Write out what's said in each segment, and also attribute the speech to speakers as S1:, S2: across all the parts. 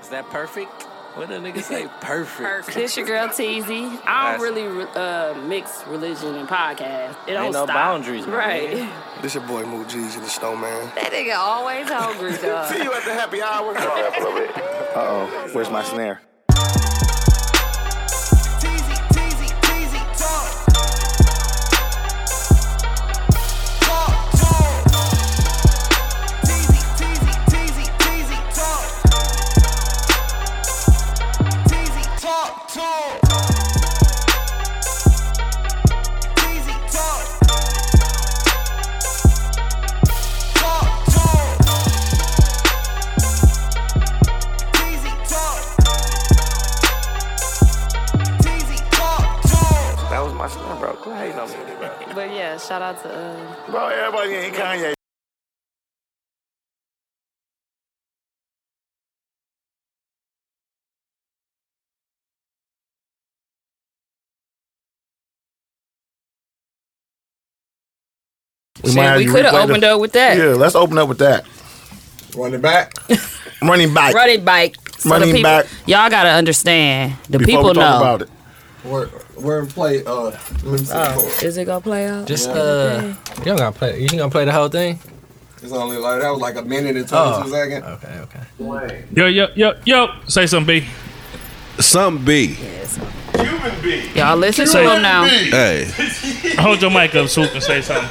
S1: Is that perfect? What a nigga say? Perfect.
S2: Perfect.
S3: This your girl Teasy. I
S1: That's-
S3: don't really uh, mix religion and podcast. It don't
S1: Ain't no
S3: stop.
S1: boundaries, my
S3: right?
S4: This your boy Moot G's and the Snowman.
S2: That nigga always hungry, dog.
S5: you at the happy hour.
S6: Uh-oh, where's my snare?
S7: Teasy, teasy, teasy, talk. Talk, talk. Teasy, teasy, teasy, teasy, talk. Teasy, talk, talk. Teasy, talk. Talk, talk. Teasy, talk. Teasy, talk, talk.
S1: That was my son, bro. Quit hating on me, bro.
S3: But yeah, shout out to uh,
S5: Bro, everybody ain't Kanye.
S6: We,
S3: Shit, we coulda opened up with that.
S6: Yeah, let's open up with that.
S4: Running back.
S6: Running back.
S3: running bike. So the
S6: Running
S3: people-
S6: back.
S3: Y'all gotta understand. The
S6: Before
S3: people
S6: we talk
S3: know.
S6: about it.
S4: We're we're in play. Uh, let me see.
S3: Oh, is it gonna play out?
S1: Just uh, you don't gotta play. You gonna play the whole thing?
S4: It's only like that was like a minute and
S1: Oh.
S4: twenty-two seconds.
S1: Okay, okay.
S8: Yo, yo, yo, yo. Say something, B.
S9: Some B.
S3: Y'all listen to him now.
S9: Hey.
S8: Hold your mic up so we can say something.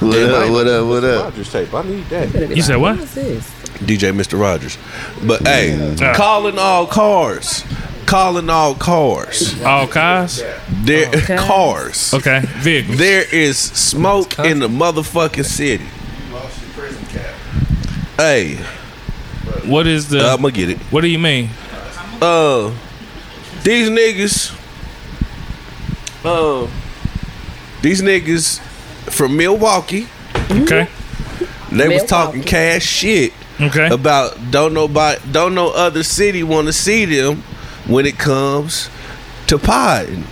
S9: What up, what up, what up?
S5: Rogers tape. I need that.
S8: You said what?
S9: DJ Mr. Rogers. But hey, calling all cars. Calling all cars.
S8: All cars?
S9: There cars.
S8: Okay. Vehicles.
S9: There is smoke in the motherfucking city. Hey,
S8: What is the?
S9: I'ma get it.
S8: what do you mean?
S9: Uh, these niggas. Uh, these niggas from Milwaukee.
S8: Okay.
S9: They was
S3: Milwaukee.
S9: talking cash shit uh,
S8: Okay.
S9: about don't nobody don't no other city want to see them when it comes to potting.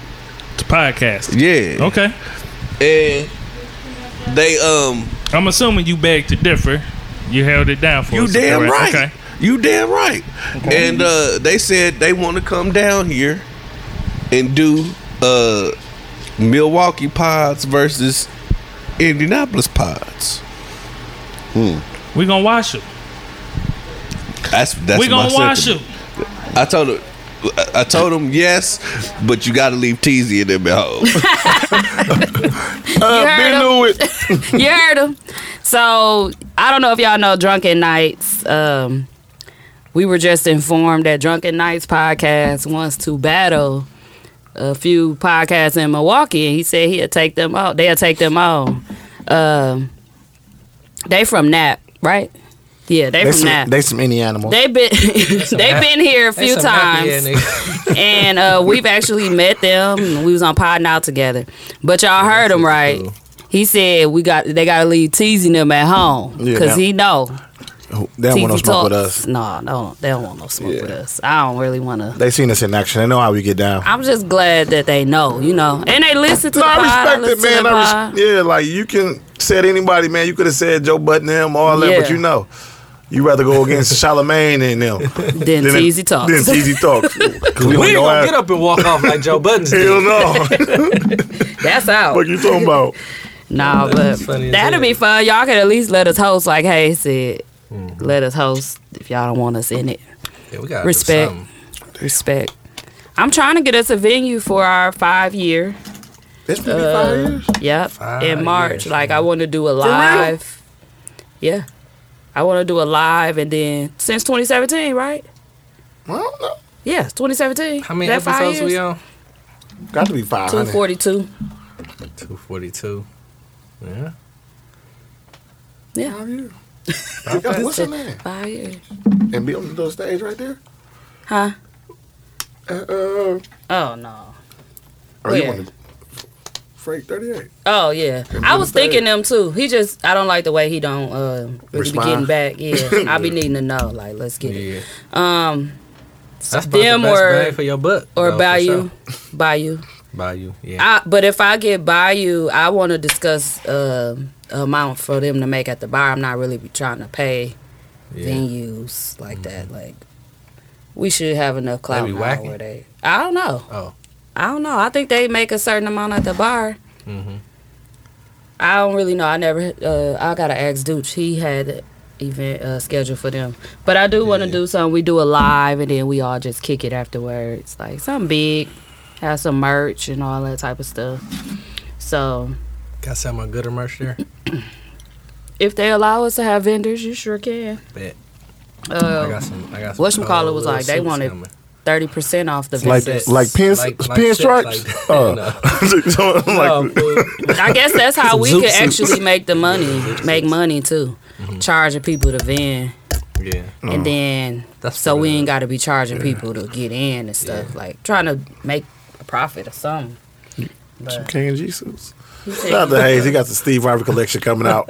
S8: It's a podcast.
S9: Yeah.
S8: Okay.
S9: And they um
S8: I'm assuming you beg to differ. You held it down for
S9: you
S8: us.
S9: damn
S8: okay?
S9: right.
S8: Okay.
S9: You damn right. And uh they said they want to come down here and do uh Milwaukee pods versus Indianapolis pods.
S8: We gonna wash you.
S9: That's that's
S8: We gonna
S9: my
S8: wash you.
S9: sentiment. I told her I- I told him yes, but you got to leave Teasy in there, behold.
S3: you heard
S6: Been
S3: him.
S6: knew it.
S3: you heard him. So I don't know if y'all know Drunken Nights. Um, we were just informed that Drunken Nights podcast wants to battle a few podcasts in Milwaukee, and he said he'll take them out. They'll take them on. Um, they from Nap, right? Yeah, they,
S6: They
S3: from Nap.
S6: some, they some any animals.
S3: They've been they've been here a few
S1: That's some happy
S3: times,
S1: ass nigga.
S3: and uh, we've actually met them. We was on Pod Now together, but y'all heard him right. He said we got they got to leave teasing them at home
S6: Yeah,
S3: because
S6: now-
S3: he know
S6: they don't want no
S3: teasing
S6: smoke
S3: talks.
S6: with us.
S3: No, no, they don't want no smoke with us. I don't really want to.
S6: They seen us in action. They know how we get down.
S3: I'm just glad that they know, you know, and they listen to
S6: No,
S3: the pod.
S6: I respect it,
S3: listen to
S6: man.
S3: the
S6: I
S3: pod.
S6: res- yeah, like you can said anybody, man. You could have said Joe Button him, all that,
S3: Yeah.
S6: but you know, you rather go against Charlemagne and them
S3: Then
S6: than
S3: Teasy talks.
S6: Then Teasy talks. 'Cause we
S1: We
S6: don't
S1: ain't
S6: know
S1: gonna
S6: how-
S1: get up and walk off like Joe Buttons did.
S6: Hell no.
S3: That's out.
S6: what you talking about?
S3: Nah, but
S1: funny as
S3: that'll
S1: hell. Hmm.
S3: be fun. Y'all could at least let us host, like Hay said. Let us host if y'all don't want us in it.
S1: Yeah, we gotta do
S3: Respect.
S1: something.
S3: Respect. I'm trying to get us a venue for our five year.
S6: This been five years.
S3: Yep.
S1: Five
S3: in March.
S1: years,
S3: Like I want to do a live. Yeah. I want to do a live and then since 2017, right?
S6: I don't know.
S3: Yeah, 2017.
S1: How many
S3: That five
S1: episodes we
S3: years?
S1: on?
S6: Got to be five hundred.
S3: 242.
S1: Two forty two. Yeah.
S3: Yeah,
S6: What's her name?
S3: five years.
S6: And be on the little stage right there.
S3: Huh?
S6: Uh, uh,
S3: Oh no.
S6: or you
S3: Where?
S6: want to? Frank thirty eight.
S3: Oh yeah, I was thinking them too. He just I don't like the way he don't uh, really be getting
S6: Respond.
S3: back. Yeah, I be needing to know. Like, let's get it.
S1: Yeah.
S3: Um,
S1: That's probably
S3: Them
S1: the best
S3: or-
S1: bang for your buck.
S3: or
S1: though, for
S3: Bayou,
S1: sure.
S3: Bayou.
S1: Bayou. Yeah.
S3: I, but if I get Bayou, I want to discuss uh, amount for them to make at the bar. I'm not really trying to pay
S1: yeah. Mm-hmm.
S3: venues like that. Like, we should have enough clout
S2: They be
S3: now
S2: whacking?
S3: where they. I don't know.
S2: Oh.
S3: I don't know. I think they make a certain amount at the bar. I don't really know. I never. Uh, I gotta ask Dooch. He had an event uh, scheduled for them, but I do want to do something. We do a live, and then we all just kick it afterwards, like something big, have some merch and all that type of stuff. So
S2: Got some of my gooder merch there?
S3: if they allow us to have vendors, you sure can.
S2: Bet. I
S3: Uh,
S2: got some. I got some.
S3: Whatchamacallit
S2: cold
S3: was
S2: little
S3: like, they
S2: suits
S3: wanted-
S2: coming.
S3: Thirty percent off the
S6: Like
S3: visits.
S6: like pins
S2: Like- like
S6: pin
S2: shit
S6: stripes.
S2: like that.
S6: Uh, so,
S2: Oh,
S6: like,
S2: fool.
S3: I guess that's how we
S6: Zoot
S3: could
S6: suits.
S3: actually make the money, make money too,
S2: Mm-hmm.
S3: charging people to vend,
S2: yeah.
S3: and then
S2: Uh-huh. That's
S3: so we
S2: what it
S3: ain't
S2: is.
S3: got to be charging people to get in and stuff. Like trying to make a profit or something.
S6: some King and Jesus. Not the Hayes. He got the Steve Harvey collection coming out.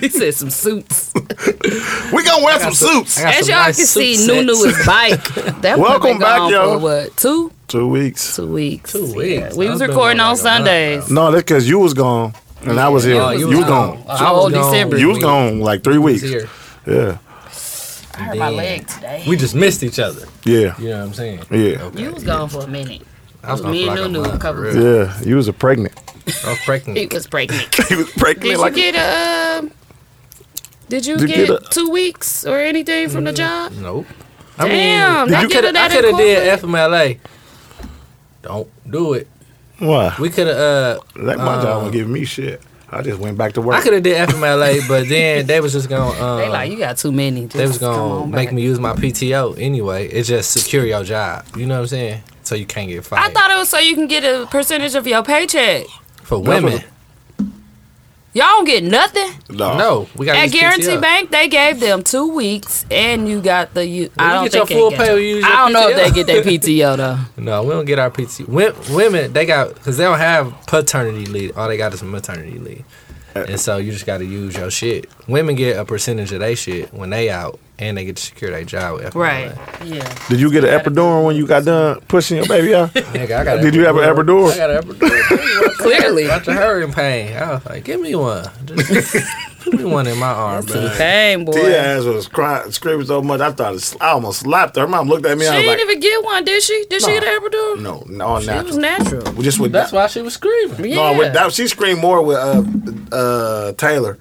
S3: He said some suits.
S6: we gonna wear some suits.
S2: I got
S3: As
S2: some
S3: y'all
S2: nice
S3: can see,
S2: suit
S3: Nunu
S2: sets.
S3: is bike. That
S6: Welcome
S3: woman
S6: back,
S3: gone
S6: y'all.
S3: For what two
S6: Two weeks.
S3: two weeks?
S2: Two
S3: Yeah.
S2: weeks.
S3: We
S2: I
S3: was
S2: was doing
S3: recording
S2: like
S3: on
S2: a month,
S3: Sundays.
S6: No, that's because you was gone and I was here.
S2: Oh,
S6: you,
S2: was
S6: gone.
S3: Oh, oh, December.
S6: You was
S2: We-
S6: gone like three
S2: we
S6: weeks.
S2: was here.
S6: Yeah,
S3: I hurt my
S2: Damn.
S3: leg today.
S2: We just missed each other.
S6: yeah,
S2: You know what I'm saying?
S6: Yeah.
S2: Okay.
S3: you was gone for a minute.
S2: I was
S3: It was me
S2: gone for
S3: and
S2: like
S3: Nunu a
S2: month,
S3: couple
S2: for real.
S6: yeah. You was a pregnant.
S2: I was
S3: He
S2: pregnant.
S3: was pregnant.
S6: he was
S3: Did
S6: pregnant
S3: you
S6: like
S3: get um? Did you
S6: Did you
S3: get,
S6: get a-
S3: two weeks or anything from the job?
S2: Nope.
S3: Damn,
S2: Mm-hmm. I
S3: I
S2: mean,
S3: coulda
S2: could have. I
S3: done
S2: could have did FMLA.
S3: corporate.
S2: Don't do it.
S6: why?
S2: We could have. Uh,
S6: Like my job would give me shit. I just went back to work.
S2: I could have did FMLA, but then they was just gonna. Um,
S3: They like you got too many. Just
S2: they was
S3: come
S2: gonna
S3: on
S2: make
S3: back.
S2: me use my PTO anyway. It's just secure your job. You know what I'm saying? So you can't get
S3: I
S2: fired.
S3: thought it was so you can get a percentage of your paycheck.
S2: for women,
S3: Y'all don't get nothing.
S2: no, we got
S3: At Guarantee Bank, they gave them two weeks, and you got the. You,
S2: Well,
S3: I
S2: you
S3: don't
S2: get
S3: think
S2: your full
S3: they
S2: pay
S3: get
S2: when you use
S3: I
S2: your
S3: don't know if
S2: PTO.
S3: they get their PTO though.
S2: No, we don't get our PTO. Wo- Women, they got because they don't have paternity leave. All they got is maternity leave,
S6: Uh,
S2: and so you just got to use your shit. Women get a percentage of their shit when they out, and they get to secure their job. With FMLA.
S3: Yeah.
S6: Did you get an epidural when you got done pushing your baby out?
S2: Nigga, I got
S6: Did you have an epidural?
S2: I got an epidural.
S3: Clearly.
S2: Got the hurting pain. I was like, give me one. Just put me one in my arm, bro.
S3: Dang boy.
S6: Tia ass was crying, screaming so much. I thought it, sl- I almost slapped her. Her mom looked at me.
S3: She
S6: I was
S3: didn't
S6: like,
S3: even get one, did she? Did she
S6: No.
S3: get an epidural?
S6: no, no,
S3: It was
S6: natural.
S3: natural.
S6: We just with
S2: That's why she was screaming.
S3: Yeah.
S6: No, with that, she screamed more with uh, uh, Taylor,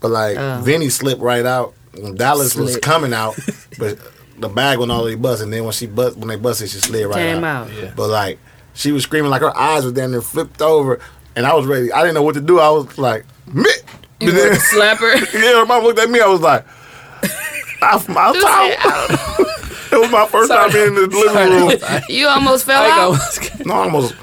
S6: but like Vinny slipped right out. When Dallas was
S3: Oh. Slipped.
S6: coming out, but the bag went all the way bust, and then when she bust, when they busted, she slid right
S3: Came
S6: out.
S3: out. Yeah.
S6: But like she was screaming, like her eyes were down there flipped over, and I was ready. I didn't know what to do. I was like, "Mitt."
S3: You
S6: But then-
S3: were a slapper.
S6: yeah, her mom looked at me. I was like, I, I'm
S3: You said,
S6: tired. It was my first time being in the delivery room.
S3: You almost fell
S2: Like I
S3: out.
S2: was
S6: No, I almost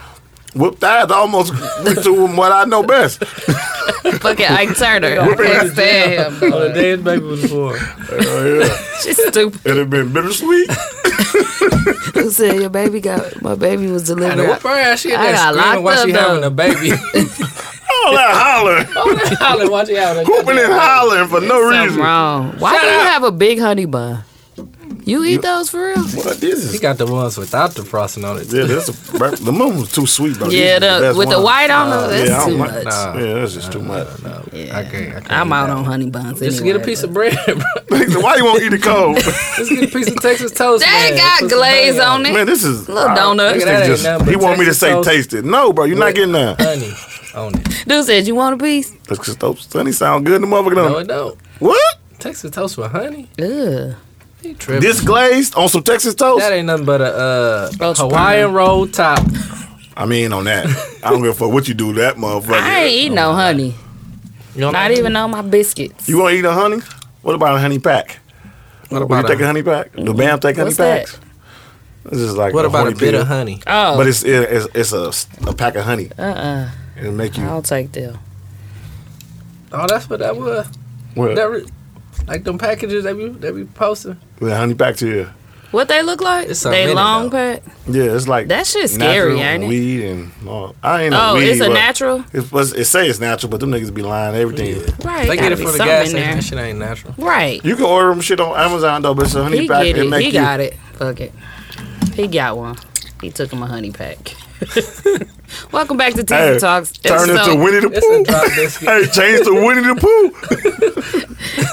S6: whooped ass. I almost went to what I know best.
S3: Fucking Ike Turner. I can't stand him.
S2: the day his baby was born.
S6: Oh yeah.
S3: She's stupid.
S6: It'd have been bittersweet.
S3: Who said your baby got my baby was
S2: And whoop
S3: delivered?
S2: her ass. She in
S3: I
S2: there
S3: got
S2: screaming
S3: locked
S2: while she
S3: up,
S2: having
S3: though.
S2: a baby.
S6: All that hollering,
S2: Hollering while she having a
S6: whooping and hollering for no
S3: Something
S6: reason.
S3: wrong. Why do you have a big honey bun? You eat those for real?
S6: But this
S2: He
S6: is
S2: got the ones without the frosting on it.
S6: yeah, this is, the moon was too sweet though. These
S3: Yeah,
S6: is
S3: the,
S6: best
S3: with the
S6: ones.
S3: white on them, that's
S6: yeah, I don't
S3: too
S6: like-
S3: much.
S2: Nah,
S6: Yeah, that's just too much.
S2: no.
S3: Yeah.
S2: I can't. I can't
S3: I'm
S2: eat
S3: out
S2: that
S3: on
S2: one.
S3: honey buns.
S2: Just
S3: anyway,
S2: get a piece
S3: but-
S2: of bread, bro.
S6: Why you won't eat it cold?
S2: Just get a piece of Texas toast.
S3: They
S2: man.
S3: got
S2: Put some
S3: glaze
S2: honey
S3: on it.
S6: Man, this is
S3: Little donut.
S6: This
S2: Look at that,
S6: thing just,
S2: ain't nothing
S6: he
S2: but
S6: want me to say
S2: Texas toast.
S6: taste it. No, bro, you're not getting none.
S2: Honey on it.
S3: Dude said, you want a piece?
S6: That's because those sunny sound good in the motherfucker.
S2: No,
S6: don't
S2: it don't.
S6: What?
S2: Texas toast with honey?
S3: Ugh.
S2: He tripping.
S6: This glazed on some Texas toast?
S2: that ain't nothing but a uh,
S3: Roast
S2: Hawaiian roll top.
S6: I mean, on that. I don't give a fuck what you do to that motherfucker.
S3: I ain't eating no honey.
S2: You know what I
S3: Not
S2: mean?
S3: even on my biscuits.
S6: You want to eat a honey? What about a honey pack?
S2: What
S6: Will you
S2: about
S6: take a
S2: a,
S6: honey pack? The band take
S3: Mm-hmm.
S6: honey
S3: What's that?
S6: packs? This is like
S2: what about a
S6: horny
S2: bit
S6: pill.
S2: of honey?
S3: Oh,
S6: But it's it, it's, it's a, a pack of honey.
S3: uh-uh.
S6: It'll make you
S3: I'll take them.
S2: Oh, that's what that was.
S6: what,
S2: That re- like them packages that we that we posting.
S6: the honey pack to you.
S3: What they look like?
S2: It's a
S3: they
S2: minute,
S3: long
S2: though.
S3: pack.
S6: Yeah, it's like
S3: That shit's scary,
S6: natural
S3: ain't it?
S6: Weed and all. I ain't no
S3: Oh,
S6: weed.
S3: it's a
S6: but
S3: natural.
S6: It, was, it say it's natural, but them niggas be lying everything.
S3: Right.
S2: they
S3: gotta
S2: get it
S3: be
S2: for the
S3: something
S2: gas
S3: in
S2: station.
S3: there.
S2: That shit ain't natural.
S3: Right.
S6: You can order them shit on Amazon though, but it's a honey
S3: He
S6: pack.
S3: get it.
S6: make
S3: He
S6: you,
S3: got it. Fuck it. He got one. He took him a honey pack. Welcome back to
S6: Hey,
S3: TV Talks.
S6: turn into Winnie the
S1: It's a
S6: Pooh.
S1: drop biscuit.
S6: Hey, change to Winnie the Pooh.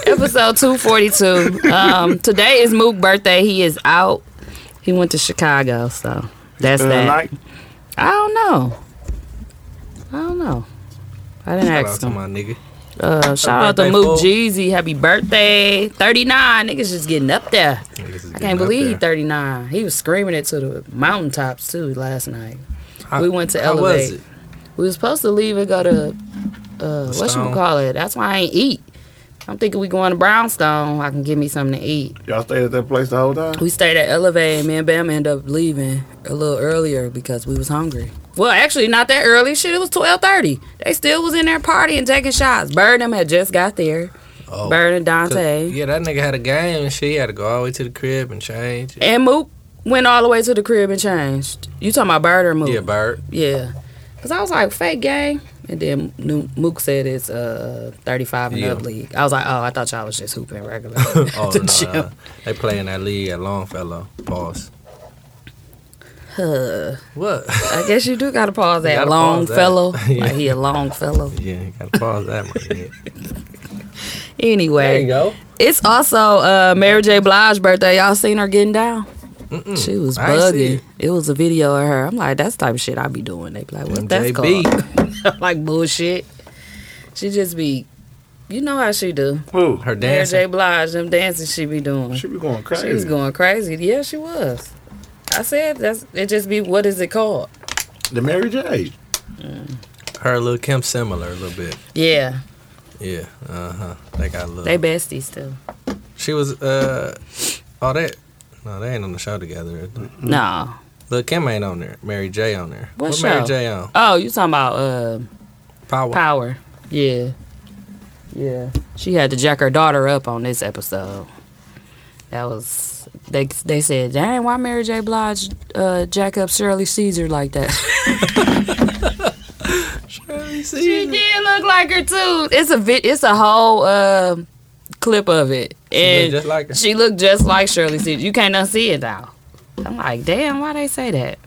S3: episode 242. Um, today is Mook's birthday. He is out. He went to Chicago, so
S6: Uh,
S3: that's that.
S6: Like,
S3: I don't know. I don't know. I didn't
S1: Shout out
S3: ask
S1: to
S3: him.
S1: my nigga.
S3: Uh, shout out to
S1: birthday,
S3: Mook
S1: fool.
S3: Jeezy. Happy birthday. 39. Niggas just getting up there. I can't believe he 39. He was screaming it to the mountaintops too last night. we went to
S1: How was
S3: Elevate.
S1: it?
S3: We was supposed to leave and go to uh what you
S1: Stone.
S3: call it. That's why I ain't eat. I'm thinking we going to Brownstone. I can give me something to eat.
S6: y'all stayed at that place the whole time.
S3: We stayed at Elevate and me and Bam ended up leaving a little earlier because we was hungry. Well, actually not that early. Shit, it was twelve thirty. They still was in there partying, taking shots. Bird and them had just got there.
S1: Oh.
S3: Bird and Dante.
S1: Yeah, that nigga had a game and shit. He had to go all the way to the crib and change.
S3: And Mook went all the way to the crib and changed. You talking about Bird or Mook?
S1: Yeah, Bird.
S3: Yeah. Cause I was like fake gang, and then New- Mook said it's uh 35 and
S1: Yeah.
S3: up league. I was like, oh, I thought y'all was just hooping regular.
S1: Oh,
S3: oh, the
S1: no,
S3: gym.
S1: no. They play in that league at Longfellow. Pause. What?
S3: I guess you do gotta pause that
S1: gotta
S3: long
S1: pause that.
S3: fellow.
S1: Yeah.
S3: Like he a long fellow.
S1: yeah, you gotta pause that, my nigga.
S3: Anyway,
S1: go.
S3: it's also uh Mary J. Blige's birthday. Y'all seen her getting down? She was
S1: I ain't see
S3: bugging. It. was a video of her. I'm like, that's the type of shit I be doing. They be like, what that's
S1: MJB.
S3: called? like bullshit. She just be, you know how she do.
S6: Who?
S3: Mary
S1: Her
S3: J.
S1: dancing.
S3: Blige, them dancing she be doing.
S6: She
S3: She,
S6: be going crazy.
S3: was going crazy. Yeah, she was. I said that's it. Just be what is it called?
S6: The Mary J.
S1: Her and Lil' Kim similar a little bit.
S3: Yeah,
S1: Yeah. Uh huh. They got a little.
S3: they besties too.
S1: she was uh, all that. No, they ain't on the show together.
S3: No.
S1: Lil' Kim ain't on there. Mary J on there.
S3: What show?
S1: Mary J on?
S3: Oh, you talking about uh,
S1: Power.
S3: power? Yeah, yeah. She had to jack her daughter up on this episode. That was they. They said, "Dang, why Mary J. Blige uh, jack up Shirley Caesar like that?" She did look like her too. It's a vi- it's a whole uh, clip of it, and
S1: just like her.
S3: she looked just like Shirley Caesar. You can't unsee it now. I'm like, damn, why they say that?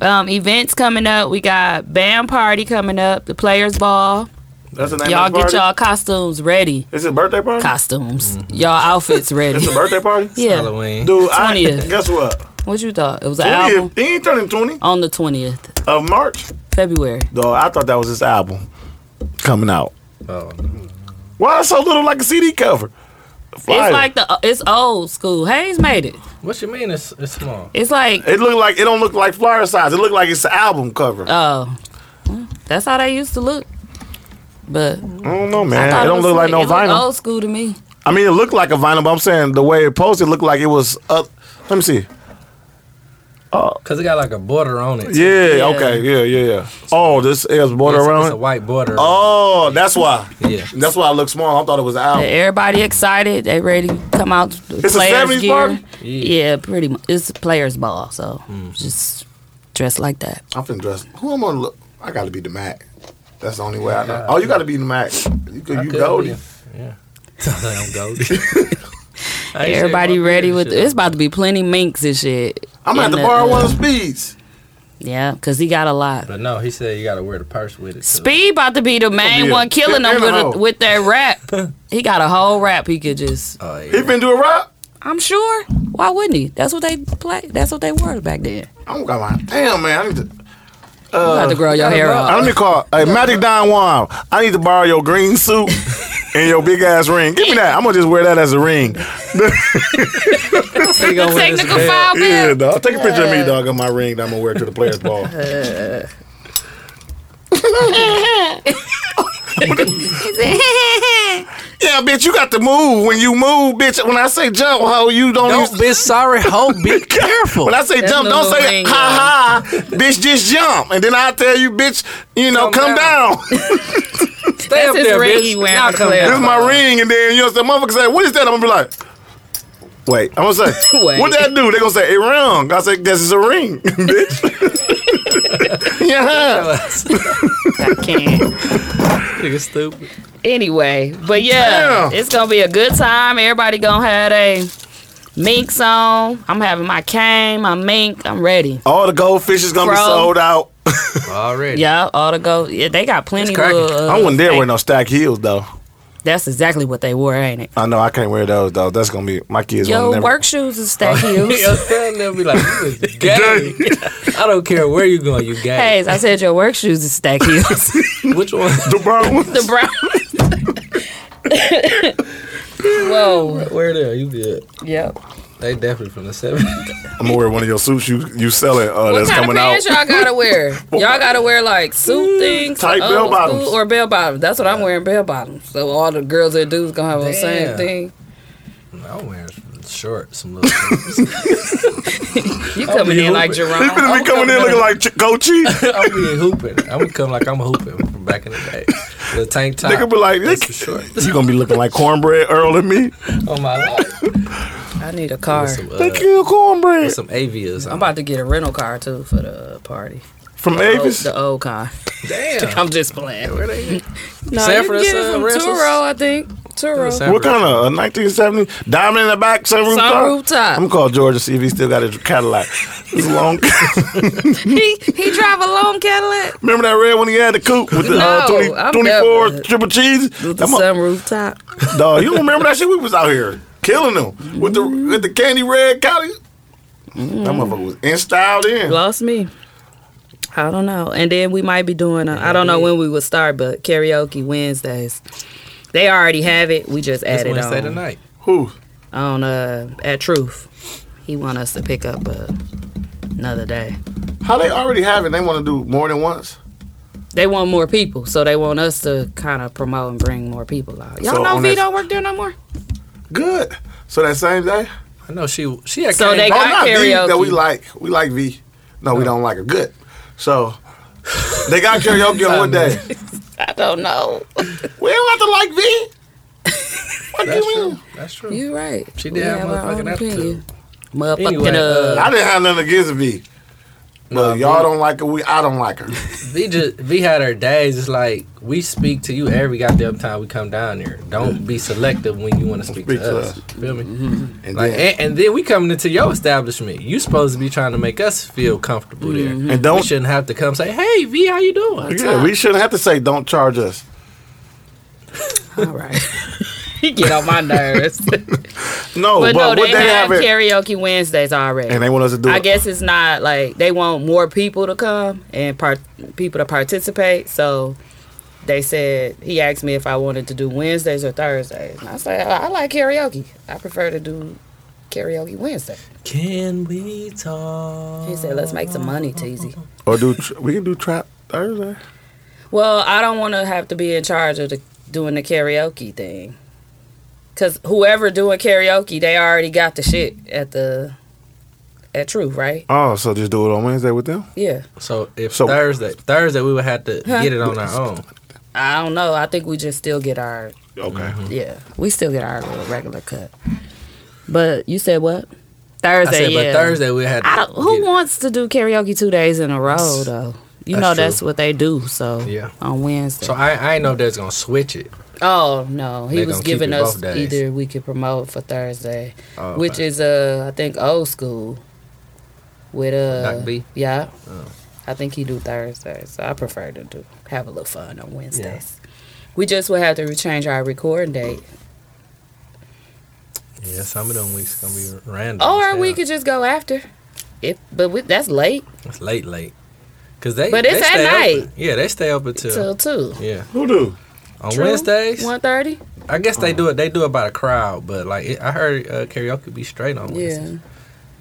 S3: Um, events coming up. We got band party coming up. The players ball.
S6: That's the name
S3: Y'all
S6: of the
S3: get
S6: party. Mm-hmm.
S3: y'all costumes ready.
S6: It's his birthday party.
S3: Costumes. Y'all outfits ready.
S6: It's a birthday party.
S3: yeah.
S1: Halloween.
S6: Dude, I
S3: 20th.
S6: guess what?
S3: What you thought? It was an album
S6: 20th, he ain't turning twenty
S3: on the twentieth
S6: of March.
S3: February.
S6: Though I thought that was his album coming out.
S1: Oh, no.
S6: Why it's so little like a CD cover? Fire.
S3: It's like the uh, it's old school. Hayes made it.
S1: What you mean? It's it's small.
S3: It's like
S6: it look like it don't look like flyer size. It look like it's an album cover.
S3: Oh, Well, that's how they used to look. But
S6: I don't know,
S3: I
S6: man.
S3: thought
S6: It don't
S3: was
S6: look like no
S3: it looked
S6: vinyl.
S3: old school to me.
S6: I mean, it looked like a vinyl, but I'm saying the way it posted, it looked like it was up. Let me see.
S1: Cause it got like a border on it.
S6: Yeah,
S3: Yeah.
S6: okay, yeah, yeah, yeah. Oh, this is border
S1: It's,
S6: around
S1: it's a
S6: it?
S1: white border.
S6: Oh, that's why.
S1: Yeah.
S6: That's why it looked small. I thought it was an album.
S3: Everybody excited. They ready to come out. to
S6: It's a
S3: players
S6: 70s
S3: gear.
S6: party?
S3: Yeah. pretty much. It's a players ball, so
S1: Mm.
S3: just dress like that.
S6: I'm finna dress. Who am I gonna look? I gotta be the Mac. That's the only way I know. Oh, you gotta be the Mac. You, go- you
S1: Could
S6: Goldie.
S1: be. Yeah. I'm Goldie. I ain't
S3: Everybody
S1: said my
S3: ready
S1: beard
S3: with
S1: shit.
S3: it's about to be plenty minks and shit.
S6: I'm gonna have
S3: in
S6: to borrow
S3: uh,
S6: one of Speeds.
S3: Yeah, cause he got a lot.
S1: But no, he said you gotta wear the purse with it. Too.
S3: Speed about to be the main
S6: be a-
S3: one killing them
S6: and a
S3: with,
S6: hoe.
S3: a- with that rap. he got a whole rap he could just.
S1: Oh,
S6: He
S1: yeah.
S6: finna do a rap?
S3: I'm sure. Why wouldn't he? That's what they play. That's what they were back then.
S6: I don't got my damn man. I need to
S3: You had to grow your hair
S6: Uh,
S3: out.
S6: let me call. Hey, Magic Don Juan, I need to borrow your green suit and your big ass ring. Give me that. I'm gonna just wear that as a ring.
S1: He gonna wear this
S3: Technical
S1: belt.
S3: foul
S6: Yeah,
S3: bill.
S6: dog. Take a picture of me, dog, on my ring that I'm gonna wear to the players' ball. yeah, bitch, you got to move when you move, bitch. When I say jump, ho, you don't.
S1: Don't
S6: use-
S1: be sorry, ho. Be careful.
S6: when I say jump,
S3: no
S6: don't say
S3: ring,
S6: ha ha, bitch. Just jump, and then I tell you, bitch, you know, come,
S1: Come
S6: down.
S1: down. Stay
S3: That's
S1: up
S3: his
S1: there,
S3: ring
S1: bitch.
S3: he wearing
S1: Now
S3: for
S1: come
S3: Claire.
S6: this is
S1: down.
S6: my ring, and then you know, the motherfucker say, "What is that?" I'm gonna be like, "Wait," I'm gonna say,
S3: Wait.
S6: "What that do?" They gonna say, "A ring." I say, "Guess it's a ring, bitch." yeah,
S3: I can't.
S1: Nigga stupid.
S3: Anyway, but yeah,
S6: Damn.
S3: it's gonna be a good time. Everybody gonna have a minks on. I'm having my cane, my mink. I'm ready.
S6: All the goldfish is gonna
S3: Bro.
S6: be sold out.
S1: Already.
S3: Yeah, all the go. Yeah, they got plenty
S1: It's
S3: of.
S1: cracking.
S3: Uh,
S6: I wasn't there
S3: fake-
S6: wearing no stack heels though.
S3: That's exactly what they wore, ain't it?
S6: I know I can't wear those though. That's gonna be my kids.
S3: Yo,
S6: will never.
S3: work shoes and stack heels.
S1: Yo, son, they'll be like, you is gay. I don't care where you going, you gay.
S3: Hey, I said your work shoes and stack heels.
S1: Which one?
S6: The brown ones.
S3: the brown. Whoa.
S1: where they are? You good?
S3: Yep.
S1: They definitely from the 70s.
S6: I'm gonna wear one of your suits you you selling uh,
S3: What
S6: that's
S3: kind of
S6: coming out.
S3: pants
S6: Mm,
S3: y'all gotta wear? Y'all gotta wear like suit things,
S6: Tight
S3: uh,
S6: bell bottoms.
S3: suit or bell bottoms. That's what I'm wearing, bell bottoms. So all the girls and dudes gonna have the same
S1: Damn.
S3: thing.
S1: I'm wearing some shorts, some little shorts.
S3: You coming in like Jerome?
S6: These people Oh, be coming in looking like Ch- E. go cheap.
S1: I'm being hooping. I'm gonna come like I'm hooping from back in the day. The tank top.
S6: They could be like,
S1: that's for
S6: "Nick,
S1: sure.
S6: you gonna be looking like cornbread Earl and me.
S1: On my life.
S3: I need a car.
S1: Some,
S6: They
S1: uh,
S6: kill cornbread
S1: some Avias.
S3: I'm about to get a rental car too for the party.
S6: from
S3: Oh,
S6: Avis.
S3: the old car.
S1: Damn.
S3: I'm just playing.
S1: Where they at?
S3: No, you can
S1: San
S3: get it
S1: Francisco
S3: from
S1: rentals?
S3: Turo, I think. Turo.
S1: San
S6: What kind of a 1970 diamond in the back sunroof
S3: Sunroof
S6: top?
S3: top.
S6: I'm gonna call George to see if he still got his Cadillac. It's long.
S3: he he drive a long Cadillac.
S6: Remember that red one he had the coupe with the uh,
S3: No,
S6: 20,
S3: I'm
S6: 24
S3: never-
S6: triple cheese?
S3: With the
S6: I'm a-
S3: sunroof top.
S6: dog, you don't remember that shit? We was out here killing them with the with the candy red Cali.
S3: Mm-hmm.
S6: That motherfucker was in style then.
S3: Lost me. I don't know. And then we might be doing, I I don't know when we would start, but karaoke Wednesdays. They already have it. We just
S1: It's
S3: added
S1: Wednesday
S3: on.
S1: tonight.
S6: Who?
S3: On uh, at Truth. He want us to pick up uh, another day.
S6: How they already have it? They want to do more than once.
S3: They want more people, so they want us to kind of promote and bring more people out. Y'all
S6: So
S3: know
S6: on
S3: V
S6: that-
S3: don't work there no more.
S6: Good. So that same day.
S1: I know she she had
S3: So
S1: came
S3: they
S1: back.
S3: got
S6: not V
S3: karaoke.
S6: that we like. We like V. No, we don't like her. Good. So they got karaoke on one day.
S3: I don't know.
S6: We don't have to like V. What do
S1: That's
S6: you
S1: true.
S6: mean?
S1: That's true.
S3: You right.
S1: She
S3: We
S1: did have
S3: our own
S1: motherfucking
S3: opinion.
S1: attitude.
S3: Motherfucking
S1: Anyway,
S3: uh,
S1: uh,
S6: I didn't have nothing against V. But y'all don't like her. We I don't like her.
S1: V just V had her days. It's like we speak to you every goddamn time we come down here. Don't be selective when you want to speak,
S6: Speak
S1: to,
S6: to
S1: us. Mm-hmm.
S6: us.
S1: Feel me?
S6: And
S1: Like, eh,
S6: then,
S1: and, and then we coming into your establishment. You supposed to be trying to make us feel comfortable
S3: Mm-hmm.
S1: there.
S6: And
S1: we
S6: don't-
S1: shouldn't have to come say, "Hey, V, how you doing?"
S6: yeah, we shouldn't have to say don't charge us.
S1: uh,
S3: All right. he get on my nerves. but,
S6: No, but,
S3: no,
S6: what
S3: they,
S6: they,
S3: have
S6: have, it,
S3: karaoke Wednesdays already.
S6: and they want us to do
S3: I
S6: it.
S3: guess it's not like they want more people to come and part people to participate. So they said he asked me if I wanted to do Wednesdays or Thursdays. And I said I I like karaoke. I prefer to do karaoke Wednesday.
S1: Can we talk?
S3: He said let's make some money, Teasy.
S6: or do tr- we can do trap Thursday?
S3: Well, I don't want to have to be in charge of the, doing the karaoke thing. Cause whoever doing karaoke, they already got the shit at the at Truth, right?
S6: Oh, so just do it on Wednesday with them.
S3: Yeah.
S1: So if
S6: So-
S1: Thursday, Thursday we would have to get it on our own.
S3: I don't know. I think we just still get our
S6: Okay.
S3: yeah. We still get our little regular cut. But you said what? Thursday.
S1: I said,
S3: yeah.
S1: but Thursday we had. To
S3: I don't, who
S1: get it.
S3: wants to do karaoke two days in a row though? You
S1: That's
S3: know
S1: true.
S3: that's what they do. So
S1: Yeah.
S3: on Wednesday.
S1: So I, I ain't know if that's gonna switch it.
S3: Oh no, he
S1: They
S3: was
S1: gonna keep
S3: giving
S1: it
S3: us
S1: both days.
S3: either we could promote for Thursday,
S1: Oh,
S3: which
S1: okay.
S3: is uh I think old school with uh
S1: Doc B? Oh.
S3: yeah. I think he do Thursday, so I prefer to do have a little fun on Wednesdays. We just would have to change our recording date,
S1: Yeah, some of them weeks gonna be random. as
S3: or we
S1: hell.
S3: could just go after. If but we, that's late
S1: It's late, late. Cause they,
S3: But it's
S1: they
S3: at
S1: stay
S3: night.
S1: open. Yeah, they stay open till
S3: till two.
S1: yeah
S6: Who do?
S1: on Wednesdays.
S3: one thirty.
S1: I guess they do it. They do it by the crowd, but like it, I heard uh, karaoke be straight on Wednesdays,
S3: Yeah,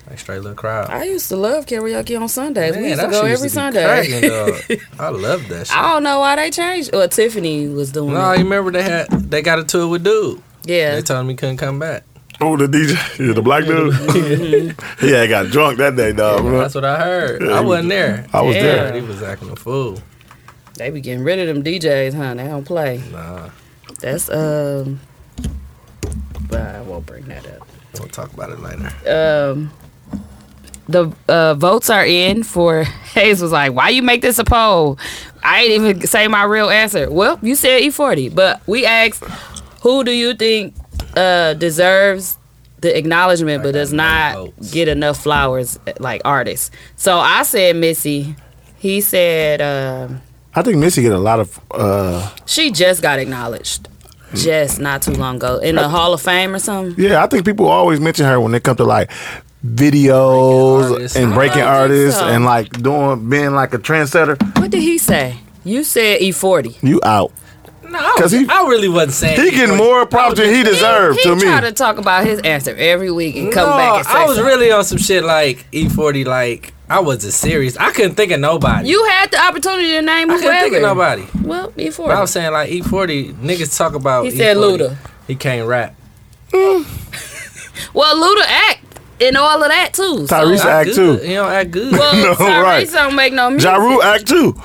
S1: like straight little crowd.
S3: I used to love karaoke on Sundays.
S1: Man,
S3: we used to
S1: that
S3: go
S1: shit
S3: every
S1: be
S3: Sunday.
S1: cracking, dog. I love that shit.
S3: I don't know why they changed. Well, Tiffany was doing
S1: No, you
S3: it.
S1: remember they had they got into it with dude.
S3: Yeah,
S1: They told him he couldn't come back.
S6: Oh, the DJ, yeah, the black dude.
S3: Mm-hmm.
S6: yeah, I got drunk that day, dog.
S1: That's what I heard. I wasn't there.
S6: I was
S1: I
S3: Yeah.
S6: there.
S1: heard he was acting a fool.
S3: They be getting rid of them DJs, huh? They don't play.
S1: Nah,
S3: That's um. But I won't bring that up.
S1: we'll talk about it later.
S3: Um, the uh, votes are in for Hayes. Was like, why you make this a poll? I didn't even say my real answer. Well, you said E forty, but we asked, who do you think uh deserves the acknowledgement, but does not
S1: votes.
S3: get enough flowers like artists. So I said Missy. He said um
S6: I think Missy get a lot of. uh
S3: she just got acknowledged, just not too long ago in the Hall of Fame or something.
S6: Yeah, I think people always mention her when they come to like videos
S1: Breaking artists.
S6: and breaking
S3: Oh, I don't think
S6: artists
S3: so.
S6: and like doing being like a trendsetter.
S3: What did he say? You said E forty.
S6: You out.
S1: No, I,
S6: 'Cause he-
S1: I really wasn't saying
S6: He getting more props than he deserved
S3: he,
S6: to me.
S3: try to talk about his answer every week and come
S1: no,
S3: back and say
S1: I was
S3: something.
S1: really on some shit like E40. Like I wasn't serious. I couldn't think of nobody.
S3: You had the opportunity to name
S1: I couldn't think
S3: whoever.
S1: of nobody.
S3: Well, E forty.
S1: But I was E saying like E40 niggas talk about.
S3: He said
S1: E40.
S3: Luda.
S1: He can't rap.
S3: Well, Luda act and all of that too. So-
S6: Tyrese
S1: Not
S6: act
S1: good.
S6: too.
S1: He don't act good.
S3: Well,
S6: No,
S3: Tyrese
S6: right.
S3: don't make no music.
S6: Jaru act too.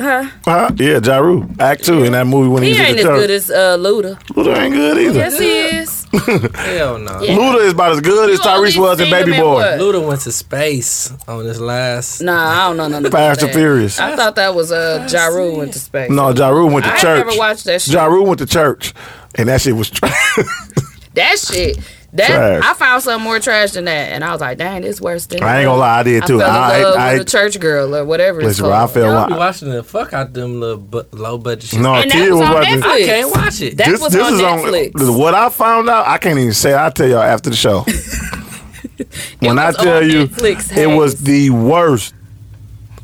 S3: Huh?
S6: Huh? Yeah, Jaru act too in that movie when
S3: He
S6: he, was in
S3: ain't
S6: the
S3: as
S6: church.
S3: good as uh, Luda.
S6: Luda ain't good either.
S3: Yes, he is.
S1: Hell no.
S3: Yeah.
S6: Luda is about as good as
S3: You only
S6: Tyrese was in
S3: seen him
S6: Baby
S3: in
S6: Boy.
S3: what?
S1: Luda went to space on his last.
S3: Nah, I don't know nothing about
S6: Fast
S3: that.
S6: and Furious.
S3: I thought that was uh, Jaru went to space.
S6: No, Jaru went to
S3: I
S6: church.
S3: never watched that shit.
S6: Jaru went to church, and that shit was. Tra-
S3: That shit. That
S6: Trash.
S3: I found something more trash than that, and I was like, "Dang, it's worse than."
S6: I ain't gonna lie, I did
S3: I
S6: too.
S3: fell in
S6: I,
S3: love
S6: I, I,
S3: with a church girl or whatever. it's
S6: listen, bro, I
S3: called.
S6: fell.
S1: Be
S6: in love-
S1: watching the fuck out them little bu- low budget. shit.
S6: No,
S3: And that
S6: kid
S3: was
S6: was
S3: on
S6: watching.
S3: Netflix.
S1: I can't watch it.
S3: That was on Netflix.
S6: this is what I found out. I can't even say. I will tell y'all after the show. when I
S3: was
S6: tell
S3: on
S6: you,
S3: Netflix,
S6: it was
S3: Hayes.
S6: the worst.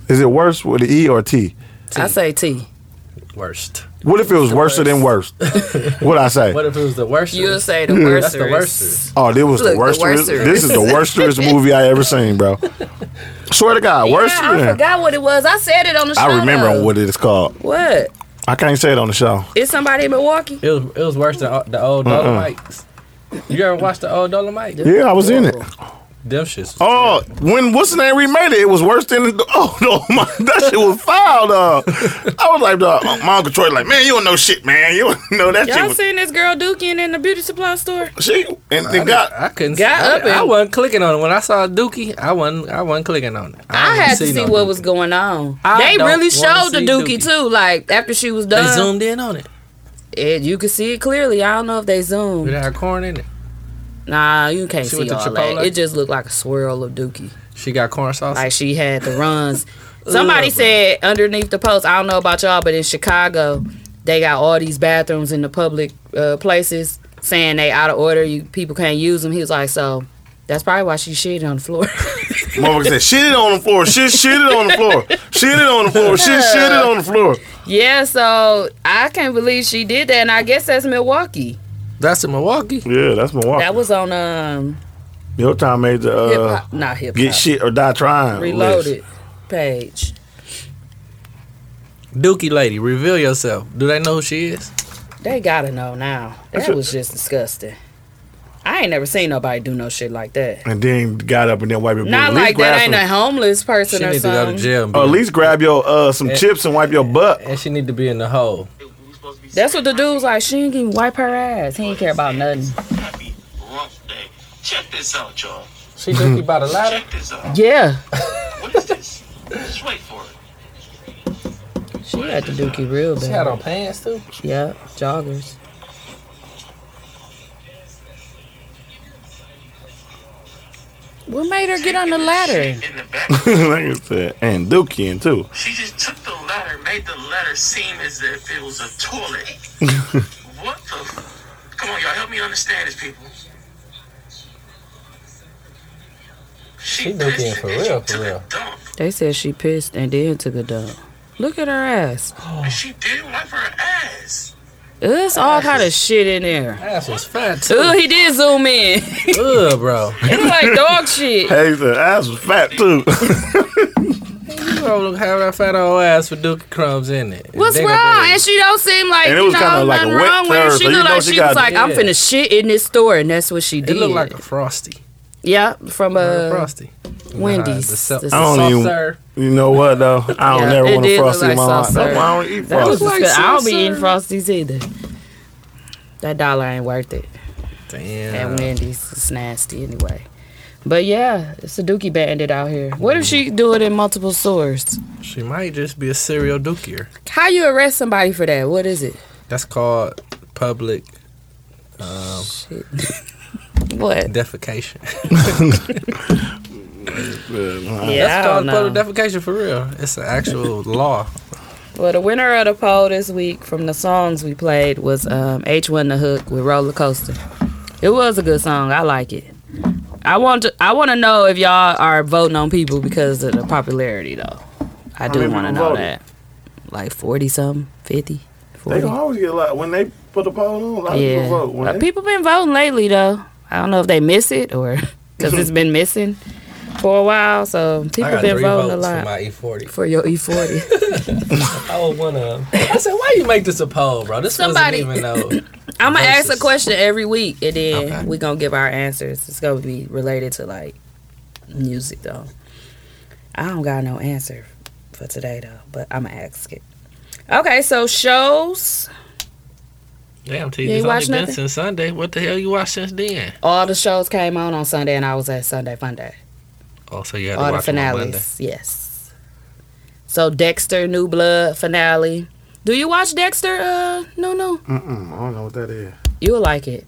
S6: Is it worse with the E or T?
S3: I say T.
S1: worst.
S6: What if it was worse than worst? what I say?
S1: What if it was the worst?
S3: You'll say the
S6: Yeah.
S3: worst.
S1: That's the worst.
S6: Oh, this was
S3: Look,
S6: the
S3: the
S6: worst.
S3: worstest.
S6: This is the worstest movie I ever seen, bro. Swear to God,
S3: Yeah,
S6: worst.
S3: I forgot what it was. I said it on the show.
S6: I remember
S3: though.
S6: what it is called.
S3: What?
S6: I can't say it on the show.
S3: Is somebody in Milwaukee?
S1: It was it was worse than o- the old Dolomites. You ever watched the old Dolomite?
S6: Yeah, I was in it.
S1: Them shits.
S6: Oh, when what's the name remade it? It was worse than the, oh no, my, that shit was foul, dog. I was like, dog, my uncle Troy, like, man, you don't know shit, man. You don't know that
S3: Y'all
S6: shit. Was,
S3: seen this girl Duking in the beauty supply store?
S6: she and then got
S1: I couldn't.
S3: Got
S1: I,
S3: up and-
S1: I wasn't clicking on it when I saw Dookie. I wasn't. I wasn't clicking on it.
S3: I
S1: didn't
S3: had to see
S1: no
S3: what
S1: Dookie.
S3: was going on.
S1: I
S3: they
S1: don't
S3: really
S1: wanna
S3: showed the
S1: see
S3: Dookie,
S1: Dookie.
S3: too. Like after she was
S1: They
S3: done,
S1: zoomed in on it.
S3: it, you could see it clearly. I don't know if they
S1: It
S3: zoomed.
S1: had corn in it.
S3: Nah, you can't
S1: She
S3: see
S1: went to
S3: all
S1: Chipotle?
S3: that. It just looked like a swirl of Dookie.
S1: She got corn sauce.
S3: Like she had the runs. Somebody said underneath the post, I don't know about y'all, but in Chicago, they got all these bathrooms in the public uh, places saying they out of order. You people can't use them. He was like, so that's probably why she shit on the floor.
S6: motherfucker said, shit it on the floor, shit, shit it on the floor, shit it on the floor, shit, shit it on the floor.
S3: yeah, so I can't believe she did that, and I guess that's Milwaukee.
S1: That's in Milwaukee.
S6: Yeah, that's Milwaukee.
S3: That was on um
S6: Your time made the
S3: hip
S6: uh,
S3: hop, not hip
S6: get
S3: hop,
S6: shit or die trying.
S3: reloaded page.
S1: Dookie lady, reveal yourself. Do they know who she is?
S3: They gotta know now. That was just disgusting. I ain't never seen nobody do no shit like that.
S6: and then got up and then wipe your.
S3: Not
S6: at least
S3: like
S6: grab
S3: that ain't
S6: some-
S3: a homeless person
S1: She
S3: or
S1: need to go
S3: something.
S1: to jail. And, be,
S6: Or at least grab your uh some chips and wipe your butt.
S1: and she need to be in the hole.
S3: That's what the dude's like. She ain't even wipe her ass. He ain't care about nothing.
S7: Happy rough day. Check this out, y'all.
S1: She Dookie by the ladder.
S7: Check this out.
S3: Yeah.
S7: What is this? Just wait for it.
S3: She had the dookie real
S1: She had
S3: bad.
S1: on pants too.
S3: Yeah, joggers. What made her get on the ladder?
S7: In the back,
S6: like I said, and Dookie in too.
S7: she just took the ladder, made the ladder seem as if it was a toilet. what the? f- Come on, y'all, help me understand this, people.
S1: She Dookie in for real, for real.
S7: Dump.
S3: They said she pissed and then took a dump. Look at her ass.
S7: And she did wipe her ass.
S3: It's all kind of shit in there.
S1: Ass was fat too.
S3: Ugh, he did zoom in.
S1: Ugh, bro.
S3: it's like dog shit.
S6: Hey, the ass was fat too.
S1: You don't have that fat old ass with Dookie crumbs in it.
S3: What's
S1: They gonna
S3: wrong?
S1: be-
S3: And she don't seem like
S6: And it
S3: you
S6: was
S3: know
S6: kinda like a
S3: nothing
S6: wet
S3: wrong with her.
S6: thirst,
S3: She
S6: so you
S3: looked
S6: know
S3: like
S6: she
S3: she,
S6: got-
S3: was like, I'm
S1: Yeah.
S3: finna shit in this store, and that's what she
S1: It
S3: did.
S1: looked like a frosty.
S3: yeah, from
S1: Uh,
S3: uh,
S1: frosty.
S3: Wendy's.
S1: the sel-
S3: The
S6: I don't
S3: soft
S6: even.
S1: serve.
S6: You know what though? I don't
S3: Yeah,
S6: never
S3: it
S6: want
S3: did
S6: a
S3: look
S6: frosty
S3: like
S6: in my life.
S3: soft
S6: That's
S3: serg.
S6: why I don't eat
S3: That was
S6: frosty.
S1: like
S3: good. I don't be
S1: soft
S3: eating
S1: serve.
S3: frosties either. That dollar ain't worth it. At
S1: Damn.
S3: Wendy's, it's nasty anyway. But yeah, it's a dookie bandit out here. What if she do it in multiple stores?
S1: She might just be a serial dookier.
S3: How you arrest somebody for that? What is it?
S1: That's called public.
S3: Shit. What?
S1: defecation.
S3: yeah,
S1: That's
S3: I don't
S1: called
S3: know.
S1: public defecation for real. It's an actual law.
S3: Well, the winner of the poll this week from the songs we played was um, H1 The Hook with Roller Coaster. It was a good song. I like it. I want to, I want to know if y'all are voting on people because of the popularity though. I do
S6: many
S3: want to
S6: people
S3: know
S6: voted?
S3: that. Like 40 something, 50,
S6: They
S3: 40.
S6: don't always get a lot when they put a poll on. A lot of
S3: yeah.
S6: people vote. When
S3: Uh,
S6: they-
S3: people been voting lately though. I don't know if they miss it or cuz it's been missing for a while, so
S1: I
S3: people
S1: got
S3: been
S1: three
S3: voting a
S1: votes
S3: lot.
S1: for my E40.
S3: for your E E40.
S1: I was one of them. I said, why you make this a poll, bro? This
S3: Somebody-
S1: wasn't even no.
S3: I'm gonna ask a
S1: Versus-
S3: question every week, and then
S1: Okay.
S3: we gonna give our answers. It's gonna be related to like music, though. I don't got no answer for today, though, but I'm gonna ask it. Okay, so shows,
S1: Damn, T,
S3: You ain't
S1: it's only
S3: watch
S1: been
S3: nothing?
S1: since Sunday. What the hell you watched since then?
S3: all the shows came on on Sunday, and I was at Sunday Fun Day.
S1: Oh, so you had to
S3: All the
S1: watch them on Monday.
S3: finales, yes. So Dexter, New Blood finale. Do you watch Dexter? Uh, no, no.
S6: Mm-mm, I don't know what that is.
S3: You'll like it.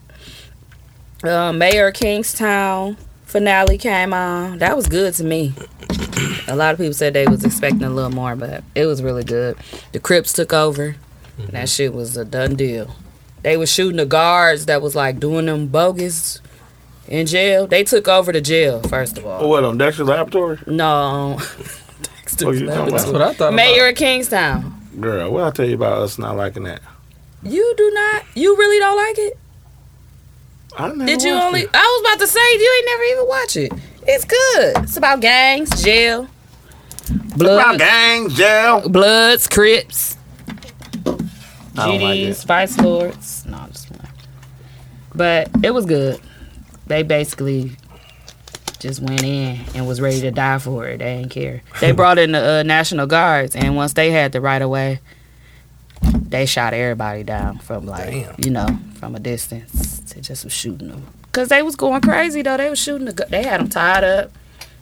S3: Uh, Mayor of Kingstown finale came on. That was good to me. A lot of people said they was expecting a little more, but it was really good. The Crips took over.
S1: Mm-hmm.
S3: And that shit was a done deal. They was shooting the guards that was like doing them bogus in jail. They took over the jail first of
S6: Oh,
S3: all.
S6: what on Dexter's Laboratory?
S3: No, um,
S6: What you talking
S1: That's
S6: about?
S1: what I thought.
S3: Mayor of Kingstown.
S6: Girl, what I tell you about us not liking that?
S3: You do not. You really don't like it.
S6: I never
S3: Did you
S6: watched
S3: only?
S6: it.
S3: I was about to say you ain't never even watch it. It's good. It's about gangs, jail,
S6: About
S3: blood,
S6: gang jail?
S3: bloods, crips,
S6: I don't like
S3: GDs,
S6: it.
S3: vice lords. No, I'm just playing. But it was good. They basically just went in and was ready to die for it. They didn't care. They brought in the uh, national guards, and once they had the right of way, they shot everybody down from like
S1: Damn.
S3: you know from a distance to just was shooting them. Cause they was going crazy though. They was shooting the. gu- They had them tied up,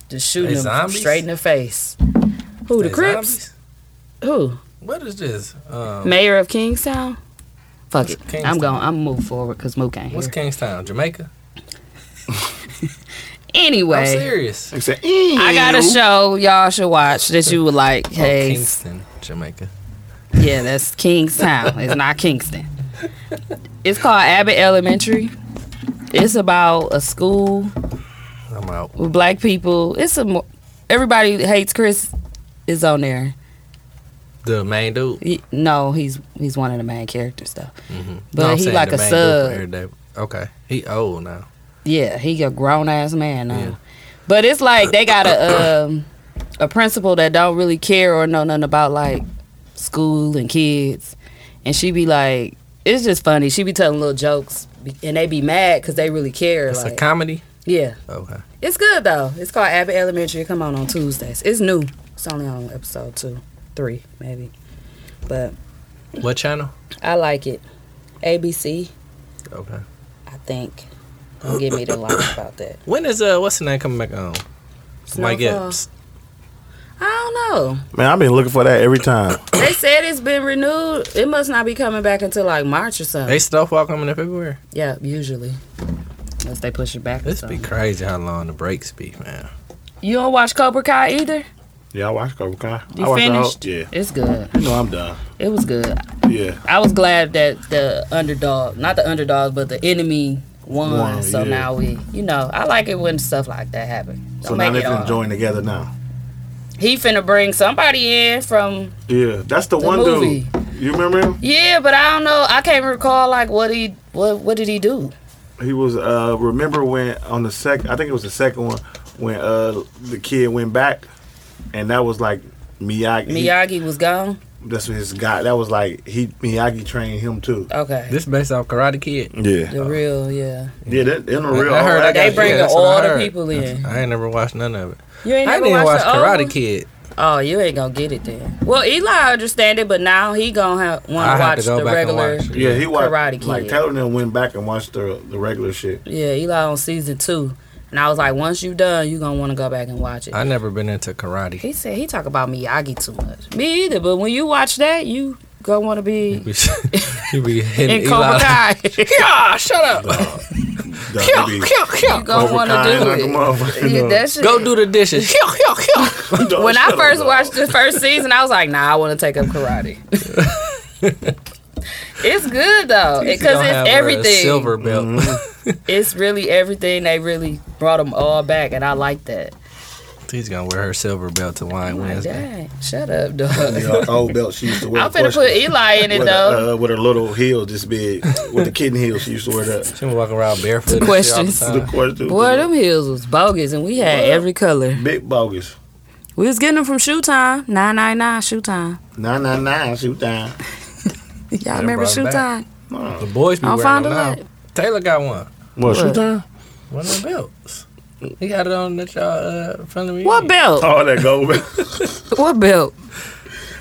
S3: just shooting
S1: They
S3: them
S1: zombies?
S3: straight in the face. Who the Crips? Who?
S1: What is this? Um,
S3: Mayor of Kingstown? Fuck it.
S1: Kingstown?
S3: I'm going. I'm move forward because Mook ain't
S1: what's
S3: here.
S1: Kingstown, Jamaica? I'm
S3: Anyway,
S1: serious.
S6: He said, "Ew."
S3: I got a show y'all should watch that you would like.
S1: Oh,
S3: Hey,
S1: Kingston, Jamaica.
S3: yeah, that's Kingstown. It's not Kingston. It's called Abbott Elementary. It's about a school
S1: I'm out.
S3: with black people. It's a mo- everybody hates Chris is on there.
S1: The main dude.
S3: He- no, he's he's one of the main characters though. But
S1: Mm-hmm. No, I'm
S3: he
S1: saying
S3: like
S1: the
S3: a
S1: main dude
S3: sub.
S1: from Every Day. Okay, he old now.
S3: Yeah, he a grown ass man now.
S1: Yeah.
S3: But it's like they got a um, a principal that don't really care or know nothing about like school and kids, and she be like, it's just funny. She be telling little jokes, be- and they be mad because they really care.
S1: It's a
S3: Like,
S1: comedy.
S3: yeah,
S1: Okay.
S3: it's good though. It's called Abbott Elementary. Come on on Tuesdays. It's new. It's only on episode two, three maybe, but
S1: What channel?
S3: I like it. ABC,
S1: Okay.
S3: I think. Don't Give me the line about that.
S1: When is uh what's the name coming back on? Mike
S3: Snowfall.
S1: Epps.
S3: I don't know.
S6: Man, I've been looking for that every time.
S3: They said it's been renewed. It must not be coming back until like March or something.
S1: They Snowfall coming in February.
S3: yeah, usually. Unless they push it back. or
S1: This be
S3: something.
S1: crazy how long the breaks be, man.
S3: You don't watch Cobra Kai either?
S6: Yeah, I watched Cobra Kai.
S3: You
S6: I watched the whole-
S3: finished?
S6: Yeah,
S3: It's good.
S6: you know I'm done.
S3: It was good.
S6: Yeah,
S3: I was glad that the underdog, not the underdog, but the enemy won.
S6: Won,
S3: so
S6: yeah.
S3: now we, you know, I like it when stuff like that happen. Don't
S6: so now
S3: make
S6: they
S3: it
S6: can
S3: all.
S6: join together now.
S3: He finna bring somebody in from
S6: Yeah, that's the,
S3: The
S6: one
S3: movie.
S6: dude. You remember him?
S3: yeah, but I don't know. I can't recall like what he what what did he do?
S6: He was. uh Remember when on the second? I think it was the second one when uh the kid went back, and that was like Miyagi. he-
S3: Miyagi was gone.
S6: that's his guy. That was like he Miyagi trained him too.
S3: Okay,
S1: This based off Karate Kid.
S6: Yeah,
S3: the real yeah.
S6: yeah. That in the
S1: I-
S6: real.
S1: I
S6: all
S1: heard I
S6: that
S1: got-
S3: They
S6: shit.
S3: bring
S1: yeah, that's what I
S3: all the
S1: heard.
S3: people in.
S1: I ain't never watched none of it.
S3: You ain't
S1: I
S3: never
S1: didn't even watch
S3: watched the old
S1: Karate
S3: one?
S1: Kid.
S3: Oh, you ain't gonna get it then. Well, Eli I understand it, but now he gonna have
S1: I
S3: want to
S1: have
S3: watch
S1: to go
S3: the
S1: back
S3: regular.
S1: and watch. it.
S6: Yeah, he watched
S3: Karate Kid.
S6: like Taylor and them went back and watched the the regular shit.
S3: Yeah, Eli on season two, and I was like, once you done, you gonna want to go back and watch it.
S1: I never been into karate.
S3: he said he talk about Miyagi too much. Me either, but when you watch that, you gonna want to be
S1: you be hitting
S3: in Cobra
S1: Eli.
S3: Kai.
S1: Yeah, shut up.
S6: Dog, they be
S3: gonna want
S6: overkind
S3: to
S6: like a
S3: do it.
S6: motherfucker,
S3: Yeah,
S6: dog.
S3: that shit-
S1: Go do the dishes.
S6: Dog,
S3: when I
S6: Oh, shut up,
S3: first
S6: dog.
S3: watched the first season, I was like, nah, I want to take up karate. it's good though, because
S1: Gonna have
S3: it's
S1: her a
S3: everything.
S1: Silver belt.
S6: Mm-hmm.
S3: It's really everything. They really brought them all back, and I like that.
S1: He's gonna wear her silver belt to Wine
S3: Like,
S1: Wednesday.
S3: dang, shut up, dog.
S6: Her old belt she used to wear.
S3: I'm finna put
S6: Question.
S3: Eli in it
S6: with
S3: though.
S6: her, uh, with her little heel this big, with the kitten heel she used to wear that.
S1: She been walking around barefoot. and shit all the
S3: Questions.
S1: time.
S6: The question,
S3: Boy, them heels was bogus, and we had every color.
S6: big bogus.
S3: We was getting them from Shoe Time, nine nine nine Shoe Time.
S6: Nah, nah, nah, shoot down.
S3: Y'all remember
S1: brought 'em
S3: Shoe
S1: back.
S3: Time?
S1: The boys be
S3: I don't
S1: wearing
S3: find
S1: them
S3: it
S1: now.
S3: that.
S1: Taylor got one.
S6: What,
S3: What?
S6: shoot down?
S1: One of the belts. He got it on that y'all uh, friendly reunion.
S3: What belt?
S6: All that gold. belt.
S3: What belt?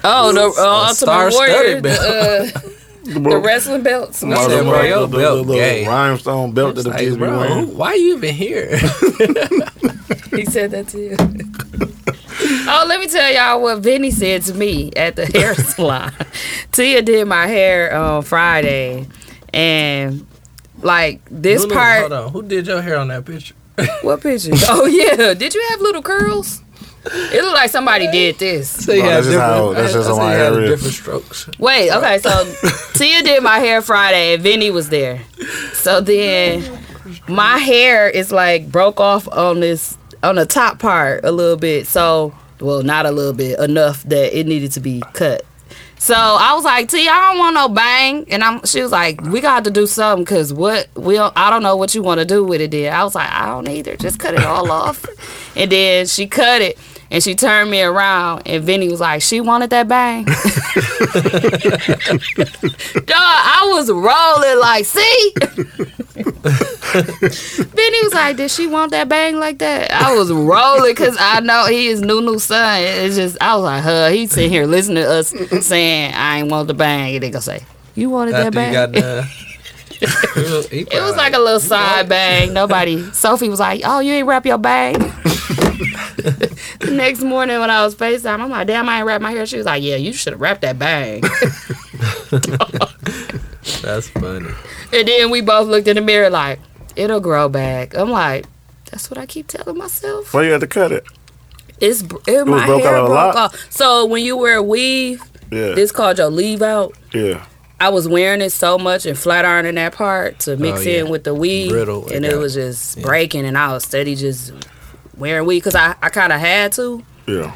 S3: Oh, the uh, Ultimate
S1: star-studded
S3: Warrior,
S1: belt.
S3: the, uh, the wrestling belts.
S1: I said,
S6: Mother-
S1: bro, your
S6: the- the-
S1: belt
S6: the little
S1: gay.
S6: Rhinestone belt that the kids
S1: Like,
S6: be
S1: bro, who-
S6: wearing.
S1: why you even here?
S3: He said that to you. oh, let me tell y'all what Vinny said to me at the hair salon. Tia did my hair on Friday, and like this
S1: Who-
S3: part.
S1: Hold on. Who did your hair on that picture?
S3: What picture? oh yeah. Did you have little curls? It looked like somebody did this.
S1: Say
S6: Oh, that's just how- that's just how my hair is.
S1: different strokes.
S3: Wait, okay, so Tia did my hair Friday and Vinny was there. So then my hair is like broke off on this on the top part a little bit. So well not a little bit, enough that it needed to be cut. So I was like, Tia, I don't want no bang. And I'm she was like, We got to do something because what we don't, I don't know what you want to do with it then. I was like, I don't either. Just cut it all off. And then she cut it and she turned me around and Vinny was like, She wanted that bang. Dog, I was rolling like, see? Vinny was like, did she want that bang like that? I was rolling because I know he is Nunu's son. It's just, I was like, huh, he's sitting here listening to us saying, I ain't want the bang. And they gonna say, you wanted that
S1: After
S3: bang?
S1: you got done.
S3: it was like a little side bang. Nobody, Sophie was like, oh, you ain't wrap your bang? the next morning when I was FaceTime, I'm like, damn, I ain't wrap my hair. She was like, yeah, you should have wrapped that bang.
S1: That's funny.
S3: And then we both looked in the mirror like, it'll grow back. I'm like, that's what I keep telling myself.
S6: Why you had to cut it?
S3: It's br- it, my
S6: broke
S3: hair
S6: out a
S3: broke
S6: lot?
S3: off. So when you wear a weave,
S6: Yeah.
S3: this called your leave out.
S6: yeah.
S3: I was wearing it so much and flat ironing that part to mix
S1: Oh, yeah.
S3: in with the weave,
S1: Brittle, I
S3: and
S1: got
S3: it
S1: it.
S3: was just breaking. And I was steady just wearing weave because I I kind of had to
S6: Yeah.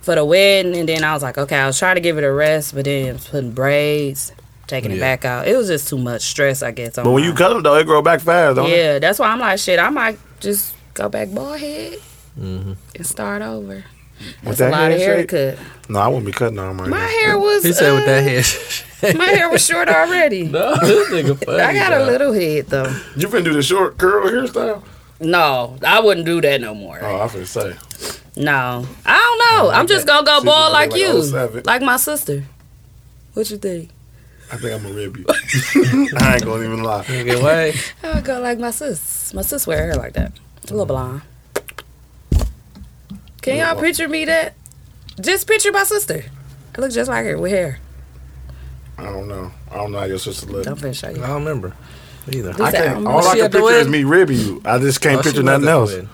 S3: for the wedding, and then I was like, okay, I was trying to give it a rest, but then putting braids, taking it
S1: Yeah.
S3: back out. It was just too much stress, I guess. on
S6: But when
S3: my-
S6: you cut them though, it grow back fast, don't it?
S3: Yeah, that's why I'm like, shit, I might just go back bald head
S1: Mm-hmm.
S3: and start over.
S6: With
S3: That's a lot of hair to
S6: shape?
S3: cut.
S6: No, I wouldn't be cutting on right
S3: My
S6: now.
S3: hair was.
S1: He said with that
S3: uh,
S1: head.
S3: My hair was short already.
S1: no, this nigga funny.
S3: I got a
S1: dog.
S3: little head though.
S6: You finna do the short curl hairstyle?
S3: No, I wouldn't do that no more.
S6: Oh, I finna say.
S3: No, I don't know.
S1: Oh,
S3: I'm just gonna go
S6: She's
S3: bald
S6: gonna
S3: like
S6: look like
S3: you,
S6: 07.
S3: like my sister. What you think?
S6: I think I'm a rib you. I ain't gonna even lie.
S1: Nigga, wait.
S3: I go like my sis. My sis wear hair like that. A little
S1: Mm-hmm.
S3: blonde. Can y'all picture me that? Just picture my sister. I look just like her with hair.
S6: I don't know. I don't know how your sister look.
S3: I'm finna show you.
S1: I don't remember either.
S6: I
S3: Is
S6: can't,
S3: that-
S6: all I
S1: She
S6: can
S1: at the
S6: picture is
S1: wedding?
S6: me ribbing you. I just can't
S1: Oh, she
S6: picture
S1: was
S6: nothing
S1: at the
S6: else.
S1: wedding.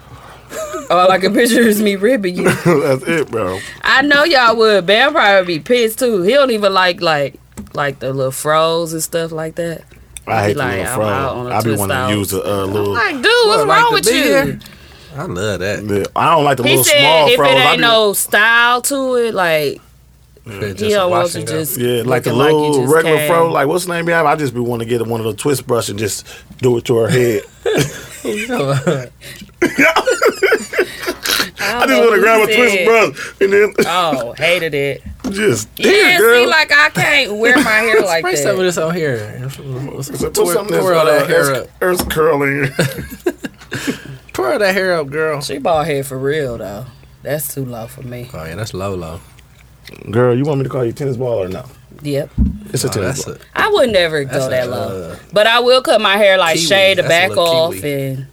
S3: All I can Oh, picture is me ribbing you.
S6: That's it, bro.
S3: I know y'all would. Bam probably be pissed too. He don't even like like like the little froze and stuff like that.
S6: I
S3: He
S6: hate
S3: like,
S6: the little
S3: I'm out on
S6: frog.
S3: a
S6: I be
S3: twist
S6: wanting
S3: out.
S6: to use the uh, little.
S3: Like, dude, what's
S1: like
S3: wrong
S1: the
S3: with you?
S1: beard? I love that.
S6: Yeah, I don't like the
S3: He
S6: little
S3: said
S6: small
S3: if
S6: frogs.
S3: it
S6: I
S3: ain't
S6: be-
S3: no style to it, like
S1: Mm.
S3: he don't want to just
S6: Yeah, like the
S3: looking you
S6: little
S3: just
S6: regular
S3: came.
S6: fro, like what's the name? Yeah, I just be want to get one of the twist brush and just do it to her head. I just
S3: know
S6: want
S3: who
S6: to grab a
S3: said-
S6: twist brush and then
S3: Oh, hated it.
S6: just
S3: yeah,
S6: damn
S3: see,
S6: girl.
S3: like I can't wear my hair like
S1: Spray some of
S3: that.
S1: this on here.
S6: Put
S1: Twirl
S6: something that's,
S1: twirl that
S6: uh,
S1: hair
S6: that's-
S1: up.
S6: that's curling.
S1: Twirl that hair up, girl.
S3: She bald head for real though. That's too low for me.
S1: Oh yeah, that's Lolo.
S6: Girl, you want me to call you tennis ball or no?
S3: Yep.
S6: It's a
S1: Oh,
S6: tennis ball.
S1: that's a,
S3: I would never
S1: That's
S3: go
S1: a,
S3: that low.
S1: uh,
S3: But I will cut my hair like
S1: kiwi.
S3: shade the
S1: That's
S3: back
S1: a little
S3: off
S1: kiwi.
S3: and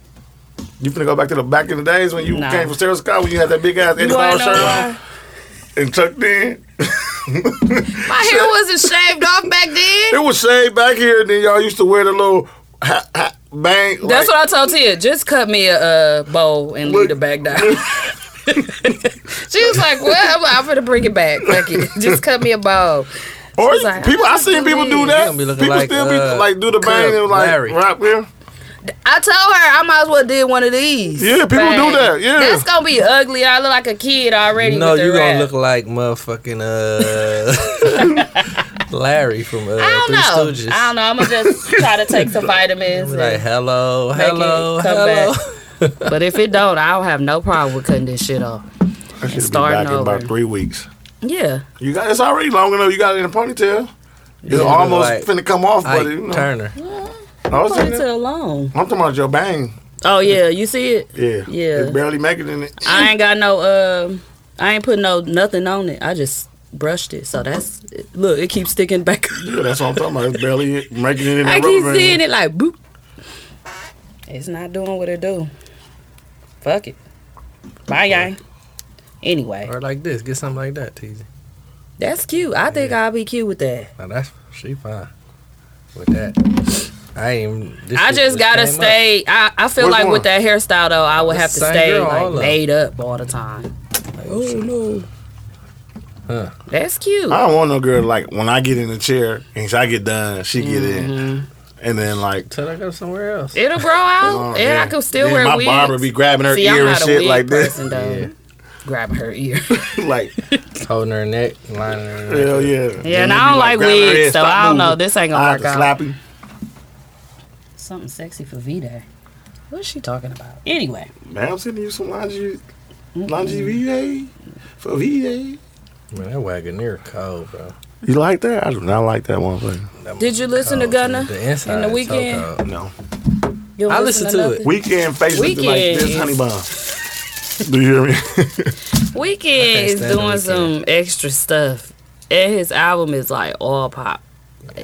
S6: You finna go back to the back in the days when you
S3: Nah.
S6: came from Sarah Scott when you had that big ass Eddie
S3: You wanna
S6: Bauer
S3: know
S6: shirt
S3: why?
S6: on and tucked in.
S3: My hair wasn't shaved off back then.
S6: It was shaved back here, and then y'all used to wear the little ha- ha- bang.
S3: That's
S6: like,
S3: what I told Tia. Just cut me a uh, bowl and leave the bag down. she was like, "What? I'm, like, I'm gonna bring it back. Fuck it. Just cut me a bowl."
S6: Or
S3: She's like,
S6: people, I
S3: "I
S6: seen people do
S3: believe."
S1: They
S6: that.
S1: gonna be
S6: People
S1: looking like,
S6: still be
S1: uh,
S6: like do the bang
S1: Crip
S6: and like
S1: Larry.
S6: right there.
S3: I told her I might as well did one of these.
S6: Yeah, people do that. Yeah.
S3: that's gonna be ugly. I look like a kid already.
S1: No,
S3: with the
S1: you
S3: rap.
S1: gonna look like motherfucking uh Larry from uh,
S3: I
S1: Three
S3: don't know.
S1: Stooges.
S3: I don't know. I'm gonna just try to take some vitamins.
S1: Be like
S3: and-
S1: hello,
S3: Make it
S1: hello,
S3: come
S1: hello.
S3: but if it don't, I don't have no problem with cutting this shit off.
S6: I should be
S3: starting
S6: back in about
S3: over.
S6: three weeks.
S3: Yeah,
S6: You got it's already long enough. You got it in a ponytail. It's
S1: look
S6: almost
S1: like
S6: finna come off, but you
S1: Ike
S6: know.
S1: Turner.
S6: I was
S3: put it
S6: thinking-
S3: to the long.
S6: I'm talking about your bang.
S3: Oh yeah, you see it?
S6: Yeah.
S3: Yeah.
S6: It's barely making it.
S3: I ain't got no. Um, I ain't put no nothing on it. I just brushed it. So that's look. It keeps sticking back.
S6: Yeah, that's what I'm talking about. It's barely making it in
S3: I
S6: that
S3: keep
S6: rubber band.
S3: seeing it like boop. It's not doing what it do. Fuck it. Bye, gang. Anyway,
S1: Or like this, get something like that, TZ.
S3: that's cute. I think I'll be cute with that.
S1: Now that's she fine with that. I ain't. This
S3: I
S1: shit
S3: just gotta
S1: came up.
S3: stay. I, I feel
S6: Which
S3: like
S6: one?
S3: with that hairstyle though, I would
S1: The
S3: have to
S1: same
S3: stay
S1: girl,
S3: like
S1: all of 'em.
S3: made up all the time. oh no.
S1: Huh.
S3: That's cute.
S6: I don't want no girl like when I get in the chair and I get done, she get in,
S3: Mm-hmm.
S6: and then like
S1: Till I go somewhere else.
S3: It'll grow out,
S6: oh,
S3: and I
S6: yeah.
S3: can still
S6: Then
S3: wear
S6: my
S3: wigs.
S6: barber be grabbing her
S3: See, I'm
S6: ear and
S3: not a
S6: shit
S3: wig
S6: like
S3: person,
S6: this.
S3: though. Grabbing her ear.
S6: like
S1: Holding her neck, lining her. neck.
S6: hell yeah.
S3: Yeah,
S6: Then
S3: and
S6: they
S3: I
S6: be,
S3: don't like
S6: grabbing her
S3: wigs,
S6: head,
S3: so
S6: stop
S3: I don't know.
S6: moving.
S3: This ain't gonna
S6: I have
S3: work
S6: to
S3: out.
S6: slap him.
S3: Something sexy for V Day. What's she talking about? Anyway,
S6: Man, I'm sending you some lingerie, lingerie for VA.
S1: Man, that Wagoneer cold, bro.
S6: You like that? I do not like that one thing.
S1: That
S3: Did you listen to
S1: cold.
S3: Gunna
S1: The inside
S3: in the
S1: so
S3: weekend?
S1: cold.
S6: No.
S3: you don't
S1: I
S3: listen
S1: listen to it.
S3: nothing?
S6: Weekend faces like
S3: Weekend
S6: this
S3: is-
S6: honey bomb. Do you hear me?
S3: Weekend is
S1: stand the
S3: doing
S1: Weeknd.
S3: some extra stuff, and his album is like all pop,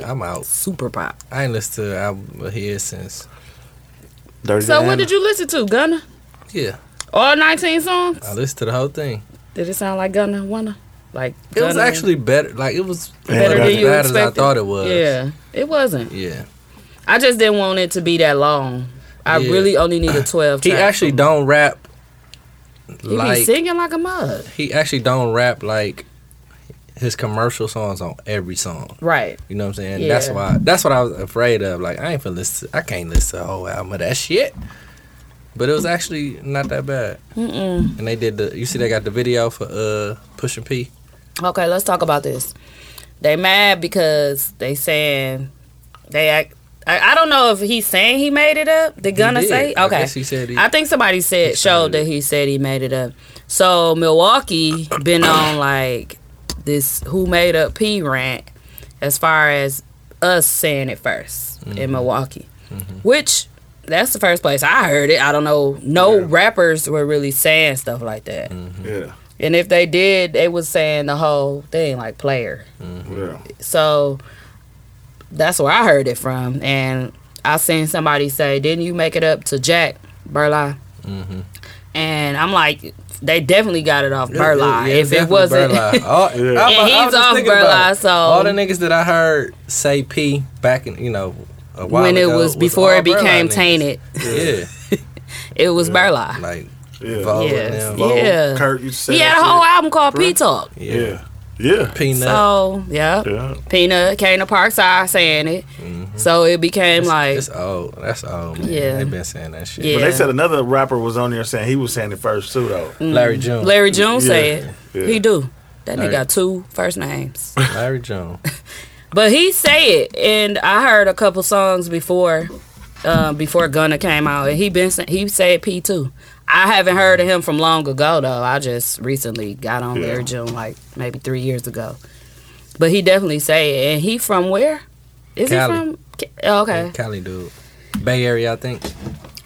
S1: I'm out.
S3: super pop.
S1: I ain't listened to an album of his since.
S6: Dirty
S3: So, what
S6: Diana.
S3: did you listen to, Gunna?
S1: Yeah,
S3: All 19 songs?
S1: I listened to the whole thing.
S3: Did it sound like Gunna? Wanna? Like
S1: It was
S3: Gunna?
S1: actually better. Like it was
S6: Better
S1: wasn't
S6: than
S1: as
S3: you
S1: bad as I
S3: expected?
S1: thought it was.
S3: Yeah, it wasn't.
S1: yeah.
S3: I just didn't want it to be that long. I
S1: Yeah.
S3: really only need a 12
S1: He
S3: track.
S1: actually don't rap.
S3: He be
S1: Like
S3: singing like a mug.
S1: he actually don't rap like his commercial songs on every song.
S3: Right.
S1: You know what I'm saying?
S3: Yeah.
S1: That's why. That's what I was afraid of. Like I ain't finna listen. I can't listen to a whole album of that shit. But it was actually not that bad.
S3: Mm-mm.
S1: And they did the. You see, they got the video for uh Pushing P.
S3: Okay, let's talk about this. They mad because they saying they act. I, I don't know if he's saying he made it up. They gonna
S1: did.
S3: say
S1: I
S3: okay.
S1: guess he said he-
S3: I think somebody said showed that he said he made it up. So Milwaukee been on like this who made up P rant as far as us saying it 1st in Milwaukee, which that's the first place I heard it. I don't know. No rappers were really saying stuff like that.
S6: Yeah.
S3: And if they did, they was saying the whole thing like player.
S6: Yeah.
S3: So that's where I heard it from. And I seen somebody say, "Didn't you make it up to Jack Burline?" And I'm like, they definitely got it off Burline.
S1: Mm-hmm. Yeah,
S3: if it
S1: definitely
S3: wasn't,
S1: Burline. All-
S6: Yeah.
S1: I was- I
S3: And
S1: was
S3: he's
S1: just
S3: off
S1: thinking about
S3: Burline,
S1: it.
S3: so-
S1: all the niggas that I heard say P back in you know a while
S3: when it
S1: ago
S3: was before
S1: all
S3: it became
S1: Burline niggas.
S3: tainted,
S1: Yeah,
S3: it was Burline.
S1: like
S6: Yeah.
S1: Vogue
S3: Yes.
S1: and them.
S6: Vogue,
S3: Yeah.
S6: Kurt, you said
S3: He had a
S6: that
S3: whole album called P Talk.
S6: shit. Yeah. Yeah.
S1: Peanut.
S3: So yeah,
S6: Yeah.
S3: Peanut came to Parkside saying it. So it became like
S1: Mm-hmm. it's old. That's old. Man.
S3: Yeah.
S1: Yeah, they been saying that shit.
S3: Yeah.
S6: But they said another rapper was on there saying he was saying it first too though.
S1: Larry Jones.
S3: Larry June
S6: Yeah.
S3: said.
S6: Yeah.
S3: He do. That nigga
S1: Larry-
S3: got two first names.
S1: Larry Jones.
S3: But he say it, and I heard a couple songs before, uh, before Gunna came out, and he been sa- he said P two. I haven't heard of him from long ago though. I just recently got on Larry June like maybe three years ago. But he definitely say it, and he from where? Is
S1: Cali.
S3: he from? Ca- Okay,
S1: Cali dude. Bay Area, I think.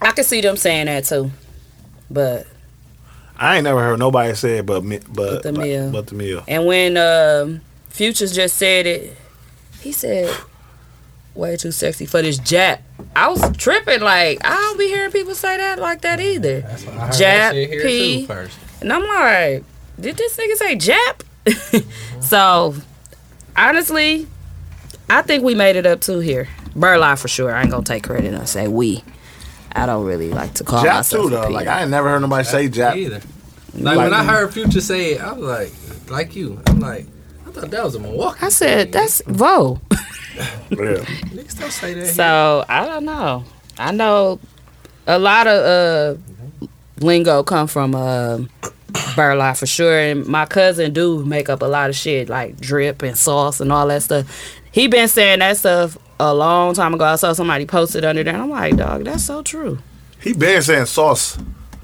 S3: I can see them saying that too. But
S6: I ain't never heard nobody say it but me,
S3: But
S6: but
S3: the meal.
S6: But the meal.
S3: and when um, Futures just said it, he said, "Way too sexy for this jap." I was tripping like I don't be hearing people say that like that either.
S1: That's what I heard that
S3: Jap,
S1: shit here,
S3: P.
S1: too, first.
S3: And I'm like, did this nigga say Jap? so, honestly, I think we made it up to here. Burla for sure. I ain't gonna take credit and say we. I don't really like to call
S6: Jap
S3: myself
S6: too
S3: a
S6: though.
S3: P.
S6: Like I ain't never heard nobody say Jap.
S1: either. Like, when I heard Future say it, I was like, like you. I'm like, I thought that was a Milwaukee.
S3: I said
S1: thing.
S3: that's Vo.
S6: Yeah.
S1: niggas don't say that. here.
S3: So I don't know. I know a lot of uh, lingo come from uh, Burla for sure, and my cousin do make up a lot of shit like drip and sauce and all that stuff. He been saying that stuff a long time ago. I saw somebody posted under there, and I'm like, dog, that's so true.
S6: He been saying sauce.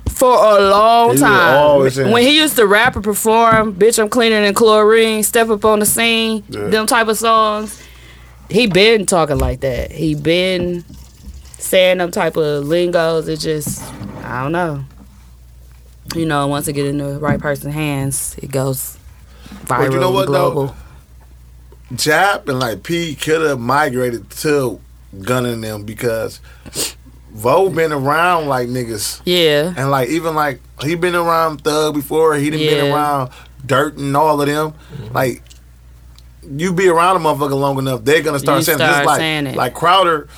S3: For a long
S6: He was
S3: time,
S6: always saying-
S3: when he used to rap and perform, bitch, I'm cleaning in chlorine, step up on the scene,
S6: Yeah.
S3: them type of songs. He been talking like that. He been saying them type of lingos. It just, I don't know. You know, once it get in the right person's hands, it goes viral,
S6: But you know what, though?
S3: global.
S6: Jap and like P could have migrated to gunning them because Vogue been around like niggas.
S3: Yeah,
S6: And like even like he been around Thug before, he done been
S3: Yeah.
S6: around Dirt and all of them. Like you be around a motherfucker long enough, they're gonna start
S3: You
S6: saying
S3: start
S6: just like
S3: saying it.
S6: like Crowder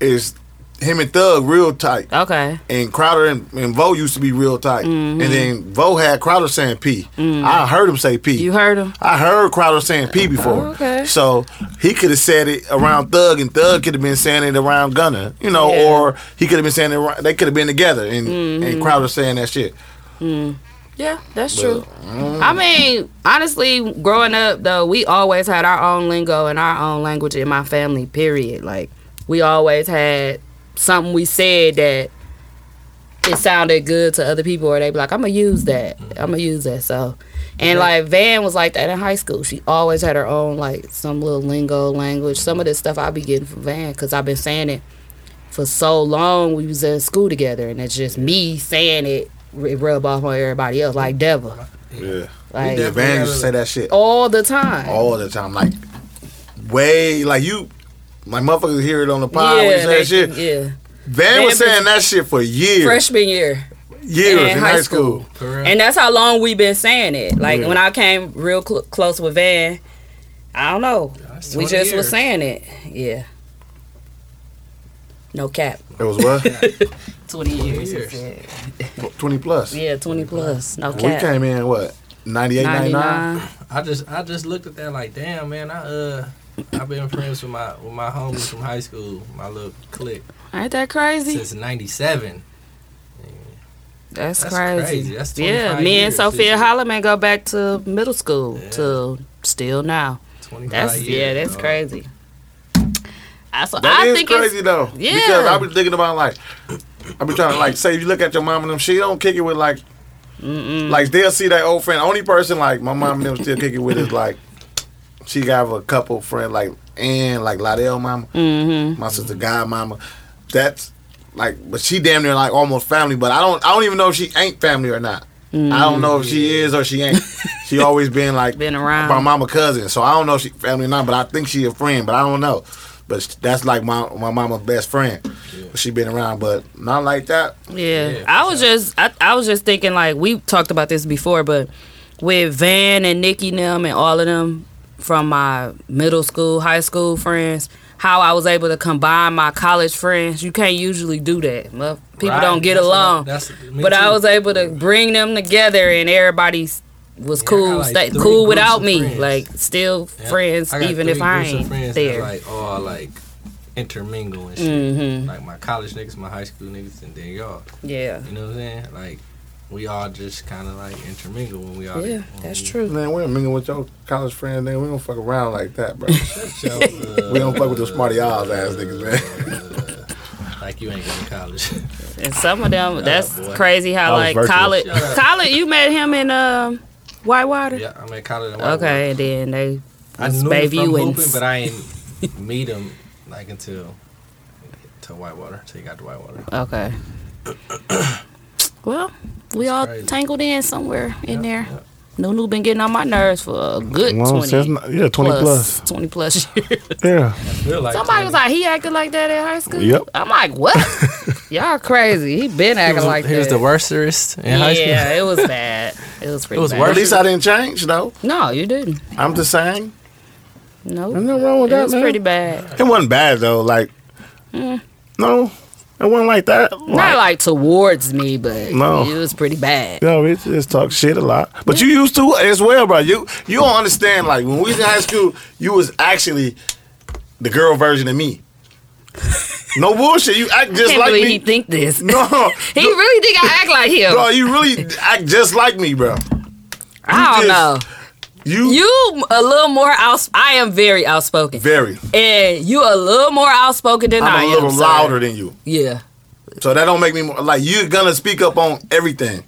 S6: is him and Thug real tight.
S3: okay.
S6: And Crowder and, and Vo used to be real tight.
S3: Mm-hmm.
S6: And then Vo had Crowder saying P. I heard him say P.
S3: You heard him.
S6: I heard Crowder saying P before.
S3: Oh, okay.
S6: So he could have said it around Thug, and Thug could have been saying it around Gunner, you know,
S3: Yeah. Mm-hmm.
S6: or he could have been saying it. Around, they could have been together, and, and Crowder saying that shit.
S3: Yeah, that's true. I mean, honestly, growing up though, we always had our own lingo and our own language in my family. Period. Like we always had something we said that it sounded good to other people, or they be like, "I'm gonna use that. I'm gonna use that." So, and like Van was like that in high school. She always had her own like some little lingo language. Some of this stuff I be getting from Van because I've been saying it for so long we was in school together and it's just me saying it it rub off on everybody else like devil
S6: Yeah.
S3: like Oh.
S6: The Van used to say that shit
S3: all the time
S6: all the time, like way like you. Like motherfuckers hear it on the pod when you say
S3: they-
S6: that shit.
S3: yeah
S6: Van was
S3: Van
S6: saying that shit for years,
S3: freshman year
S6: years
S3: in
S6: in
S3: high
S6: high school.
S1: For real.
S3: and that's how long we've been saying it like
S6: Yeah.
S3: when i came real cl- close with van i don't know
S1: That's
S3: we
S1: 20
S3: just was
S1: years.
S3: saying it yeah no cap
S6: It was what
S3: 20 years,
S1: years.
S6: twenty plus.
S3: yeah 20 plus no
S6: We
S3: cap
S6: came in what 98, 99?
S3: 99
S1: I just I just looked at that like, damn man, I uh I've been friends with my with my homies from high school, my little clique
S3: ain't that crazy
S1: since '97.
S3: That's,
S1: That's
S3: crazy.
S1: crazy. That's
S3: yeah.
S1: 25
S3: Me and
S1: years,
S3: Sophia
S1: isn't it?
S3: Holloman go back to middle school
S1: Yeah.
S3: to still now.
S1: 25
S3: That's
S1: years,
S3: yeah. That's
S1: dog.
S3: crazy. I, so
S6: That
S3: I
S6: is
S3: think
S6: crazy
S3: it's
S6: though.
S3: Yeah.
S6: Because I was thinking about like I be trying to like say if you look at your mom and them, she don't kick it with like like they'll see that old friend. Only person like my mom and them still kick it with is like she got a couple friend like and like Ladell mama,
S3: Mm-hmm.
S6: my sister God mama. That's like but she damn near like almost family, but I don't I don't even know if she ain't family or not. I don't know if she is or she ain't. She always been like
S3: Mm. Been around.
S6: my mama cousin, so I don't know if she family or not. But I think she a friend, but I don't know. But sh- that's like my my mama's best friend. She been around, but not like that.
S3: Yeah.
S1: Yeah,
S3: I was just I, I was just thinking like we talked about this before, but with Van and Nikki and them and all of them from my middle school, high school friends, how I was able to combine my college friends. You can't usually do that. Well, people
S1: Right.
S3: don't get
S1: That's what I-
S3: along.
S1: that's- me
S3: but I
S1: too.
S3: was able to bring them together and everybody s- was
S1: Yeah, I
S3: cool,
S1: got, like,
S3: stay,
S1: three
S3: cool
S1: groups
S3: without
S1: of
S3: me.
S1: friends.
S3: Like still
S1: Yeah.
S3: friends
S1: I got
S3: even
S1: three
S3: if I
S1: groups of
S3: ain't
S1: friends that,
S3: there.
S1: like all like intermingle and shit.
S3: mm-hmm.
S1: Like my college niggas, my high school niggas, and then y'all.
S3: Yeah.
S1: You know what I'm saying? Like we all just kind of like intermingle when we all.
S3: Yeah,
S1: when
S3: that's
S1: we-
S3: true.
S6: Man, we don't mingle with your college friends. Man, we don't fuck around like that, bro.
S1: So, uh,
S6: we don't fuck with those smarty eyes ass niggas, man.
S1: Mm. like you ain't going to college.
S3: And some of them, that's
S1: Oh, boy.
S3: crazy how
S6: was
S3: like
S6: virtuous.
S3: Khaled,
S1: Shut up.
S3: Khaled, you met him in um, Whitewater.
S1: yeah, I'm in college. and I work.
S3: Okay, and then they
S1: I
S3: was
S1: knew
S3: baby
S1: from
S3: wins.
S1: hooping, but I ain't meet him like until to Whitewater. Till you got to Whitewater.
S3: okay. well, we all
S1: crazy.
S3: tangled in somewhere in there.
S1: yep.
S3: Nunu been getting on my nerves for a good twenty.
S6: yeah, twenty
S3: plus, 20 plus years.
S6: Yeah,
S1: I feel like
S3: Somebody was like, he acted like that in high school.
S6: Yep.
S3: I'm like, what? Y'all crazy. He been acting like
S1: he was
S3: that.
S1: the worstest in high school.
S3: yeah, it was bad. It was pretty
S1: was
S3: bad.
S6: At
S1: worse.
S6: least I didn't change though.
S3: No, you didn't.
S6: I'm the same.
S3: No.
S6: There's nothing wrong with
S3: It
S6: that,
S3: was
S6: man.
S3: pretty bad.
S6: It wasn't bad though. Like, no, It wasn't like that.
S3: Mm. Not like towards me, but
S6: No.
S3: it was pretty bad.
S6: Yo, we just talk shit a lot. But you used to as well, bro. You you don't understand. Like when we was in high school, you was actually the girl version of me. No bullshit. You act just
S3: Can't
S6: like
S3: believe
S6: me.
S3: he think this.
S6: no,
S3: He really think I act like him.
S6: bro, you really act just like me, bro.
S3: I don't
S6: just-
S3: know.
S6: You,
S3: You a little more outs. I am very outspoken,
S6: very.
S3: and you a little more outspoken than I
S6: I'm a little
S3: am, sir.
S6: louder than you,
S3: Yeah,
S6: so that don't make me more, like you're gonna speak up on everything.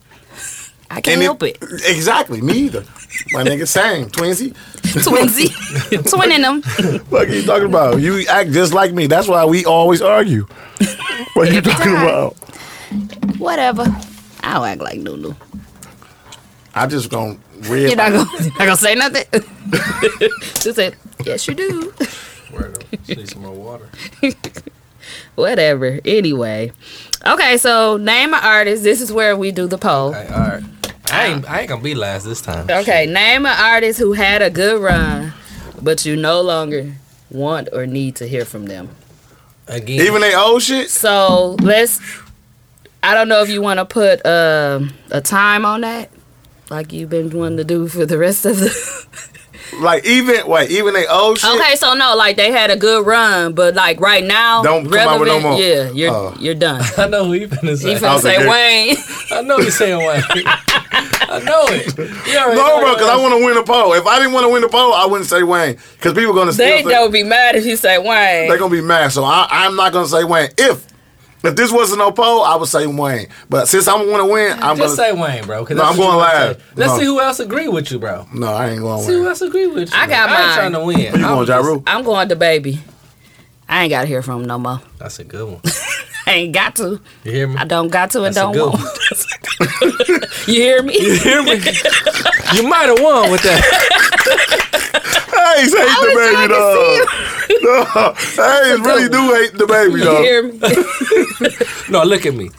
S3: I can't
S6: And
S3: help it.
S6: Exactly, me either. My nigga, same, twinsy.
S3: Twinsy, twinning them.
S6: What are you talking about? You act just like me. That's why we always argue. What you talking about?
S3: Whatever. I don't act like Nunu.
S6: I just gonna read.
S3: You're not gonna, not gonna say nothing. she said, "Yes, you do."
S1: Need some more water.
S3: Whatever. Anyway, okay. So name an artist. This is where we do the poll.
S1: Hey, all right. I ain't, I ain't gonna be last this time.
S3: Okay, name an artist who had a good run, but you no longer want or need to hear from them.
S1: Again,
S6: Even they old shit.
S3: So let's. I don't know if you want to put um a time on that, like you've been wanting to do for the rest of the.
S6: Like even wait, even they old shit.
S3: okay, so no, like they had a good run, but like right now,
S6: Don't come out with no more.
S3: Yeah, you're
S6: Oh.
S3: you're done.
S1: I know who you finna say.
S3: You finna
S6: was a
S3: say
S6: good-
S3: Wayne?
S1: I know you saying Wayne. I know it. You already
S6: No,
S1: know
S6: bro,
S1: it.
S6: because I want to win the poll. If I didn't want to win the poll, I wouldn't say Wayne. Because people gonna still
S3: They
S6: say,
S3: don't be mad if you say Wayne.
S6: they're gonna be mad. So I, I'm not gonna say Wayne. If if this wasn't no poll, I would say Wayne. But since I want to win, I'm
S1: Just
S6: gonna
S1: say Wayne, bro. 'cause
S6: No,
S1: that's
S6: I'm
S1: what
S6: going
S1: you wanna
S6: live.
S1: say. Let's
S6: No.
S1: see who else agree with you, bro.
S6: no, I ain't gonna
S1: See who
S6: win.
S1: else agree with you.
S3: I got
S1: I ain't
S3: mine.
S1: trying to win.
S6: Who you
S1: I'm
S6: going, Ja
S1: just-
S6: Rule?
S3: I'm going to baby. I ain't gotta hear from him no more.
S1: That's a good one.
S3: I ain't got to.
S1: You hear me?
S3: I don't got to and
S1: That's a
S3: don't
S1: good
S3: want.
S1: one.
S3: you hear me?
S1: You hear me? you might have won with that.
S6: I hate the baby dog. No, I ain't really do hate the baby
S3: You
S6: dog.
S3: hear me?
S1: No, look at me.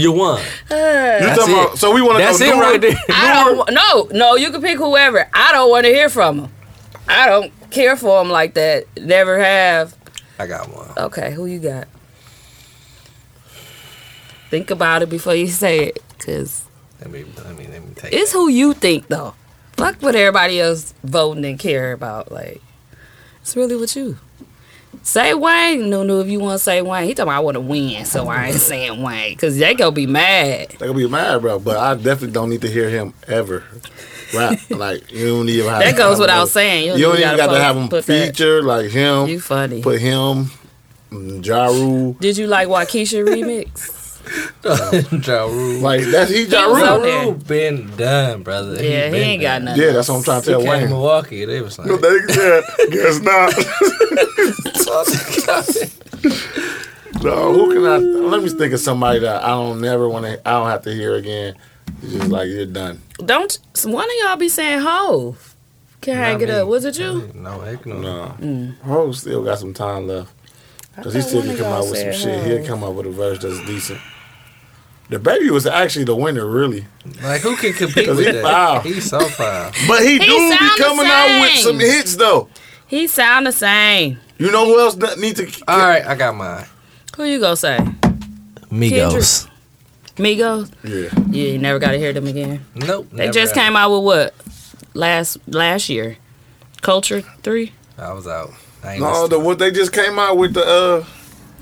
S1: You won.
S6: You
S1: That's
S6: talking
S1: it.
S6: about? So we want to
S1: That's
S6: go
S1: it
S6: Nora?
S1: right there.
S3: I don't. wa- No, no. You can pick whoever. I don't want to hear from him. I don't care for him like that. Never have.
S1: I got one.
S3: Okay, who you got? Think about it before you say it, cause
S1: Let me let me let me take.
S3: it's who you think though. Fuck what everybody else voting and care about. Like, it's really what you. Say Wayne, no, no. If you want to say Wayne, he talking. About, I want to win, so I ain't saying Wayne, cause they gonna be mad.
S6: They gonna be mad, bro. But I definitely don't need to hear him ever rap. like you don't even have
S3: That
S6: to
S3: goes
S6: have
S3: without
S6: him-
S3: saying.
S6: You don't even got to
S3: put-
S6: have him
S3: put that.
S6: feature like him.
S3: You funny.
S6: Put him, mm, Ja Rule.
S3: Did you like Waukesha remix?
S1: Ja Rule.
S6: Like that's he Ja
S3: He was
S1: Ja
S6: Rule.
S3: out there.
S1: Rule been done, brother.
S3: yeah, he
S1: been
S3: ain't got
S1: done.
S3: nothing.
S6: Yeah, that's what I'm trying to tell
S1: He came to
S6: Wayne.
S1: Milwaukee. They was like,
S6: They said, guess not. no, who can I? Let me think of somebody that I don't never want to. I don't have to hear again. It's just like you're done.
S3: Don't one of y'all be saying Hove? Can hang it
S1: me.
S3: up. Was it you?
S1: no, heck no.
S6: No, Ho still got some time left. Cause he
S3: thought
S6: still
S3: one
S6: can
S3: of
S6: come out
S3: y'all
S6: with some
S3: said
S6: shit.
S3: Ho.
S6: He'll come out with a verse that's decent. The baby was actually the winner, really.
S1: Like who can compete
S6: 'Cause
S1: with
S6: he
S1: that?
S6: foul.
S1: He's so foul.
S6: But he, do
S3: sound
S6: be
S3: the
S6: coming out with
S3: same.
S6: some hits though.
S3: He sound the same.
S6: You know who else that need to?
S1: All right, I got mine.
S3: Who you gonna say?
S1: Migos.
S3: Migos?
S6: Yeah,
S3: Yeah, you never gotta hear them again.
S1: Nope.
S3: They just came out with what? Last last year. Culture three?
S1: I was out. I ain't
S6: no,
S1: listening.
S6: the what they just came out with the uh,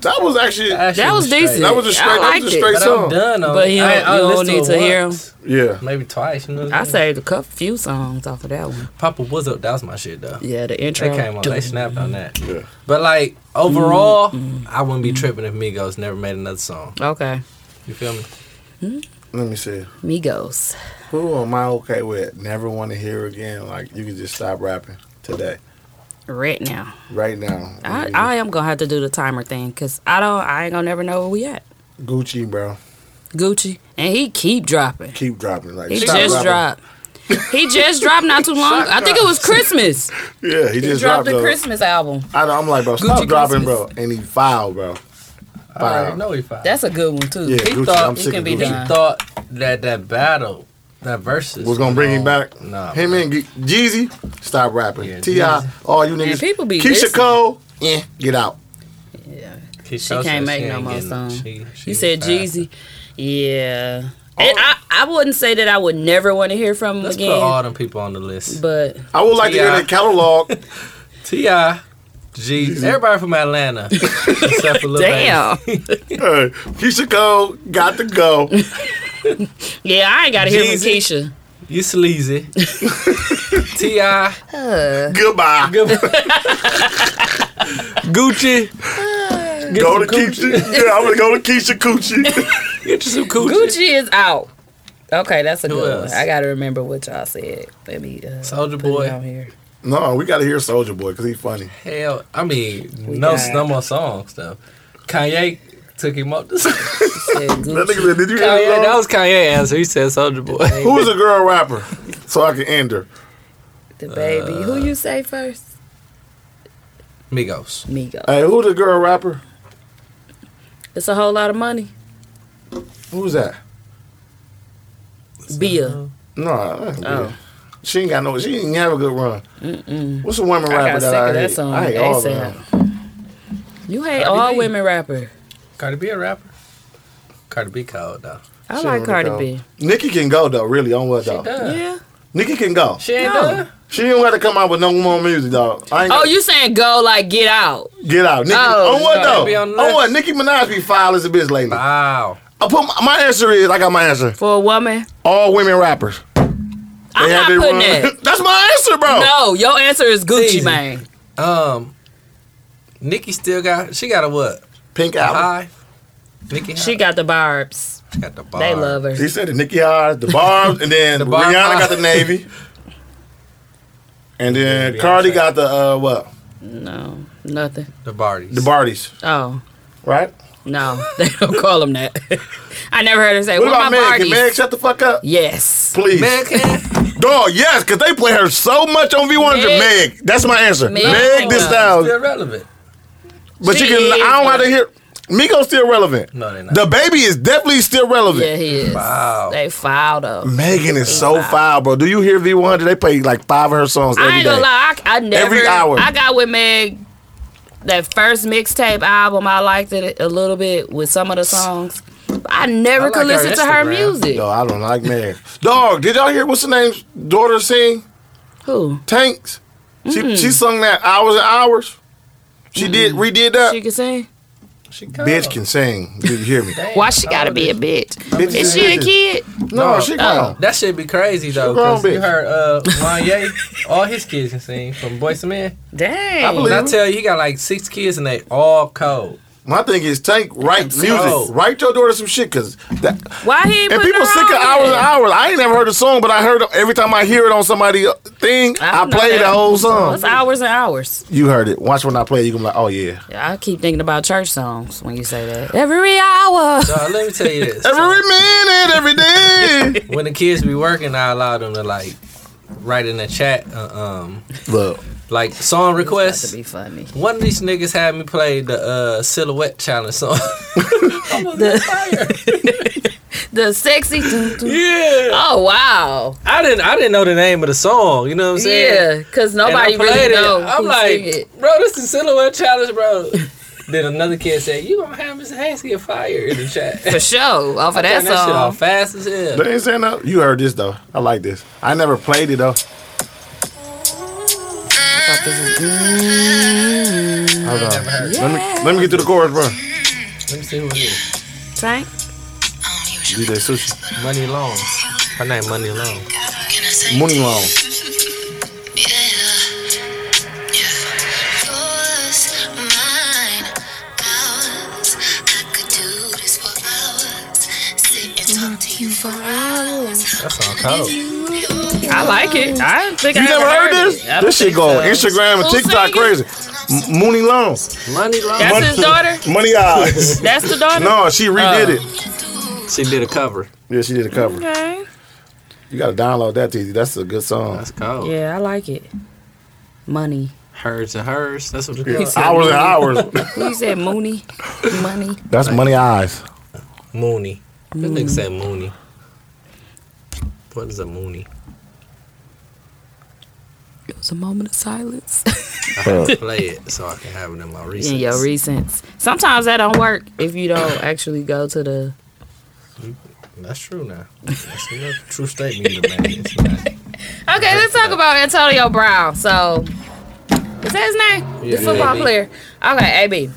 S6: that was actually
S1: That shit
S3: That was
S1: straight.
S3: decent.
S6: that was a
S3: I
S6: straight, that
S3: liked
S6: was a
S3: it.
S6: straight
S1: But I'm
S6: song.
S1: done on
S3: But
S1: it.
S3: you don't-
S1: I- I
S3: you don't
S1: listened
S3: need to hear
S1: once,
S6: Yeah,
S1: Maybe twice, you know. What
S3: I
S1: I said
S3: saved a couple few songs off of that one.
S1: Papa was up. That was my shit though.
S3: Yeah, the intro.
S1: They came on. They snapped on that.
S6: Yeah.
S1: But like overall,
S3: Mm-hmm.
S1: I wouldn't be tripping if Migos never made another song.
S3: Okay.
S1: You feel me?
S6: let me see.
S3: Migos.
S6: Who am I okay with? Never want to hear again. Like you can just stop rapping today,
S3: Right now.
S6: right now.
S3: I, I am gonna have to do the timer thing because I don't. I ain't gonna never know where we at.
S6: Gucci, bro,
S3: Gucci and he keep dropping.
S6: keep dropping. Like
S3: He
S6: stop
S3: just
S6: rapping.
S3: dropped. he just dropped not too long. I think it was Christmas.
S6: Yeah, he,
S3: He dropped
S6: just dropped,
S3: the
S6: those.
S3: Christmas album.
S6: I, I'm like, bro, stop
S3: Gucci
S6: dropping,
S3: Christmas.
S6: bro. And he filed, bro.
S1: I already
S6: Filed.
S1: know he foul.
S3: That's a good one too.
S6: Yeah,
S1: He
S6: Gucci.
S1: thought
S6: I'm
S1: he
S6: sick
S3: can
S6: of
S3: be
S6: Gucci.
S3: done.
S1: Thought that that battle, that versus
S6: Was gonna bring him
S1: no,
S6: back.
S1: Nah,
S6: him
S1: bro.
S6: and G- Jeezy, stop rapping.
S1: Yeah,
S6: Ti, all you niggas.
S3: people be
S6: Keisha
S3: listening.
S6: Cole, yeah, get out.
S3: Yeah. She can't make no more songs. you said Jeezy. Yeah.
S6: All-
S3: And I, I wouldn't say that I would never want to hear from him
S1: Let's put
S3: again.
S1: all them people on the list.
S3: But
S6: I would like to hear
S1: Yeah.
S6: the catalog.
S1: Ti, G, everybody from Atlanta except for Lil
S3: damn.
S6: Hey, Keisha Cole got to go.
S3: Yeah, I ain't gotta hear from
S1: Jeezy.
S3: Keisha.
S1: Baby. You sleazy. Ti,
S6: Goodbye.
S1: Gucci,
S6: go to Keisha. Yeah, I'm gonna go to Keisha Coochie.
S1: get you some Gucci.
S3: Gucci is out. Okay, that's a
S1: Who
S3: good
S1: else?
S3: one. I gotta remember what y'all said. Let me uh,
S1: Soulja
S3: put it
S1: Boy.
S3: down here.
S6: no, we gotta hear Soldier Boy because he's funny.
S1: Hell, I mean, no,
S3: got-
S1: no more songs though. Kanye took him up. this-
S3: Said
S6: That
S3: Gucci.
S6: nigga said, "Did you hear that
S1: Kanye,
S6: song?"
S1: that was Kanye answer. He said Soldier Boy.
S6: Who's a girl rapper? So I can end her.
S3: the baby. Who you say first?
S1: Migos.
S3: Migo.
S6: Hey, who's a girl rapper?
S3: It's a whole lot of money.
S6: Who's that?
S3: Bia.
S6: No, that ain't
S3: Oh.
S6: good. she ain't got no. She didn't have a good run. What's a woman
S3: I got
S6: rapper
S3: sick
S6: that I
S3: of
S6: hate?
S3: that song.
S6: I hate all of them.
S3: ASAP. You hate all
S1: B.
S3: women rapper.
S1: Cardi B a rapper. Cardi B cold though.
S3: I
S6: She
S3: like
S6: don't really
S3: Cardi
S6: go.
S3: B.
S6: Nicki can go though. Really, on what though?
S1: Duh.
S3: Yeah.
S6: Nicki can go.
S1: She ain't
S3: No.
S1: done.
S6: She don't got to come out with no more music, dog. I ain't
S3: Oh,
S6: gonna-
S3: you saying go like get out?
S6: get out. Nicki,
S3: Oh,
S6: on what
S1: no. Be
S6: though?
S1: on
S6: On,
S1: the list.
S6: what? Nicki Minaj be foul as a bitch lately.
S1: Wow.
S6: I put my, my answer is I got my answer.
S3: For a woman?
S6: All women rappers.
S3: I'm not
S6: their
S3: putting
S6: run.
S3: that.
S6: That's my answer, bro.
S3: No, your answer is Gucci
S1: Easy.
S3: Mane.
S1: Um, Nikki still got. She got a what?
S6: Pink
S1: A
S6: album.
S1: high. Nikki.
S3: She got the barbs.
S1: She got the bar.
S3: They love her.
S6: He said the Nicki High, the Barbs, and then
S1: The Barb
S6: Rihanna got
S1: High.
S6: the Navy. And then
S1: Beyonce.
S6: Cardi got the uh what?
S3: No, nothing.
S1: the Bardies.
S6: The Bardies.
S3: Oh,
S6: Right?
S3: no, they don't call them that. I never heard her say,
S6: What
S3: what,
S6: about
S3: my
S6: Meg?
S3: parties?
S6: Can Meg shut the fuck up?
S3: yes.
S6: Please.
S1: Man, can-
S6: Dog, yes, because they play her so much on V100.
S3: Meg.
S6: Meg. That's my answer.
S3: Meg.
S6: Meg, this
S3: Oh.
S6: style.
S1: still relevant.
S6: But
S3: She
S6: you can,
S3: is,
S6: I don't have
S3: but-
S6: to hear. Miko's still relevant.
S1: No, they're not.
S6: The baby is definitely still relevant.
S3: Yeah, he is.
S1: Wow.
S3: They filed up.
S6: Megan is so foul, bro. Do you hear V100? They play like five of her songs
S3: I
S6: every
S3: ain't
S6: day.
S3: gonna lie, I, I never.
S6: Every hour.
S3: I got with Meg. That first mixtape album, I liked it a little bit with some of the songs. But I never
S1: I
S3: could
S1: like her
S3: listen to her
S1: Instagram.
S3: music.
S6: Yo, I don't like Meg. Dog, did y'all hear what's her name's daughter sing?
S3: Who?
S6: Tanks. She she sung that hours and hours. She did redid that.
S3: She can sing?
S1: She
S6: bitch can sing. Did you hear me?
S3: Why she gotta be a bitch?
S6: Bitch
S3: Is
S6: is
S3: she a
S6: bitches.
S3: kid?
S6: No,
S1: No.
S6: she gone.
S1: That should be crazy though.
S6: grown
S1: 'cause you
S6: bitch.
S1: heard uh, Kanye, all his kids can sing from Boys to Men.
S3: Dang.
S1: When I
S6: Believe it.
S1: tell you, he got like six kids and they all cold.
S6: My thing is Tank write music.
S1: cold.
S6: Write your daughter some shit, cause that
S3: Why he ain't
S6: and
S3: putting
S6: people
S3: her
S6: sick of
S3: on
S6: hours and
S3: there?
S6: hours. I ain't never heard a song, but I heard every time I hear it on somebody uh, thing,
S3: I
S6: I,
S3: know
S6: play the
S3: that.
S6: whole song.
S3: It's hours and hours.
S6: You heard it. Watch when I play, it, you gonna be like, oh yeah.
S3: I keep thinking about church songs when you say that. Every hour.
S1: Uh, let me tell you this.
S6: Every minute, every day.
S1: when the kids be working, I allow them to like write in the chat, uh, um,
S6: Look,
S1: like song
S3: That's
S1: requests.
S3: to be funny.
S1: One of these niggas had me play the uh, silhouette challenge song. I was on fire.
S3: The sexy. doo- doo-
S1: yeah,
S3: Oh wow.
S1: I didn't. I didn't know the name of the song. You know what I'm saying?
S3: Yeah, because
S1: And I
S3: nobody
S1: played
S3: really
S1: it.
S3: know
S1: I'm
S3: who
S1: like,
S3: sing it.
S1: bro, this is silhouette challenge, bro. then another kid said, "You gonna have Mr. Hanks get fired in the chat."
S3: For sure, off of
S1: Turn
S3: that
S1: that shit off
S3: song.
S1: fast as hell.
S6: they ain't saying no. You heard this though. I like this. I never played it though. Hold on. Let me let me get to the chorus, bro.
S1: Let me see who it is.
S3: Tank?
S6: DJ Sushi,
S1: Money Long. Her name Money Long.
S6: Mooney Long.
S1: That song cold.
S3: I like it. I didn't think I
S6: You never
S3: ever
S6: heard this?
S3: it. I
S6: This shit
S3: think
S6: go
S3: so.
S6: on Instagram and
S3: Who
S6: TikTok
S3: sing it?
S6: crazy. M- Mooney Long,
S1: Money Long.
S3: That's his daughter.
S6: Money Eyes. Uh.
S3: That's the daughter.
S6: no, she redid
S3: Oh.
S6: it.
S1: She did a cover.
S6: Yeah, she did a cover.
S3: Okay.
S6: You gotta download that, TZ. That's a good song.
S1: That's cold.
S3: Yeah, I like it. Money.
S1: Hers and hers. That's what it's
S6: Yeah, hours
S1: called.
S6: and hours.
S3: Who you said? Mooney. Money.
S6: That's Money Eyes.
S1: Mooney. This
S3: Mm.
S1: nigga said Mooney. What is a Mooney?
S3: was a moment of silence
S1: Play it so I can have it in my
S3: in
S1: recent.
S3: your recents. Sometimes that don't work if you don't actually go to the.
S1: That's true now. That's another true statement you done made. It's not-
S3: Okay, let's talk about Antonio Brown. So, is that his name?
S1: Yeah.
S3: the football
S1: AB.
S3: player. Okay, AB.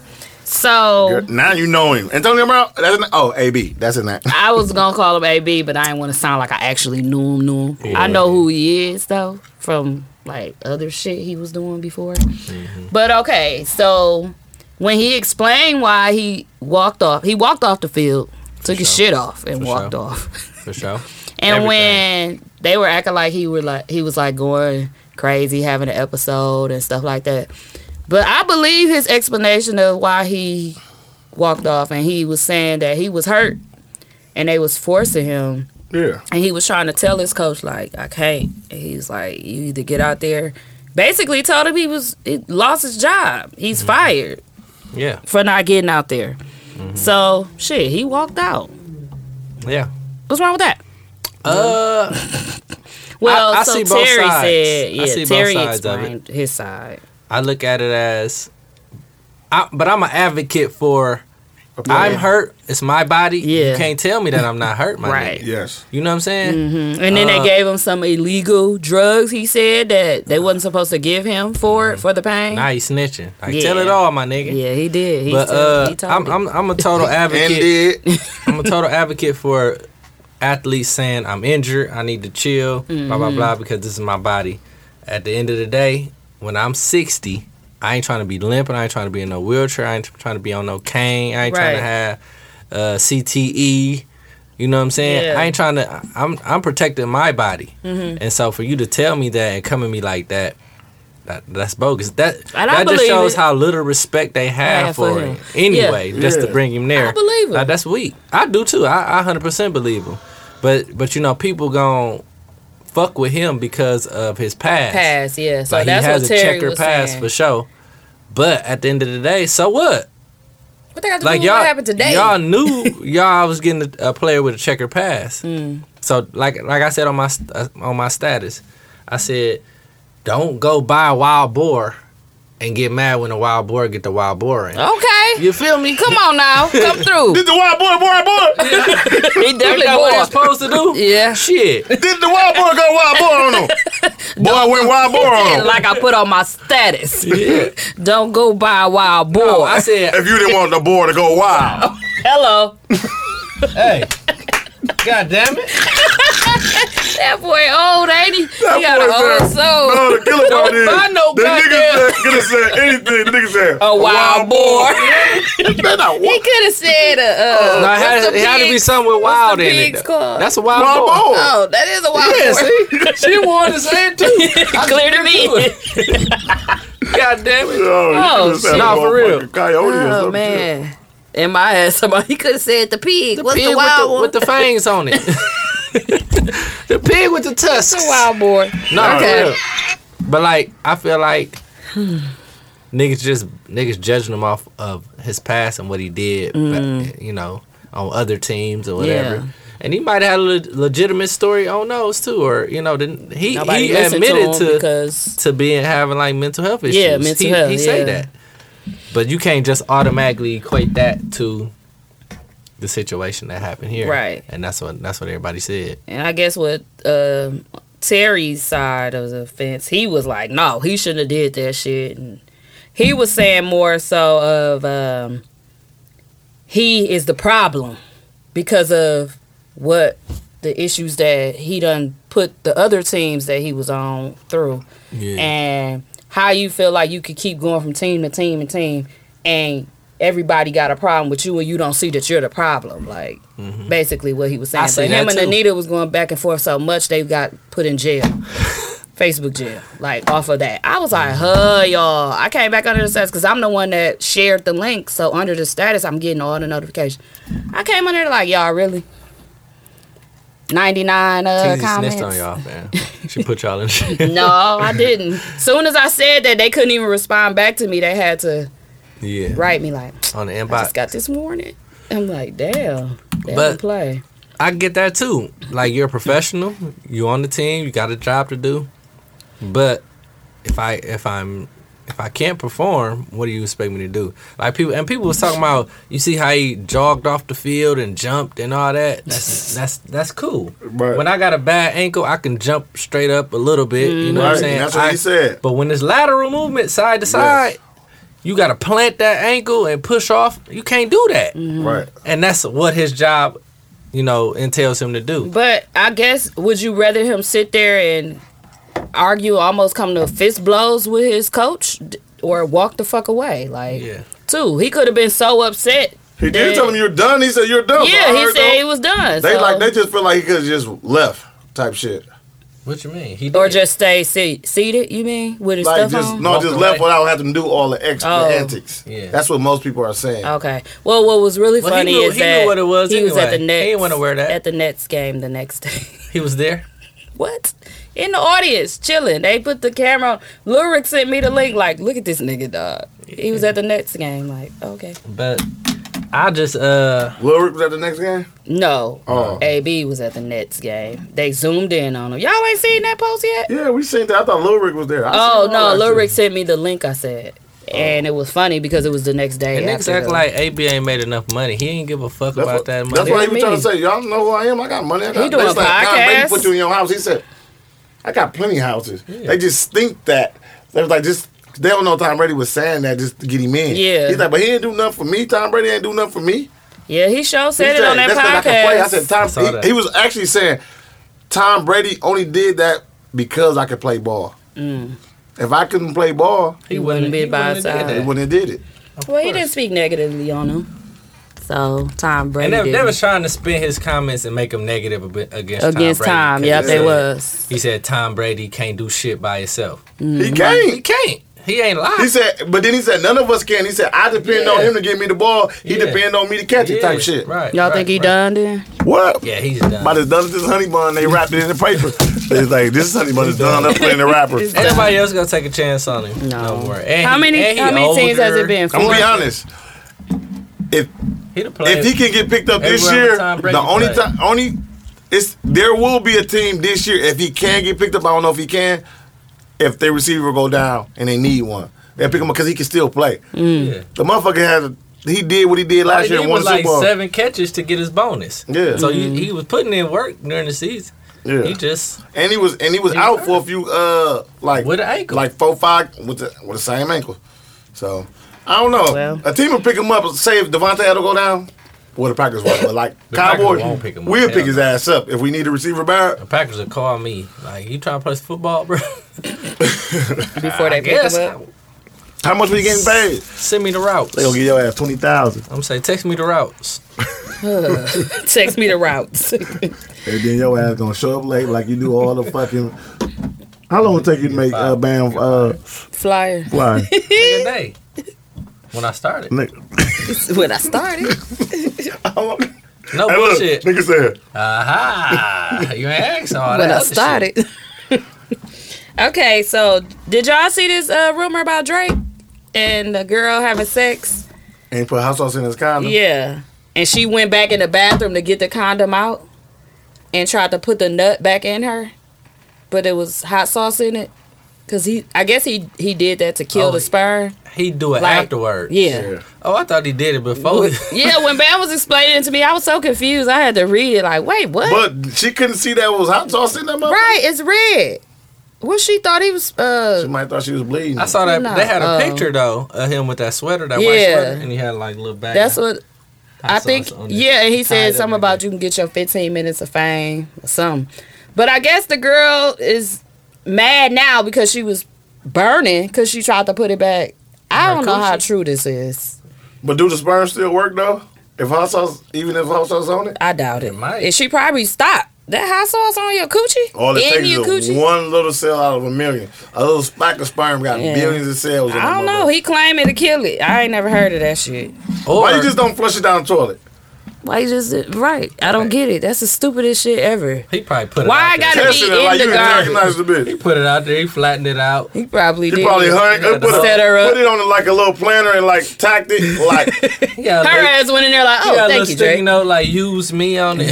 S3: So
S6: Girl, Now you know him. Antonio Brown. That's an, oh, AB. That's in that.
S3: I was gonna call him AB, but I didn't want to sound like I actually knew him. Knew him.
S1: Yeah.
S3: I know who he is though from like other shit he was doing before.
S1: Mm-hmm.
S3: But okay, so when he explained why he walked off, he walked off the field, took his
S1: sure.
S3: shit off, and
S1: For
S3: walked
S1: sure.
S3: off.
S1: For sure.
S3: And
S1: Everything.
S3: when they were acting like he were like he was like going crazy, having an episode and stuff like that. But I believe his explanation of why he walked off, and he was saying that he was hurt, and they was forcing him,
S6: Yeah.
S3: and he was trying to tell his coach like, "I can't." And he was like, "You either get out there." Basically, told him he was he lost his job. He's fired
S1: Yeah.
S3: for not getting out there. So shit, he walked out.
S1: Yeah.
S3: What's wrong with that?
S1: Uh,
S3: Well,
S1: I
S3: so
S1: see both
S3: Terry
S1: sides. I
S3: said, yeah,
S1: see both
S3: Terry
S1: sides of it.
S3: explained his side.
S1: I look at it as, I, but I'm an advocate for. I'm hurt. It's my body.
S3: Yeah.
S1: You can't tell me that I'm not hurt, my Uh,
S3: Right. Mm-hmm.
S1: right?
S6: Yes.
S1: You know what I'm saying?
S3: And then they gave him some illegal drugs. He said that they wasn't supposed to give him for
S1: Mm-hmm.
S3: it for the pain.
S1: Now you snitching. Like
S3: Yeah.
S1: tell it all, my nigga.
S3: Yeah, he did. He,
S1: But
S3: told-
S1: uh,
S3: he told
S1: I'm,
S3: it.
S1: I'm I'm a total
S6: And
S1: advocate.
S6: did.
S1: I'm a total advocate for athletes saying I'm injured. I need to chill. Blah
S3: Mm-hmm.
S1: blah blah. Because this is my body. At the end of the day, when I'm 60, I ain't trying to be limping. I ain't trying to be in no wheelchair. I ain't trying to be on no cane. I ain't trying to
S3: Right.
S1: have uh, CTE. You know what I'm saying?
S3: Yeah. Mm-hmm.
S1: I ain't trying to. I'm I'm protecting my body. And so for you to tell me that and come at me like that. That, that's bogus. That
S3: And I
S1: that just
S3: believe
S1: shows
S3: it.
S1: how little respect they have
S3: have
S1: for,
S3: for
S1: him.
S3: him.
S1: Anyway, just to
S6: Yeah.
S1: bring him there.
S3: I believe him.
S1: Like, that's weak. I do too. I, I 100% believe him. But but you know people gon' fuck with him because of his past.
S3: pass. Yeah, so
S1: like
S3: that's
S1: he has
S3: what
S1: a
S3: Terry
S1: checkered
S3: was
S1: past
S3: saying.
S1: for sure. But at the end of the day, so what?
S3: What they got to
S1: Like
S3: do with
S1: y'all,
S3: what happened today?
S1: y'all knew y'all was getting a, a player with a checkered past.
S3: Mm.
S1: So like like I said on my st- uh, on my status, I said, don't go buy a wild boar, and get mad when a wild boar get the wild boar in.
S3: okay,
S1: You feel me?
S3: come on now, come through.
S6: Did the wild boy, boy, boy?
S3: he
S1: Ain't
S3: definitely
S1: that what it's
S3: bored.
S1: supposed to do?
S3: Yeah.
S1: Shit.
S6: Did the wild boy go wild boy on him? Boy went wild boy on him.
S3: like I put on my status.
S1: Yeah.
S3: Don't go by a wild boy.
S1: Oh, I said,
S6: If you didn't want the boy to go wild,
S3: Hello,
S1: hey. God damn it.
S3: that boy old ain't he? he got
S6: boy
S3: an old
S6: said,
S3: soul.
S6: no, Oh, the killer part is
S1: buy no
S6: the nigga
S1: goddamn-
S6: said, could have said anything. The nigga said
S3: a wild boy.
S6: They not
S3: He
S6: wild
S3: could have said a. Uh,
S1: No, it had,
S3: what's
S1: it
S3: the
S1: had to be
S3: pig-
S1: something with
S3: what's
S1: wild
S3: the
S1: in
S3: pig's
S1: it.
S3: called?
S1: That's a wild, boy.
S6: boy.
S3: Oh, that is a wild
S1: Yeah,
S3: boy.
S1: see? She wanted to say it too.
S3: Clear to me.
S1: God damn it.
S6: Oh,
S3: Oh, shit.
S1: Nah, for real.
S6: Coyote or
S3: Oh
S6: some shit.
S3: man. In my head, somebody could have said the pig. What's
S1: Pig
S3: the wild one?
S1: with, the, with the fangs on it. the pig with the tusks.
S3: What's the wild boy.
S1: No,
S3: Okay.
S1: for real. But like, I feel like niggas just niggas judging him off of his past and what he did, but, you know, on other teams or whatever.
S3: Mm. Yeah.
S1: And he might have had a le- legitimate story on those too, or you know, didn't he?
S3: Nobody
S1: he
S3: listened to
S1: admitted
S3: him
S1: to to,
S3: because
S1: being having like mental health issues.
S3: Yeah, mental
S1: he,
S3: health,
S1: He say
S3: yeah.
S1: that, but you can't just automatically equate that to the situation that happened here,
S3: Right.
S1: And that's what that's what everybody said.
S3: and I guess what uh, Terry's side of the fence, he was like, no, he shouldn't have did that shit. And he was saying more so of um, he is the problem because of what the issues that he done put the other teams that he was on through.
S1: Yeah.
S3: and how you feel like you could keep going from team to team and team and everybody got a problem with you and you don't see that you're the problem like basically what he was saying
S1: Mm-hmm. I see
S3: but
S1: that
S3: him and
S1: too.
S3: anita was going back and forth so much they got put in jail facebook jail like off of that i was like huh y'all i came back under the status because i'm the one that shared the link so under the status i'm getting all the notifications i came under there like y'all really 99 uh
S1: Teasy
S3: comments
S1: snitched on y'all, man. She put y'all in shit.
S3: no, I didn't. Soon as I said that, they couldn't even respond back to me. They had to
S1: Yeah.
S3: write me like,
S1: On the
S3: "I
S1: inbox.
S3: just got this warning." I'm like, "Damn, they
S1: But-
S3: don't play."
S1: I get that too. Like you're a professional, you on the team, you got a job to do. But if I if I'm if I can't perform, what do you expect me to do? Like people and people was talking about you see how he jogged off the field and jumped and all that. That's that's that's cool.
S6: Right.
S1: When I got a bad ankle, I can jump straight up a little bit. You know what I'm
S6: Right,
S1: saying?
S6: that's what
S1: I-
S6: he said.
S1: But when it's lateral movement, side to side, you gotta plant that ankle and push off. You can't do that.
S6: Right.
S1: And that's what his job, you know, entails him to do.
S3: But I guess would you rather him sit there and argue, almost come to fist blows with his coach, d- or walk the fuck away? Like,
S1: Yeah.
S3: two, he could have been so upset.
S6: He
S3: that-
S6: did tell him you're done. He said you're done.
S3: Yeah,
S6: I
S3: he
S6: heard
S3: said
S6: though.
S3: he was done.
S6: They
S3: so-
S6: like they just feel like he could just left type shit.
S1: What you mean? He
S3: or
S1: did.
S3: just stay seat, seated. You mean with his
S6: Like
S3: stuff
S6: just
S3: on?
S6: no,
S1: Walked
S6: just left
S1: away.
S6: without having to do all the extra
S3: Oh.
S6: antics.
S1: Yeah.
S6: That's what most people are saying.
S3: Okay. Well, what was really
S1: Well, he
S3: funny
S1: knew-
S3: is
S1: he knew
S3: that
S1: what it was
S3: he was at the
S1: anyway.
S3: Nets.
S1: He didn't wanna wear that.
S3: at the Nets game the next day.
S1: he was there.
S3: what? In the audience, chilling. They put the camera. on. Lil Rick sent me the link. Like, look at this nigga, dog. He was at the Nets game. Like, okay.
S1: But I just uh
S6: Lil Rick was at the next game.
S3: No.
S6: Oh.
S3: AB was at the Nets game. They zoomed in on him. Y'all ain't seen that post yet?
S6: Yeah, we seen that. I thought Lil Rick was there. I
S3: Oh
S6: seen all
S3: no,
S6: that
S3: Lil
S6: shit.
S3: Rick sent me the link. I said, and it was funny because it was the next day.
S1: and niggas
S3: after
S1: act
S3: the-
S1: like AB ain't made enough money. He ain't give a fuck
S6: That's
S1: about
S6: what,
S1: that
S6: that's
S1: money.
S6: why
S3: What
S6: he was
S3: do you
S6: trying to
S3: mean?
S6: say, y'all know who I am. I got money. I got.
S3: He doing
S6: They was like, God,
S3: podcasts?
S6: Brady put you in your house. He said, I got plenty of houses. They just think that. They was like, just they don't know Tom Brady was saying that just to get him in.
S3: Yeah.
S6: He's like, but he didn't do nothing for me. Tom Brady ain't do nothing for me.
S3: yeah, he sure said
S6: He
S3: it on that
S6: "That's 'cause I can play." I
S3: podcast.
S6: said,
S1: I saw
S6: Tom.
S1: that.
S6: He, he was actually saying, Tom Brady only did that because I could play ball.
S3: Mm.
S6: If I couldn't play ball,
S3: he wouldn't be by his
S1: wouldn't
S6: they
S1: have did
S3: side.
S1: that.
S6: wouldn't have did it.
S3: Well, he didn't speak negatively on him. So Tom Brady
S1: And they, they
S3: didn't.
S1: was trying to spin his comments and make him negative a bit against
S3: against
S1: Tom
S3: Tom.
S1: Brady.
S3: Yep,
S1: 'cause he
S3: they
S1: said-
S3: was.
S1: He said Tom Brady can't do shit by himself.
S3: Mm-hmm.
S6: He can't.
S1: He can't. He ain't lying.
S6: He said, but then he said, none of us can. He said, I depend
S1: Yeah.
S6: on him to get me the ball. He
S1: Yeah.
S6: depend on me to catch it, type
S1: Yeah,
S6: shit.
S1: Right.
S3: Y'all
S1: right,
S3: think he
S1: right.
S3: done then?
S6: What?
S1: Yeah, he's done.
S6: By the done with this honey bun, they wrapped it in the paper. It's like this honey bun is done. I'm playing the rapper.
S3: It's-
S6: I'm
S1: Everybody else gonna take a chance on him.
S3: No.
S1: more. And
S3: how
S1: he-
S3: many
S1: and he
S3: how many teams has it
S1: older.
S3: been?
S6: gonna be
S3: Four?
S6: honest. If
S1: He the player.
S6: if he can get picked up this
S1: Every
S6: year,
S1: time Brady
S6: the only
S1: played.
S6: time only it's there will be a team this year if he can get picked up. I don't know if he can. If their receiver go down and they need one, they pick him up because he can still play.
S3: Hmm.
S1: yeah.
S6: The motherfucker had he did what he did
S1: All
S6: last
S1: he
S6: year
S1: did
S6: and won
S1: was
S6: the Super
S1: Mm. like
S6: Bowl.
S1: seven catches to get his bonus.
S6: Yeah.
S1: So
S3: Mm-hmm.
S1: he, he was putting in work during the season.
S6: Yeah.
S1: He just
S6: And he was and he was
S1: He
S6: out
S1: hurt.
S6: for a few uh like
S1: With an ankle.
S6: like four five with the with the same ankle. So I don't know.
S3: Well.
S6: a team will pick him up. Say if Devontae Adams go down, well the Packers won't. But like
S1: The Packers
S6: Cowboys,
S1: won't pick him up.
S6: we'll
S1: Hell
S6: pick his
S1: no.
S6: ass up if we need a receiver back.
S1: the Packers would call me like, "You trying to play some football, bro?"
S3: before they pick
S1: yes.
S3: him up.
S6: How much we getting paid?
S1: Send me the routes.
S6: They gonna give your ass twenty thousand,
S1: I'm saying, text me the routes.
S3: Text me the routes.
S6: and then your ass gonna show up late like you do all the fucking. How long it take you to make uh, Bam uh,
S3: Flyer.
S6: fly?
S1: Good day. When I started,
S6: Nick,
S3: when I started.
S6: how long-
S1: no
S6: Hey, look,
S1: bullshit.
S6: nigga said.
S1: Aha! You ain't asked all that.
S3: when I
S1: other shit.
S3: started. okay, so did y'all see this uh, rumor about Drake and the girl having sex?
S6: Ain't put house sauce in his condom.
S3: Yeah, and she went back in the bathroom to get the condom out and tried to put the nut back in her, but it was hot sauce in it. Cause he, I guess he he did that to kill
S1: Oh,
S3: the sperm.
S1: He do it
S3: Like,
S1: afterwards.
S3: Yeah,
S1: Oh, I thought he did it before.
S3: yeah. When Bam was explaining it to me, I was so confused. I had to read it. Like, wait, what?
S6: But she couldn't see that was hot sauce in that motherfucker.
S3: right, it's red. What she thought he was? Uh,
S6: She might have thought she was bleeding.
S1: I saw that
S3: No,
S1: they had a
S3: oh.
S1: picture though of him with that sweater, that white
S3: Yeah.
S1: sweater, and he had like little back.
S3: That's what
S1: hot
S3: I
S1: sauce
S3: think.
S1: on it.
S3: Yeah, and he
S1: Tied
S3: said
S1: up
S3: something
S1: and
S3: about you can get your 15 minutes of fame or something. But I guess the girl is mad now because she was burning because she tried to put it back. I
S1: Her
S3: don't know how
S1: coochie?
S3: true this is.
S6: But do the sperm still work though? If hot sauce, even if hot sauce on it,
S3: I doubt it.
S1: It might.
S3: And she probably stopped. That hot sauce on your coochie?
S6: all it
S3: In
S6: takes
S3: your
S6: is
S3: coochie?
S6: one little cell out of a million. A little spike of sperm got
S3: Yeah.
S6: billions of cells. in
S3: I don't
S6: that
S3: know.
S6: motherfucker.
S3: He claiming to kill it. I ain't never heard of that shit.
S1: Or,
S6: Why you just don't flush it down the toilet?
S3: Why you just right? I don't get it. That's the stupidest shit ever.
S1: he probably put it.
S3: Why
S1: out
S3: I
S1: there.
S3: gotta-
S6: Testing
S3: be
S6: it like
S3: in
S6: you
S3: the garbage.
S6: antagonize the
S1: He
S6: bitch.
S1: put it out there. He flattened it out.
S3: He probably
S6: You
S3: did.
S6: probably hung,
S1: Yeah,
S6: put,
S3: Set her up.
S6: put it on it like a little planner and like tacked it like
S1: Yeah,
S3: Her ass went in there like, oh,
S1: yeah,
S3: thank you, Drake.
S1: You know, like use me on it.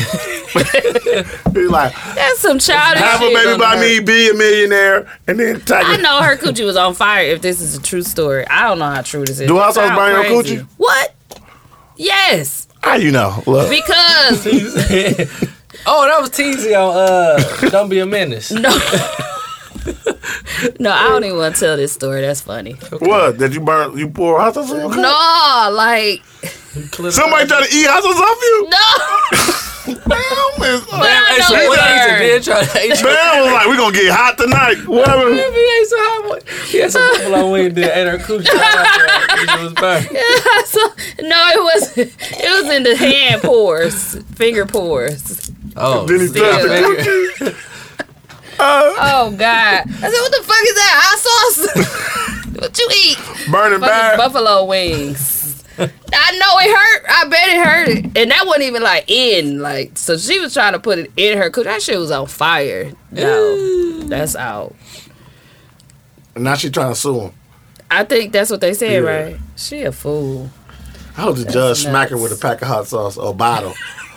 S6: He's like,
S3: That's some childish
S6: have a
S3: shit.
S6: baby by
S3: on her.
S6: me, be a millionaire, and then
S3: I
S6: Tiger.
S3: know her coochie was on fire. If this is a true story, I don't know how true this is.
S6: Do
S3: It
S6: housewives
S3: sound
S6: burn your
S3: crazy.
S6: coochie?
S3: What? Yes,
S6: How you know? Look,
S3: because
S1: Oh, that was teasing on uh, Don't Be a Menace.
S3: no, no, I don't even want to tell this story. That's funny.
S6: what? That you burn? You pour hot sauce on your coochie?
S3: No, like
S6: Somebody try to eat hot sauce off you?
S3: no.
S6: Damn, it's-
S3: But I know
S1: What
S3: where.
S1: I used to did try to ate
S6: Bam was like, we gonna get hot tonight. Whatever.
S1: so hot boy. He had some people on Wednesday that ate her coochie. it was burning.
S3: So- no, it was it was in the hand pores, finger pores.
S1: Oh,
S6: Then he touched the
S3: Yeah.
S6: coochie.
S3: Oh God! I said, what the fuck is that hot sauce? what you eat? Fucking
S6: Burning bad.
S3: buffalo wings. I know it hurt. I bet it hurt, and that wasn't even like in like. So she was trying to put it in her coochie. That shit was on fire. No, that's out.
S6: And now she trying to sue him.
S3: I think that's what they said,
S6: Yeah.
S3: right? She a fool.
S6: I hope the judge smack her
S3: nuts.
S6: with a pack of hot sauce or a bottle.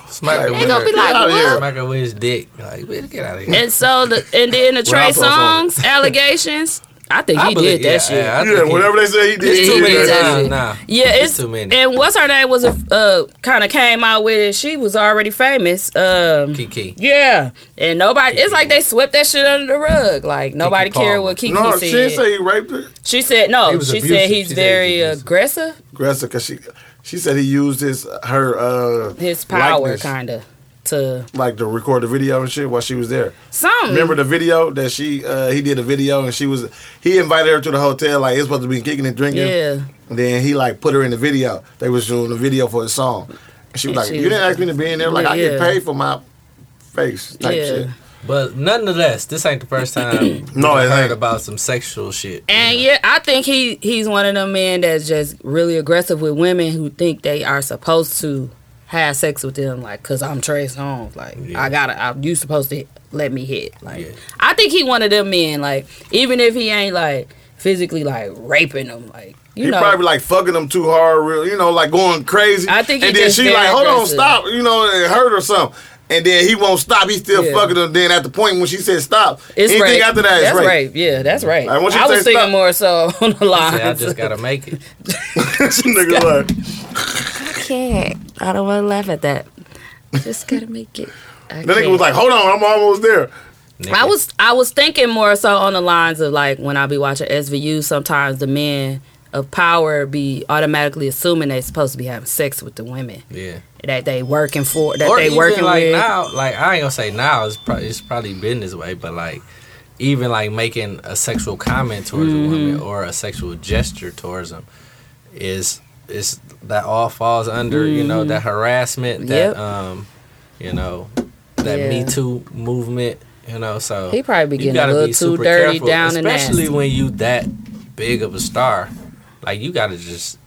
S1: smack her
S3: They
S1: with
S3: gonna be
S1: her.
S3: like,
S6: Outta
S3: what?
S6: here.
S1: Smack her with his dick. Like, bitch, get out of here.
S3: And so the and then the Trey
S6: Ralph was on it.
S3: Songs allegations. I think he did that
S1: yeah,
S3: shit.
S1: Yeah, I
S6: Yeah,
S1: think he-
S6: whatever they say, he did.
S3: It's
S6: he
S3: too
S6: did
S3: many
S6: that.
S3: times.
S1: Nah, nah.
S3: Yeah, it's,
S1: too many.
S3: And what's her name was a uh, kind of came out with it. She was already famous. Um,
S1: Kiki.
S3: yeah, and nobody. It's like they swept that shit under the rug. Like nobody
S1: Palmer.
S3: cared what Kiki
S6: No,
S3: said.
S6: she didn't say he raped her.
S3: she said no.
S1: He was
S3: She
S1: abusive.
S3: said he's
S1: She said he was
S3: very
S1: abusive.
S3: aggressive.
S6: Aggressive, cause she, she said he used his her uh
S3: His power
S6: likeness,
S3: kind of to
S6: like to record the video and shit while she was there.
S3: something.
S6: Remember the video that she uh he did a video and she was he invited her to the hotel like it's supposed to be kicking and drinking.
S3: Yeah.
S6: And then he like put her in the video. They was doing the video for the song. And she
S3: And
S6: was like,
S3: she
S6: "You
S3: was-
S6: didn't ask me to be in there. Like I get
S3: Yeah.
S6: paid for my face type
S3: Yeah.
S6: shit."
S1: But nonetheless, this ain't the first time
S6: No,
S1: we
S6: it
S1: heard
S6: ain't.
S1: about some sexual shit.
S3: And yeah, I think he he's one of them men that's just really aggressive with women who think they are supposed to have sex with them, like, cause I'm Trey Songz, like,
S1: Yeah.
S3: I gotta, I, you supposed to let me hit, like,
S1: Yeah.
S3: I think he one of them men, like, even if he ain't like physically like raping them, like, you
S6: he
S3: know,
S6: probably like fucking them too hard, real, you know, like going crazy.
S3: I think he
S6: and then
S3: just
S6: she
S3: very
S6: like, hold on,
S3: aggressive.
S6: stop, you know, it hurt or something. And then he won't stop. He still
S3: Yeah.
S6: fucking them. Then at the point when she said stop,
S3: it's
S6: anything
S3: rape.
S6: after that is
S3: that's
S6: rape.
S3: yeah, that's right.
S6: Like, once you
S3: I was
S6: say
S3: thinking
S6: stop-
S3: more so on the
S1: Say, I
S3: lines.
S1: just gotta make it.
S6: Nigga, like,
S3: can't, I don't want to laugh at that. Just gotta make it. I
S6: the nigga
S3: can't.
S6: was like, hold on, I'm almost there.
S3: I was I was thinking more so on the lines of like when I be watching SVU, sometimes the men of power be automatically assuming they're supposed to be having sex with the women
S1: Yeah.
S3: that they working for that
S1: or
S3: they
S1: even
S3: working
S1: like
S3: with.
S1: now, like I ain't gonna say now. It's probably it's probably been this way, but like even like making a sexual comment towards
S3: Mm-hmm.
S1: a woman or a sexual gesture towards them is is that all falls under you know that harassment that
S3: Mm-hmm. Yep.
S1: um you know that
S3: Yeah.
S1: Me Too movement you know so
S3: He probably be
S1: you
S3: getting a
S1: gotta
S3: little
S1: be
S3: too
S1: super
S3: dirty, down and
S1: especially
S3: nasty.
S1: when you that big of a star like you gotta just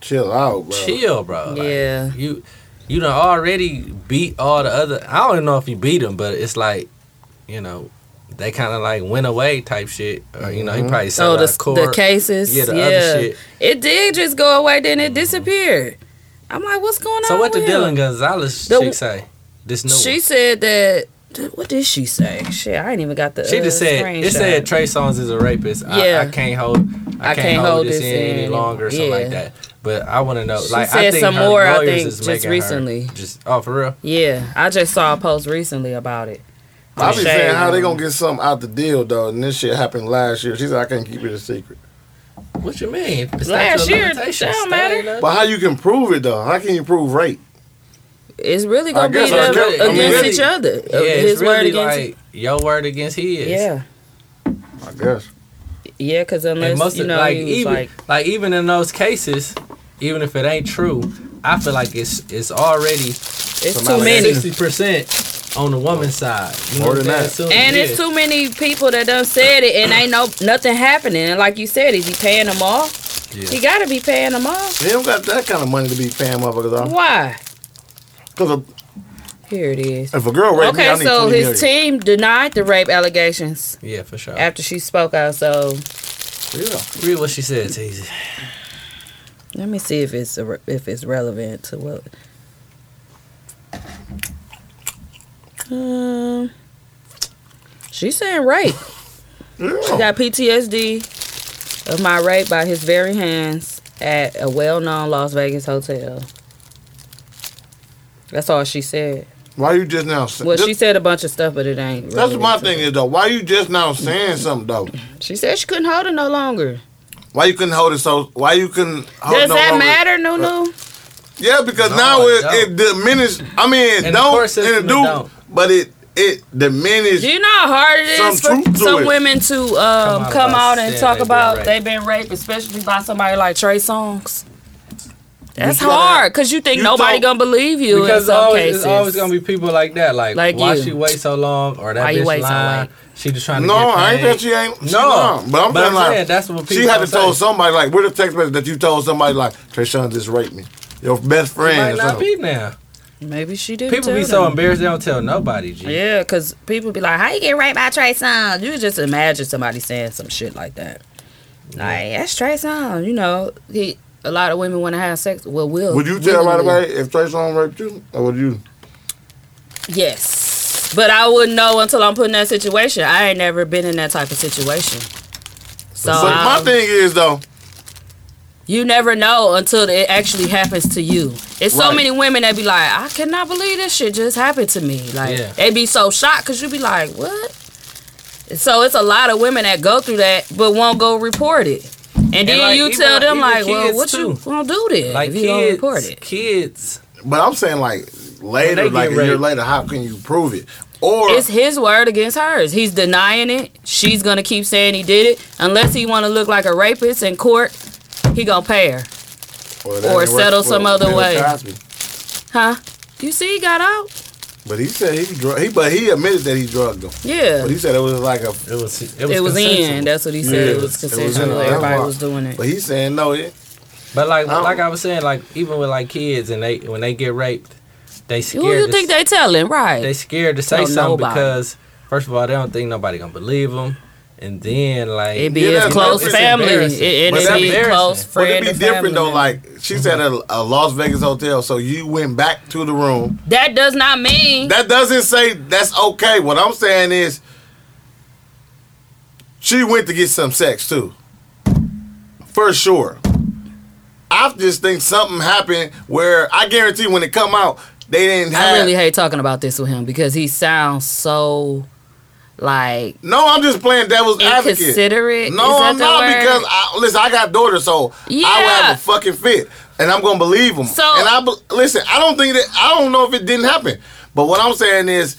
S6: Chill out, bro.
S1: chill, bro. Like,
S3: Yeah.
S1: you you done already beat all the other. I don't even know if you beat them, but it's like you know they kind of like went away type shit. Or, you know, he probably
S3: so Mm-hmm. Oh,
S1: settled
S3: the
S1: out of court.
S3: the cases,
S1: Yeah,
S3: yeah,
S1: the other shit.
S3: it did just go away, then it disappeared. I'm like, what's going
S1: Mm. So
S3: on?
S1: what the
S3: with
S1: Dylan
S3: him?
S1: Gonzalez
S3: The-
S1: chick say? This new
S3: She
S1: one.
S3: said that. What did she say? Shit, I ain't even got the.
S1: She just
S3: uh,
S1: said it
S3: screenshot.
S1: said Trey Songz is a rapist. I, I
S3: Yeah.
S1: can't hold I, can't, hold this in any
S3: in.
S1: longer or something like
S3: Yeah.
S1: that. But I want to know
S3: She
S1: like I
S3: said
S1: think
S3: some
S1: her
S3: more, I
S1: lawyers
S3: think,
S1: is
S3: just
S1: making her
S3: recently.
S1: Just oh for real.
S3: Yeah, I just saw a post recently about it.
S6: I be
S3: Shame.
S6: saying how they gonna get something out the deal though, and this shit happened last year. She said I can't keep it a secret.
S1: What you mean? It's
S3: Last
S1: not your
S3: year,
S1: limitation.
S3: don't
S1: Stay
S3: matter.
S1: in there.
S6: But how you can prove it thougell How can you prove rape?
S3: It's really
S6: I
S3: gonna be
S6: guess
S3: them
S6: I
S3: against
S6: really- I mean, really-
S3: each other.
S1: Yeah,
S3: His
S1: it's really
S3: word against.
S1: like your word against his.
S3: yeah,
S6: I guess.
S3: yeah, because
S1: and
S3: unless
S1: most
S3: you
S1: of,
S3: know,
S1: like
S3: he was
S1: even
S3: like,
S1: like, even in those cases, even if it ain't true, I feel like it's it's already
S3: it's too
S6: somebody
S3: many,
S1: sixty percent on the woman's side. You know
S6: More
S1: what I'm
S6: than
S1: saying?
S6: that.
S1: Soon-
S3: and
S1: yeah.
S3: it's too many people that done said it, and ain't no nothing happening. And like you said, is he paying them off?
S1: Yeah.
S3: He gotta be paying them off.
S6: They don't got that kind of money to be paying motherfuckers off.
S3: Why?
S6: Because
S3: Here it is.
S6: if a girl raped me, I
S3: Okay,
S6: need
S3: so
S6: 20
S3: his
S6: million.
S3: team denied the rape allegations
S1: yeah, for sure.
S3: after she spoke out. So
S6: Yeah.
S1: Read what she said, Teasy.
S3: let me see if it's a, if it's relevant to what. Um, she's saying rape. She
S6: Oh.
S3: got PTSD of my rape by his very hands at a well-known Las Vegas hotel. That's all she said.
S6: Why you just now? Say,
S3: Well,
S6: this-
S3: she said a bunch of stuff, but it ain't.
S6: that's
S3: relevant
S6: my
S3: to-
S6: thing is though. Why you just now saying something though?
S3: She said she couldn't hold it no longer.
S6: Why you couldn't hold it so? Why you couldn't? Hold
S3: Does
S6: no
S3: that
S6: longer- Uh,
S3: matter, Nunu?
S6: Yeah, because
S1: No,
S6: now
S1: it
S6: it, it diminished. I mean,
S1: In the court
S6: don't
S1: system,
S6: and it
S1: it
S6: do,
S1: don't.
S6: but it it diminished.
S3: Do you know how hard it is
S6: Some truth
S3: for
S6: to
S3: some
S6: it.
S3: women to um,
S1: Come out
S3: come, out
S1: about
S3: and
S1: saying
S3: talk
S1: they been
S3: about
S1: raped.
S3: they've been raped, especially by somebody like Trey Songz? That's
S6: You gotta-
S3: hard because you think
S6: you
S3: nobody
S6: thought-
S3: gonna believe you
S1: Because
S3: in
S1: it's
S3: some
S1: always,
S3: cases.
S1: it's always gonna be people like that. Like,
S3: Like
S1: why
S3: you.
S1: she wait so long, or that
S3: Why you
S1: bitch
S3: wait so
S1: lying.
S3: late?
S1: she just trying to
S6: no,
S1: get
S6: I ain't
S1: paid.
S6: that she ain't. She
S1: No,
S6: lying, but I'm
S1: but
S6: saying
S1: I'm
S6: like
S1: saying that's what
S6: she
S1: people
S6: had to
S1: don't
S6: tell
S1: say.
S6: somebody like where the text message that you told somebody like Treshawn just raped me, your best friend.
S1: Might
S6: Or
S1: not
S6: something.
S1: be now.
S3: Maybe she did.
S1: People
S3: tell
S1: be so
S3: them.
S1: embarrassed they don't tell nobody. G.
S3: Yeah, because people be like, "How you get raped by Trey Songz?" You just imagine somebody saying some shit like that. Like that's Trey Songz. You know, he a lot of women want to have sex. Well, will
S6: Would you tell right
S3: willingly.
S6: away if Treshawn raped you, or would you?
S3: Yes. But I wouldn't know until I'm put in that situation. I ain't never been in that type of situation. So
S6: But my
S3: um,
S6: thing is though,
S3: you never know until it actually happens to you. It's so
S6: Right.
S3: many women that be like, I cannot believe this shit just happened to me. Like
S1: Yeah.
S3: they be so shocked because you be like, what? So it's a lot of women that go through that but won't go report it. And, then
S1: like,
S3: you
S1: even-
S3: tell them
S1: even
S3: like, well,
S1: kids,
S3: what you
S1: too.
S3: gonna do then
S1: Like
S3: if you don't
S1: kids,
S3: report it?
S1: kids.
S6: but I'm saying like later,
S1: get
S6: like a year
S1: raped.
S6: later, how can you prove it? Or
S3: It's his word against hers. He's denying it. She's gonna keep saying he did it unless he want to look like a rapist in court. He gonna pay her,
S6: or, that
S3: or
S6: ain't worth
S3: settle
S6: for
S3: some other
S6: Bill
S3: way.
S6: Cosby.
S3: huh? You see, he got out.
S6: But he said he drug. He but he admitted that he drugged him.
S3: Yeah,
S6: But he said it was like a.
S1: It was. It was,
S3: it was
S1: consensual.
S3: in. That's what he said.
S6: Yeah,
S3: it was
S6: it was
S3: consensual.
S6: in.
S3: Everybody was doing it.
S6: But he's saying no. It,
S1: But like,
S6: I don't-
S1: like I was saying, like even with like kids and they when they get raped, they scared.
S3: Who you
S1: to
S3: think they telling? Right?
S1: they scared to say
S3: Tell
S1: something
S3: nobody.
S1: because first of all they don't think nobody gonna believe them, and then like
S3: it be
S6: Yeah,
S3: his
S6: that's
S3: close
S6: different.
S3: family. It,
S1: It's
S3: it,
S1: embarrassing.
S3: it
S6: But
S3: be close
S1: that's embarrassing.
S6: but
S3: friend.
S6: it'd be
S3: and
S6: different
S3: family
S6: though.
S3: member.
S6: Like she said, at a, a Las Vegas hotel. So you went back to the room.
S3: that does not mean
S6: That doesn't say that's okay. What I'm saying is, she went to get some sex too, for sure. I just think something happened where I guarantee when it come out, they didn't have.
S3: I really hate talking about this with him because he sounds so like
S6: No, I'm just playing devil's advocate.
S3: Inconsiderate?
S6: No,
S3: Is that
S6: I'm
S3: the
S6: not
S3: word?
S6: because I, listen, I got daughters, so I will
S3: Yeah.
S6: have a fucking fit, and I'm gonna believe them.
S3: So-
S6: and I be- listen. I don't think that I don't know if it didn't happen, but what I'm saying is,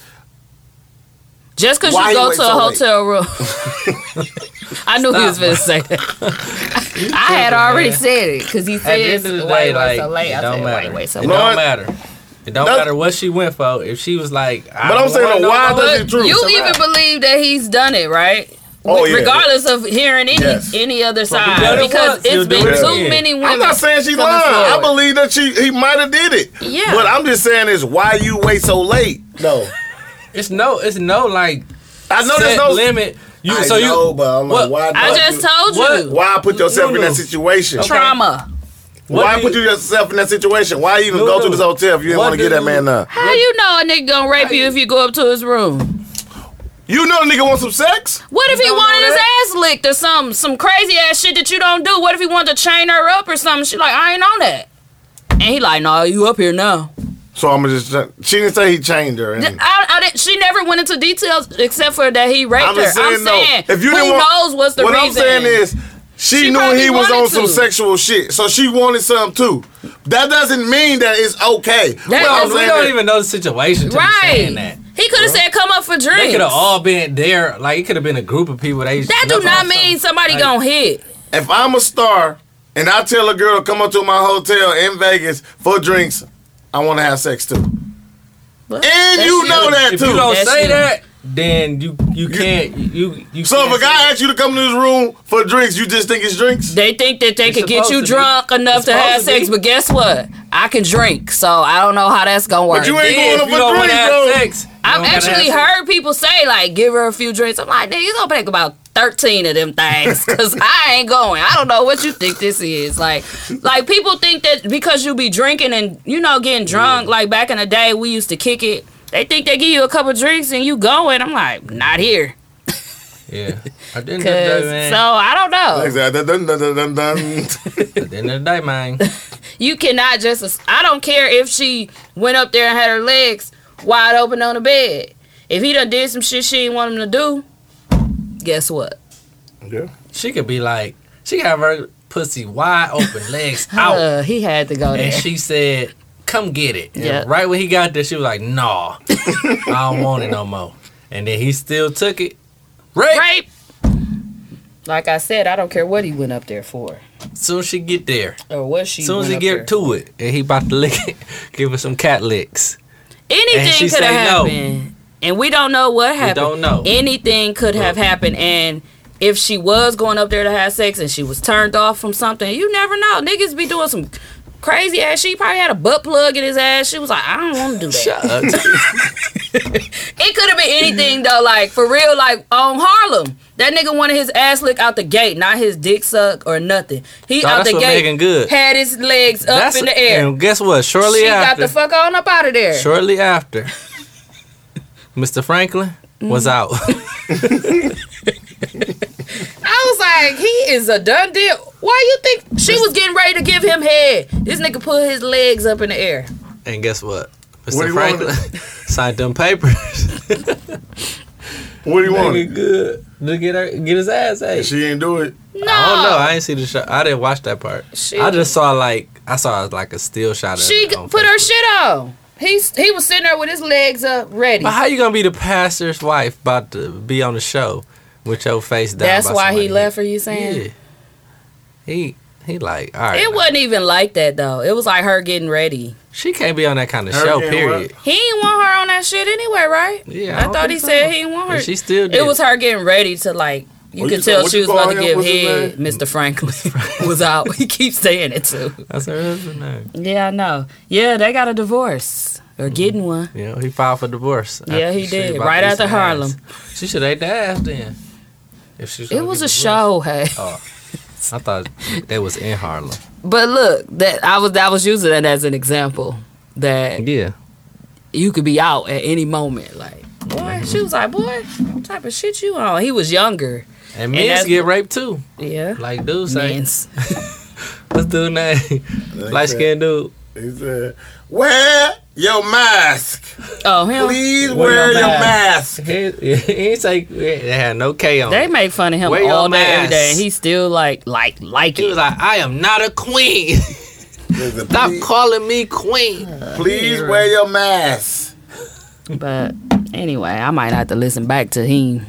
S3: Just because
S6: Why
S3: you
S6: he
S3: go
S6: wait
S3: to a
S6: so late?
S3: hotel room. I knew he was going to say that. I had already
S1: man.
S3: said it because he
S1: At
S3: said
S1: the
S3: it.
S1: end of the
S3: why
S1: day,
S3: you wait
S1: like
S3: so late?
S1: it
S3: I
S1: don't
S3: said, why
S1: matter.
S3: you wait so
S1: it
S3: late?
S1: don't
S6: Lord.
S1: matter. It don't
S6: That's-
S1: matter what she went for. If she was like, I
S6: but I'm
S1: don't
S6: saying
S1: want
S6: the
S1: no
S6: why
S1: more-
S6: does
S3: But
S6: it true?
S3: you even believe that he's done it, right?
S6: Oh,
S3: With-
S6: yeah.
S3: Regardless of hearing any
S6: Yes.
S3: any other
S1: done
S3: side,
S1: it
S3: because
S1: once, you'll
S3: it's
S1: do
S3: been
S1: it
S3: too
S1: again.
S3: many women.
S6: I'm not saying she
S3: coming
S6: lying. I
S3: forward.
S6: believe that she he might have did it.
S3: Yeah.
S6: But I'm just saying is why you wait so late? No,
S1: It's no, it's no like
S6: I know there's
S1: set
S6: no
S1: limit. You
S6: I
S1: so you
S6: know, but I'm like,
S1: what-
S6: why?
S3: I
S6: not
S3: just
S6: you-
S3: told
S1: What?
S3: you
S6: Why put yourself in that situation?
S3: trauma.
S1: what
S6: Why
S1: do
S6: put
S1: you-
S6: yourself in that situation? Why even
S1: No,
S6: go to
S1: no.
S6: this hotel if you didn't
S1: What
S6: want to get
S1: do
S6: that man uh,
S1: you-
S6: up?
S3: How you know a nigga gonna rape you if you go up to his room?
S6: You know the nigga want some sex?
S3: What if he
S1: don't
S3: wanted
S1: know
S3: his ass licked or some some crazy ass shit that you don't do? What if he wanted to chain her up or something? She like, I ain't on that. And he like, no, you up here now.
S6: So I'm just. She didn't say he chained her.
S3: I,
S6: And,
S3: I didn't, she never went into details except for that he raped
S6: I'm
S3: her.
S6: just saying,
S3: I'm
S6: no.
S3: saying,
S6: if you
S3: who
S6: didn't want,
S3: knows what's the
S6: what
S3: reason?
S6: I'm saying is, she,
S3: She
S6: knew
S3: probably
S6: he was
S3: wanted
S6: on some
S3: to.
S6: sexual shit, so she wanted some too. That doesn't mean that it's okay.
S3: That
S6: What I'm
S3: is-
S1: we
S6: saying
S1: don't
S6: is-
S1: even know the situation. To right. Be saying
S3: right.
S1: that.
S3: He could have said, come up for
S1: They
S3: drinks.
S1: could have all been there. Like it could have been a group of people. They
S3: that do not mean somebody
S1: Like-
S3: gonna hit.
S6: If I'm a star and I tell a girl to come up to my hotel in Vegas for drinks, I want to have sex too.
S3: What?
S6: And
S3: That's
S6: you
S3: you.
S6: know that
S1: If
S6: too.
S1: you don't
S3: That's
S1: say
S3: you.
S1: that, then you you can't you you.
S6: so
S1: can't
S6: if a
S1: say that.
S6: guy asks you to come to his room for drinks, you just think it's drinks?
S3: They think that they
S1: It's
S3: could get
S1: supposed
S3: you
S1: to be.
S3: drunk enough
S1: It's
S3: to have
S1: supposed to
S3: sex,
S1: be.
S3: but guess what? I can drink, so I don't know how that's gonna work.
S6: But you ain't
S1: Yeah,
S6: going
S1: if
S6: up
S1: you don't
S6: for
S1: wanna have
S6: drinks,
S1: sex, you
S3: I've
S1: don't gotta
S3: actually
S1: have sex.
S3: heard people say like, give her a few drinks. I'm like, nigga, you gonna take about thirteen of them things because I ain't going. I don't know what you think this is. Like, like people think that because you be drinking and you know getting drunk. Like back in the day, we used to kick it They think they give you a couple drinks and you going. I'm like, not here.
S1: Yeah. At the end of the
S3: 'Cause-
S1: day, man.
S3: so I don't know.
S1: At the end of the day, man.
S3: You cannot just. I don't care if she went up there and had her legs wide open on the bed. If he done did some shit she didn't want him to do, guess what?
S6: Yeah.
S1: She could be like, she got her pussy wide open, legs out.
S3: Uh, he had to go
S1: And
S3: there.
S1: she said, come get it. And
S3: Yeah.
S1: right when he got there, she was like, nah, I don't want it no more. And then he still took it. Right?
S3: Rape. Like I said, I don't care what he went up there for
S1: Soon as she get there.
S3: or what she.
S1: soon as
S3: went
S1: he
S3: up
S1: get
S3: there.
S1: to it. And he about to lick it. Give her some cat licks. And she
S3: anything could
S1: say
S3: have
S1: no.
S3: happened, and we don't know what happened.
S1: don't know.
S3: Anything could have happened, and if she was going up there to have sex and she was turned off from something, you never know. Niggas be doing some crazy ass. She probably had a butt plug in his ass. She was like, I don't want to do that.
S1: Uh,
S3: It could have been anything though, like for real, like on Harlem. That nigga wanted his ass licked out the gate, not his dick suck or nothing. He
S1: Nah,
S3: out
S1: Oh, that's
S3: the
S1: what
S3: gate
S1: Megan good.
S3: had his legs up
S1: that's-
S3: in the air.
S1: And guess what? Shortly
S3: She got
S1: after.
S3: the fuck on up out of there.
S1: Shortly after, Mr. Franklin was
S3: Mm-hmm.
S1: out.
S3: I was like, he is a done deal. Why you think she was getting ready to give him head? This nigga put his legs up in the air.
S1: and guess what? Mr.
S6: What he
S1: Franklin signed them papers.
S6: What do you
S1: Nigga
S6: want?
S1: good. To get her, get his ass ate.
S6: She didn't do it.
S3: No,
S1: I don't know. I ain't see the shot. I didn't watch that part.
S3: She-
S1: I just saw like I saw like a still shot. Of
S3: she
S1: it
S3: g-
S1: on
S3: put her
S1: Facebook.
S3: shit on. He s- he was sitting there with his legs up, ready.
S1: But how you gonna be the pastor's wife about to be on the show with your face down?
S3: That's
S1: by
S3: why
S1: somebody?
S3: he left. Are you saying?
S1: Yeah. He he like all right.
S3: It wasn't even like that though. It was like her getting ready.
S1: She can't be on that kind of
S6: Her
S1: show.
S6: getting
S1: Period.
S3: He didn't want her on that shit anyway, right?
S1: Yeah, I
S3: I,
S1: don't
S3: thought
S1: think
S3: he
S1: so.
S3: said he didn't want her.
S1: And she still did.
S3: It was her getting ready to like. You
S6: What
S3: could
S6: Oh, you call-
S3: tell
S6: what
S3: she
S6: you
S3: was
S6: call
S3: about to
S6: him?
S3: give
S6: What's his
S3: head. Mr. Franklin was out. he keeps saying it too.
S1: That's her husband name.
S3: Yeah, I know. Yeah, they got a divorce or getting one.
S1: You know, he filed for divorce.
S3: Mm-hmm. Yeah,
S1: after
S3: he
S1: she
S3: did.
S1: about
S3: Right
S1: to eat
S3: after
S1: some
S3: Harlem.
S1: ass. She should ate the ass then. If she
S3: It
S1: gonna
S3: was a
S1: get divorced.
S3: show, hey.
S1: I thought that was in Harlem.
S3: But look, that I was I was using that as an example that
S1: Yeah.
S3: you could be out at any moment. Like, Mm-hmm. boy, she was like, boy, what type of shit you on? He was younger.
S1: And men
S3: that's-
S1: get raped too.
S3: Yeah.
S1: Like dudes say,
S3: Mans.
S1: what's dude name? Light skinned dude.
S6: He said, "Wear your mask,
S3: Oh, him.
S6: please.
S1: Wear
S6: Wear
S1: your
S6: your mask."
S1: He, he ain't say they had no K on.
S3: They
S1: it.
S3: make fun of him
S1: Wear your
S3: all day, every day, and
S1: mask.
S3: he still like, like, like
S1: He was
S3: it.
S1: like, I am not a queen.
S6: He said,
S1: Stop
S6: "Please-
S1: calling me queen.
S6: Please wear your mask.
S3: But anyway, I might have to listen back to him,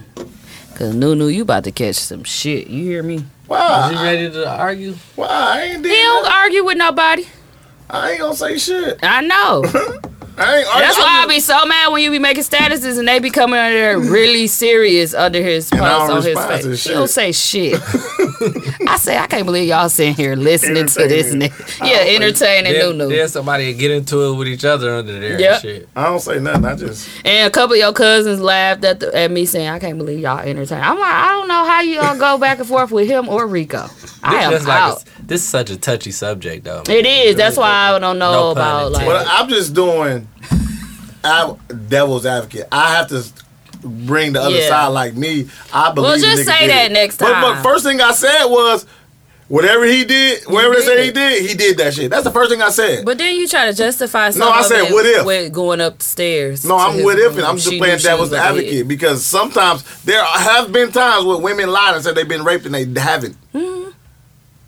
S3: cause Nunu, you about to catch some shit. You hear me?
S1: Is he
S6: Why?
S1: ready to argue?
S6: Why? I ain't did
S3: He don't
S6: nothing.
S3: argue with nobody.
S6: I ain't gonna say shit.
S3: I know.
S6: I ain't.
S3: That's
S6: I,
S3: why I be so mad when you be making statuses and they be coming under there really serious under his post
S6: And I don't
S3: on his
S6: respond to
S3: face.
S6: shit.
S3: He don't say shit. I say I can't believe y'all sitting here listening to this nigga. Yeah, entertaining
S1: Then,
S3: Nunu.
S1: then somebody get into it with each other under there
S3: Yep.
S1: and shit.
S6: I don't say nothing. I just.
S3: And a couple of your cousins laughed at, the, at me saying, I can't believe y'all entertain. I'm like, I don't know how y'all go back and forth with him or Rico. I
S1: This,
S3: am
S1: just like a-
S3: out.
S1: this is such a touchy subject though.
S3: it is. That's why I don't know
S1: No pun
S3: about like.
S1: intended.
S6: But I'm just doing. I devil's advocate. I have to bring the other
S3: Yeah.
S6: side like me. I believe. the
S3: just
S6: nigga
S3: say
S6: did
S3: that
S6: it.
S3: next
S6: But, but
S3: time.
S6: first thing I said was, whatever he did, whatever they
S3: did
S6: said he
S3: it.
S6: did, he did that shit. That's the first thing I said.
S3: But then you try to justify something.
S6: No, I said,
S3: of it
S6: what if?
S3: With going upstairs.
S6: No,
S3: to
S6: I'm
S3: his
S6: with if
S3: room.
S6: and I'm
S3: She
S6: just
S3: knew
S6: playing
S3: she
S6: devil's
S3: was a hit.
S6: advocate because sometimes there have been times where women lied and said they've been raped and they haven't.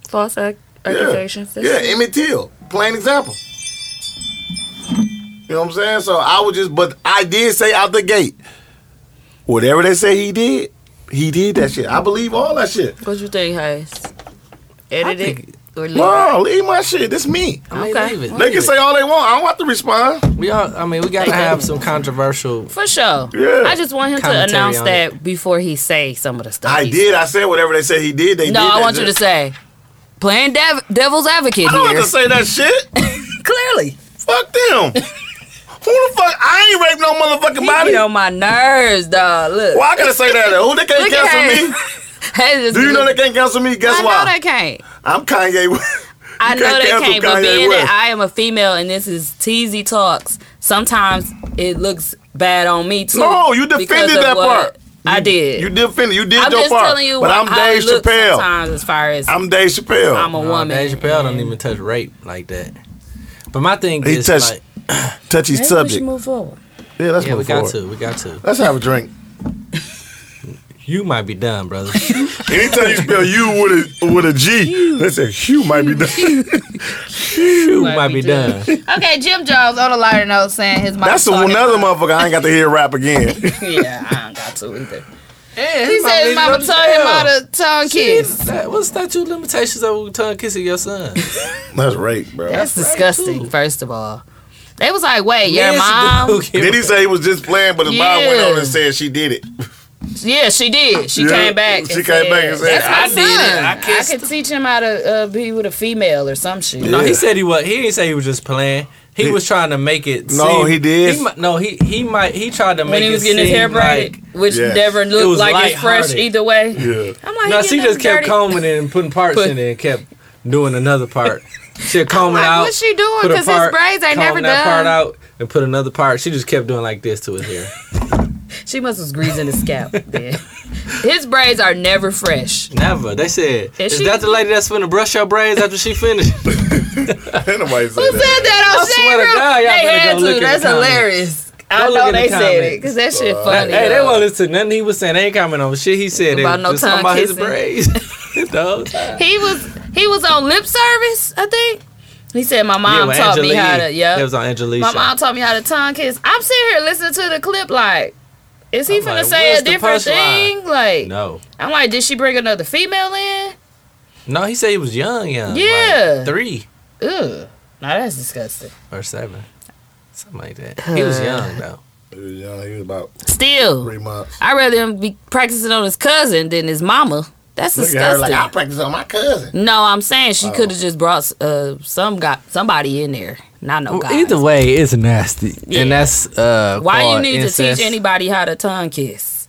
S3: False ac-
S6: Yeah.
S3: accusations.
S6: yeah, Emmett Till, plain example. You know what I'm saying? So I would just, but I did say out the gate, whatever they say he did, he did that shit. I believe all that shit.
S3: What you think, Hayes? Edit it or leave it?
S6: No, leave my shit. This me.
S1: I mean,
S3: Okay.
S1: leave it.
S6: They can say all they want. I don't have to respond.
S1: We all. I mean, we gotta have some controversial.
S3: For sure.
S6: Yeah.
S3: I just want him to
S1: Commentary
S3: announce
S1: on
S3: that before he say some of the stuff.
S6: I
S3: he
S6: did. I said whatever they said he did. They
S3: No,
S6: did.
S3: I
S6: that
S3: want you
S6: shit.
S3: to say playing dev- devil's advocate
S6: I don't
S3: here.
S6: have to say that shit.
S3: Clearly,
S6: Fuck them. Who the fuck? I ain't raped no motherfucking
S3: he
S6: body.
S3: get on my nerves, dog. Look,
S6: Why I gotta say that? Who they can't
S3: Look at
S6: cancel me?
S3: Hayes is-
S6: Do you know they can't cancel me? Guess
S3: I know
S6: why?
S3: they can't.
S6: I'm Kanye. West.
S3: I
S6: You
S3: know
S6: can't
S3: they
S6: cancel
S3: can't. But
S6: Kanye
S3: being
S6: West.
S3: that I am a female and this is teasy talks, sometimes it looks bad on me too.
S6: No, you
S3: because
S6: defended
S3: of
S6: that
S3: what
S6: part.
S3: I did.
S6: You defended. You did
S3: I'm
S6: your
S3: just
S6: part.
S3: telling you
S6: but
S3: how
S6: I'm Dave
S3: I look
S6: Chappelle.
S3: sometimes as far as I'm,
S6: I'm Dave Chappelle.
S3: a
S1: Nah,
S3: woman.
S1: uh, Dave Chappelle don't even touch rape like that. But my thing
S6: He
S1: is
S6: touched-
S1: like,
S3: Maybe
S6: Touchy
S3: we should
S6: subject.
S3: move forward.
S6: Yeah, let's
S1: yeah, we
S6: move
S1: got
S6: forward.
S1: to, we got to.
S6: Let's have a drink.
S1: You might be done, brother.
S6: Anytime you spell you with a with a G, that's a Hugh might be done.
S1: you might be done.
S10: Okay, Jim Jones on a lighter note saying his mom.
S6: That's a, another motherfucker. I ain't got to hear rap again.
S3: yeah, I don't got to either.
S10: He said his mama told him how to tongue kiss.
S1: That, what's statute of limitations of tongue kissing your son?
S6: That's rape, bro.
S3: That's disgusting.
S1: too.
S3: First of all, they was like, "Wait, your
S1: Yes,
S3: mom?
S1: dude, give
S6: Did he say he was just playing, but his mom went
S3: Yeah.
S6: on and said she did it.
S3: Yeah, she did. She
S6: Yeah,
S3: came back.
S6: she came back and said,
S3: "That's my
S6: "I
S3: son. I, could teach him how to uh, be with a female or some shit."
S1: No,
S6: Yeah.
S1: he said he was. He didn't say he was just playing. He, was trying to make it.
S6: No,
S1: seem,
S6: he did.
S1: mi- no, he he might. He tried to make
S3: when he was
S1: it
S3: getting his
S1: seem
S3: hair braided,
S1: like-
S3: which
S6: Yes.
S3: never
S1: It
S3: looked
S1: was
S3: like it's fresh
S1: lighthearted.
S3: either way.
S6: Yeah.
S3: I'm like,
S1: no,
S3: he
S1: she
S3: getting
S1: just kept
S3: dirty.
S1: combing it and putting parts
S3: Put-
S1: in it and kept doing another part. She comb it
S10: Like,
S1: out.
S10: what's she doing?
S1: put a
S10: 'Cause his
S1: part,
S10: braids ain't
S1: comb
S10: never done.
S1: that part out and put another part. She just kept doing like this to his hair.
S3: She must was greasing his scalp. Then his braids are never fresh.
S1: Never. They said,
S3: Is
S1: is,
S3: she-
S1: that the lady that's finna brush your braids after she finished?
S6: Ain't nobody said
S10: Who said
S6: that.
S10: that on
S1: I swear to
S10: Shade Room?
S1: God, y'all
S10: They
S1: better
S10: had
S1: go
S10: to.
S1: look at
S10: That's
S1: the comments.
S10: hilarious.
S3: I
S1: Go look
S3: know
S1: in the
S3: they said it
S1: comments.
S10: Cause that shit funny.
S1: hey, they
S10: though.
S1: won't listen to nothing he was saying. They ain't comment on shit he said. They
S3: About
S1: was
S3: no
S1: just talking
S3: tongue
S1: about his
S3: kissing.
S1: braids. the whole time.
S10: He was he was on lip service, I think. He said my
S1: Yeah,
S10: mom
S1: with
S10: taught me
S1: Angelique.
S10: how to yeah.
S1: It was on Angelique.
S10: My mom taught me how to tongue kiss. I'm sitting here listening to the clip like, is he
S1: I'm
S10: finna
S1: like,
S10: say
S1: where's
S10: a
S1: the
S10: different
S1: punchline?
S10: thing? Like,
S1: No.
S10: I'm like, did she bring another female in?
S1: No, he said he was young, young. like
S10: Yeah.
S1: three
S10: Ew.
S3: Now that's disgusting.
S1: or seven. Something like that. He was young, though.
S6: He was young. He was about
S3: Still,
S6: three months.
S3: I rather him be practicing on his cousin than his mama. That's
S6: Look at her
S3: disgusting.
S6: like I practice on my cousin.
S3: no, I'm saying she could
S6: Oh.
S3: have just brought uh, some got somebody in there, not no guy.
S1: Oh, Either way, it's nasty.
S3: Yeah.
S1: And that's uh
S3: Why you
S1: called
S3: need to
S1: incest.
S3: teach anybody how to tongue kiss?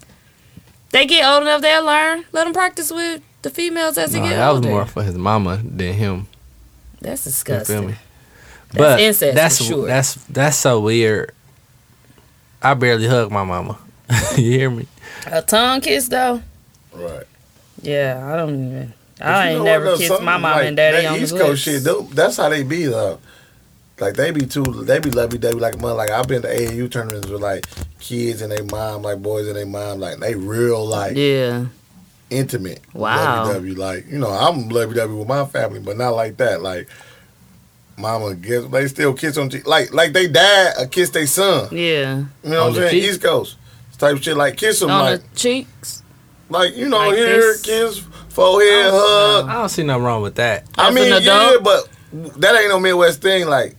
S3: They get old enough, they'll learn. Let them practice with the females as they
S1: No,
S3: get
S1: Uh, that was
S3: older.
S1: more for his mama than him.
S3: That's
S1: You feel
S3: disgusting.
S1: me? But
S3: incest for
S1: that's
S3: sure.
S1: that's that's so weird. I barely hug my mama. you hear me?
S3: A tongue kiss though?
S6: Right.
S3: Yeah, I don't even.
S6: But
S3: I
S6: you
S3: ain't
S6: know what,
S3: never
S6: though,
S3: kissed
S6: something
S3: my mom
S6: like
S3: and daddy
S6: that
S3: on
S6: East
S3: the
S6: Coast
S3: lips.
S6: shit. though, That's how they be though. Like they be too, they be lovey dovey like a mother. Like I've been to AAU tournaments with like kids and they mom, like boys and they mom, like they real like
S3: Yeah,
S6: intimate.
S3: Wow.
S6: Lovey-dovey. Like, you know, I'm lovey-dovey with my family, but not like that. Like, mama gives, they still kiss on, cheek. like, like they dad uh, kiss their son.
S3: yeah.
S6: You know
S1: On
S6: what
S1: the
S6: I'm saying?
S1: cheek?
S6: East Coast. Type shit like kiss them,
S3: on
S6: like,
S3: the cheeks.
S6: like you know,
S3: like
S6: here,
S3: this? Oh,
S6: kiss, forehead, hug.
S1: I don't see nothing wrong with that.
S6: I
S3: As
S6: mean,
S3: an
S6: yeah,
S3: adult?
S6: but that ain't no Midwest thing. Like,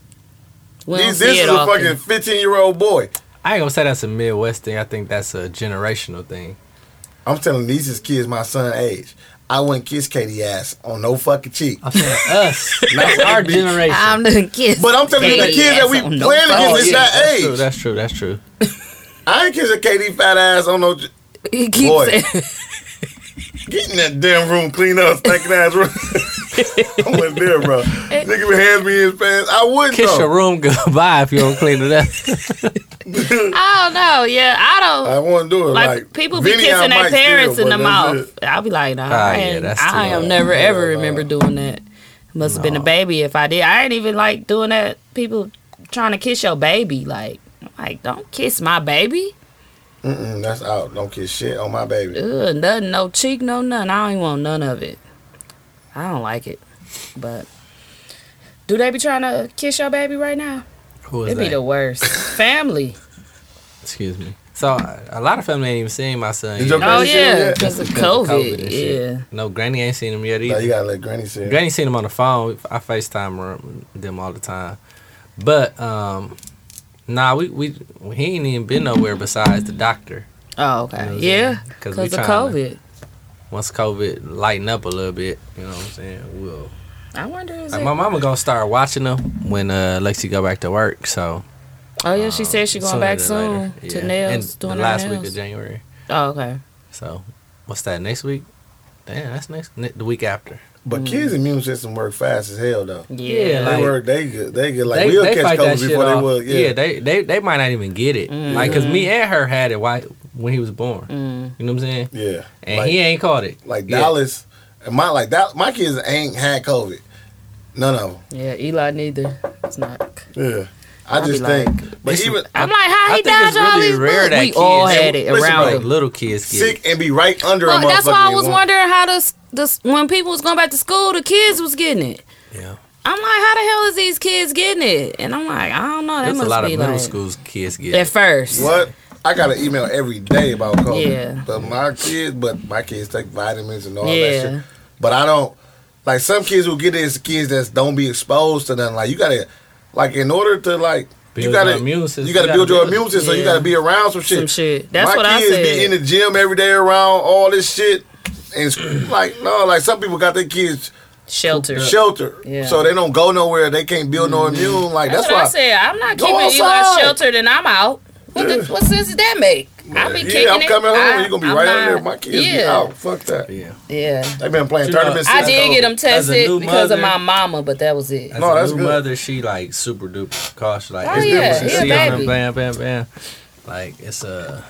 S3: We don't
S6: this,
S3: see
S6: this
S3: it
S6: is a
S3: often.
S6: fucking 15 year old boy.
S1: I ain't gonna say that's a Midwest thing. I think that's a generational thing.
S6: I'm telling these is kids my son age. I wouldn't kiss Katie ass on no fucking cheek.
S1: I'm saying us, not our generation.
S10: I'm the kiss.
S6: But I'm telling you, the
S10: Katie
S6: kids that
S10: ass
S6: we
S10: on
S6: playing
S10: no
S1: Oh,
S6: against is
S1: yeah,
S6: that
S1: that's
S6: age.
S1: True, that's true. That's true.
S6: I ain't kissing Katie fat ass on no.
S3: He keeps
S6: Boy.
S3: saying-
S6: Get in that damn room, clean up, stinking ass room. I wasn't there, bro. Nigga would hand me his pants. I wouldn't.
S1: Kiss
S6: though.
S1: your room goodbye if you don't clean it up.
S3: I don't know. Yeah, I don't.
S6: I wouldn't do it.
S3: like,
S6: Like,
S3: people be
S6: Vinny, I
S3: kissing their
S6: might still,
S3: parents in
S6: but
S3: the
S6: that's
S3: mouth.
S6: it.
S3: I'll be like, nah,
S1: Ah,
S3: I,
S1: yeah,
S3: ain't,
S1: that's
S3: I
S1: too
S3: am
S1: loud.
S3: never
S6: Yeah,
S3: ever
S6: nah.
S3: remember doing that. Must have been a baby if I did. I ain't even like doing that. People trying to kiss your baby, like, I'm like don't kiss my baby.
S6: Mm, that's out. Don't kiss shit on my baby.
S3: Ugh, nothing, no cheek, no none. I don't even want none of it. I don't like it. But do they be trying to kiss your baby right now?
S1: Who is
S3: It'd be the
S1: that?
S3: worst. Family.
S1: Excuse me. So a- a lot of family ain't even seen my son.
S6: Did
S1: Yet.
S6: your
S1: No,
S3: Oh
S6: granny see him
S3: yeah,
S6: yet?
S3: because of
S1: because of
S3: COVID.
S1: and
S3: yeah.
S1: shit. No, Granny ain't seen him yet either.
S6: No, you gotta let Granny see. it.
S1: Granny seen him on the phone. I FaceTime her- them all the time. But um nah, we we he ain't even been nowhere besides the doctor.
S3: Oh
S1: You know
S3: okay.
S1: what I'm
S3: Yeah,
S1: saying? 'Cause we
S3: because of
S1: tryna-
S3: COVID.
S1: Once COVID lighten up a little bit, you know what I'm saying? We'll
S3: I wonder is
S1: like,
S3: it?
S1: my mama gonna start watching him when uh Lexi go back to work. So um,
S3: oh yeah, she said she
S1: sooner
S3: going back
S1: than
S3: soon
S1: later.
S3: to
S1: Yeah.
S3: nails Oh,
S1: And
S3: doing
S1: the
S3: her
S1: last
S3: nails.
S1: week of January.
S3: oh okay.
S1: So what's that next week? Damn, that's next ne- the week after.
S3: Mm.
S6: But kids' immune system work fast as hell though. they
S1: Yeah, like-
S6: work. They get. They get like
S1: they,
S6: we'll
S1: they
S6: catch
S1: fight that
S6: COVID
S1: shit
S6: before they
S1: off.
S6: will. Yeah.
S1: they, they they might not even get it.
S3: Mm.
S1: Like, cause me and her had it while, when he was born. You know what I'm saying?
S6: yeah.
S1: And
S6: Like-
S1: he ain't caught it.
S6: Like
S1: Yeah.
S6: Dallas, and my like that. My kids ain't had COVID. None of them.
S3: Yeah, Eli neither. It's not.
S6: Yeah. I
S3: I'd
S6: just
S3: be like,
S6: think, but even
S3: I'm like, how
S1: I
S3: he
S1: think it's
S3: dodged all
S1: really
S3: these
S1: rare
S3: bullets?
S1: that
S3: We
S1: kids-
S3: all had it
S6: Listen,
S3: around
S6: bro,
S1: Like,
S3: him.
S1: little kids get
S6: sick and be right under a
S3: Well,
S6: motherfucker.
S3: that's why I was
S6: and
S3: wondering how this, this when people was going back to school, the kids was getting it.
S1: it. Yeah,
S3: I'm like, how the hell is these kids getting it? And I'm like, I don't know. That
S1: there's
S3: must
S1: a lot of
S3: be
S1: middle
S3: like
S1: schools kids get
S3: at
S1: it.
S3: first.
S6: What? I got an email every day about COVID.
S3: Yeah.
S6: But my kids, but my kids take vitamins and all
S3: Yeah.
S6: that shit. But I don't. Like some kids will get it is kids that don't be exposed to nothing. Like you gotta, like in order to like. you
S1: Build
S6: gotta,
S1: your immune system.
S6: you gotta
S1: You
S6: build
S1: gotta
S6: your
S1: build it.
S6: immune system. So you
S3: Yeah.
S6: gotta be around some shit.
S3: Some shit. That's
S6: My
S3: what I
S6: kids
S3: said.
S6: be in the gym every day around all this shit, and sc- like no, like some people got their kids
S3: Shelter.
S6: sheltered,
S3: Yeah.
S6: so they don't go nowhere. They can't build no immune. Like that's,
S3: That's what I
S6: why
S3: said. I'm not
S6: Go
S3: keeping Eli
S6: outside.
S3: sheltered and I'm out. What, the, what sense does that make? I be
S6: yeah,
S3: kicking
S6: I'm
S3: it.
S6: coming home.
S3: I-
S6: You're gonna be
S3: I'm
S6: right
S3: not-
S6: under there. My kids
S3: yeah,
S6: be out. Fuck that.
S1: Yeah,
S3: Yeah.
S6: They've been playing
S1: You know,
S6: tournaments.
S3: I
S6: since
S3: did
S6: COVID.
S3: get them
S1: As a new
S3: tested because of my
S1: mother-
S3: mama, but that was it.
S1: As
S6: No,
S1: a
S6: that's
S1: new
S6: good.
S1: mother, she like super duper cautious. Like,
S3: Oh,
S1: it's
S3: yeah,
S1: different.
S3: yeah,
S1: she see on
S3: baby.
S1: them, bam, bam, bam. Like, it's a,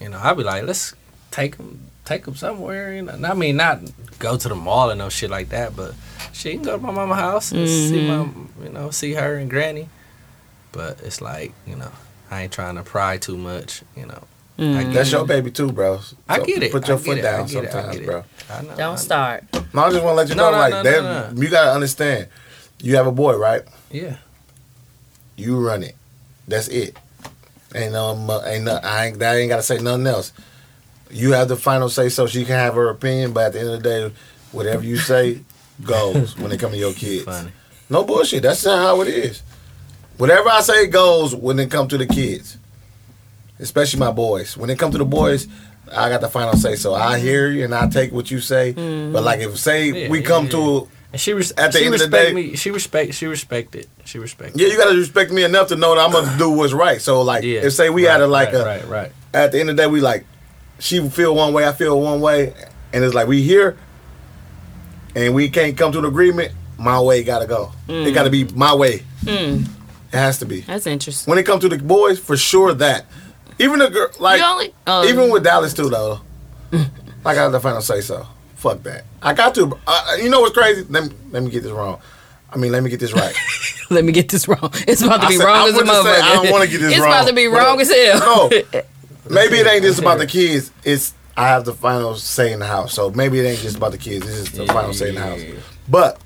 S1: you know, I'll be like, let's take them, take them somewhere. You know? And I mean, not go to the mall and no shit like that, but she can go to my mama's house and see
S3: Mm-hmm.
S1: my, you know, see her and granny. But it's like, you know, I ain't trying to pry too much, you know. I get
S6: That's
S1: it.
S6: your baby too, bro. So
S1: I get it.
S6: Put your
S1: I get
S6: foot
S1: it. I
S6: down
S1: get it. I
S6: sometimes,
S1: get it.
S6: bro.
S1: I know. I know.
S3: Don't start.
S6: No, I just want to let you
S1: No,
S6: know,
S1: no,
S6: like
S1: no,
S6: that.
S1: no,
S6: You gotta understand. You have a boy, right?
S1: Yeah.
S6: You run it. That's it. Ain't no, mo- ain't no. I ain't. That ain't gotta say nothing else. You have the final say, so she can have her opinion. But at the end of the day, whatever you say goes when it comes to your kids.
S1: Funny.
S6: No bullshit. That's not how it is. Whatever I say goes when it comes to the kids, especially my boys. When it comes to the boys, I got the final say. So I hear you and I take what you say. But like if say
S1: Mm-hmm. Yeah,
S6: we
S1: yeah,
S6: come
S1: yeah.
S6: to,
S1: And she, res-
S6: At the
S1: she
S6: end of the
S1: respect
S6: day-
S1: me. She respect. She respected. She respected.
S6: yeah, you gotta respect me enough to know that I'm gonna do what's right. So like if say we had a like
S1: right,
S6: a,
S1: right, right.
S6: at the end of the day we like, she feel one way, I feel one way, and it's like we here, and we can't come to an agreement. My way gotta go. It gotta be my way.
S1: Mm.
S6: It has to be.
S3: That's interesting.
S6: when it comes to the boys, for sure that. Even the girl, like,
S3: You only- oh.
S1: um,
S6: even with Dallas too, though. I got the final say so. Fuck that. I got to. Uh, you know what's crazy? Let me, let me get this wrong. I mean, let me get this right.
S3: Let me get this wrong. It's about to
S6: I
S3: be
S6: said- I
S3: wrong as a
S6: wouldn't say
S3: motherfucker.
S6: I don't wanna get this
S3: it's
S6: wrong.
S3: about to be wrong
S6: But-
S3: as hell.
S6: No, maybe it ain't just about the kids. It's I have the final say in the house, so maybe it ain't just about the kids. This is the final say in the house. But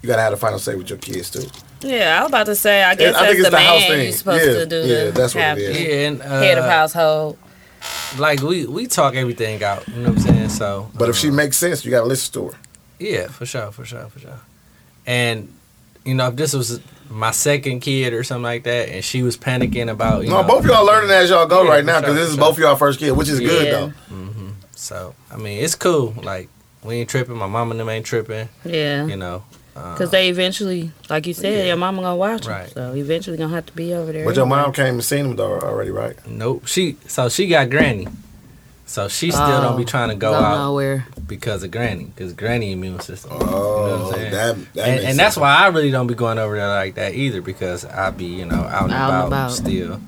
S6: you gotta have the final say with your kids too.
S3: Yeah, I was about to say. I guess
S6: I
S3: that's
S6: think
S3: the,
S6: it's the house
S3: man
S6: thing.
S3: you supposed
S6: Yeah,
S3: to do.
S6: yeah,
S3: to
S6: that's what it
S3: have
S6: is.
S3: the
S1: Yeah, and uh,
S3: Head of household.
S1: like we we talk everything out. You know what I'm saying? So,
S6: But if she
S1: uh,
S6: makes sense, you gotta listen to her.
S1: yeah, for sure, for sure, for sure. And you know, if this was my second kid or something like that, and she was panicking about, you
S6: No,
S1: know,
S6: both y'all learning as y'all go
S1: Yeah,
S6: right
S1: for
S6: now
S1: sure,
S6: because this
S1: for
S6: is
S1: sure.
S6: both y'all first kid, which is good
S3: Yeah.
S6: though.
S1: So, I mean, it's cool. Like we ain't tripping. My mom and them ain't tripping.
S3: Yeah,
S1: You know,
S3: because they eventually, like you said, your mama gonna watch them.
S1: Right.
S3: So eventually gonna have to be over there.
S6: But your mom came and seen him though already, right?
S1: nope. She so she got granny. So she still don't be
S3: Oh,
S1: trying to go
S3: Go
S1: out
S3: nowhere.
S1: because of granny, because granny immune system.
S6: Oh, that, that
S1: and,
S6: makes
S1: and that's
S6: sense.
S1: why I really don't be going over there like that either because I be you know out and,
S3: Out and
S1: about,
S3: about.
S1: still.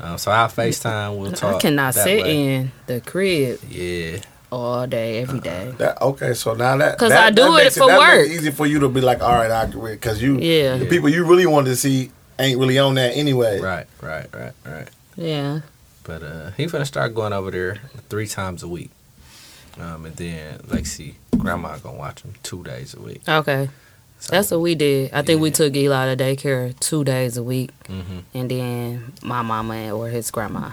S1: Um, so I Facetime. We'll talk.
S3: I cannot
S1: that
S3: sit
S1: way.
S3: in the crib
S1: Yeah,
S3: all day, every
S1: Uh-uh.
S3: day.
S6: That, okay, so now that
S3: 'Cause
S6: that-
S3: I do
S6: that
S3: it
S6: makes
S3: for
S6: that makes
S3: work.
S6: it easy for you to be like, all right, I can because you
S3: Yeah.
S6: the people you really wanted to see ain't really on that anyway.
S1: right, right, right, right.
S3: Yeah.
S1: But uh, he finna start going over there three times a week, um, and then Lexi grandma gonna watch him two days a week.
S3: Okay.
S1: So,
S3: That's what we did. I think we
S1: Yeah.
S3: took Eli to daycare two days a week,
S1: Mhm.
S3: and then my mama or his grandma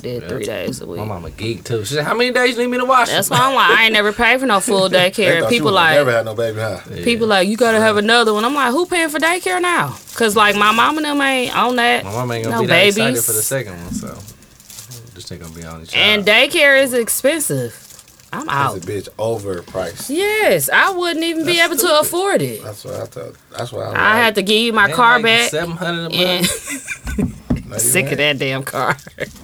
S3: did
S1: Yeah.
S3: three days a week.
S1: my mama geek too. She said, "How many days you need me to watch?"
S3: That's
S1: him?"
S3: why I'm like, I ain't never paid for no full daycare.
S6: They thought
S3: And
S6: you
S3: people
S6: would
S3: like,
S6: never had no baby, huh?
S1: Yeah.
S3: people like, you gotta have another one. I'm like, who paying for daycare now? Cause like my mom and them ain't on that.
S1: My mama ain't gonna
S3: no
S1: be that
S3: babies.
S1: excited for the second one, so this nigga gonna be on his
S3: and daycare is expensive. I'm
S6: That's
S3: out.
S6: a bitch overpriced.
S3: Yes, I wouldn't even be able to afford it.
S6: That's what I thought. That's what I.
S3: I had to give you my car back.
S1: Seven hundred a month.
S3: And Sick of that damn car.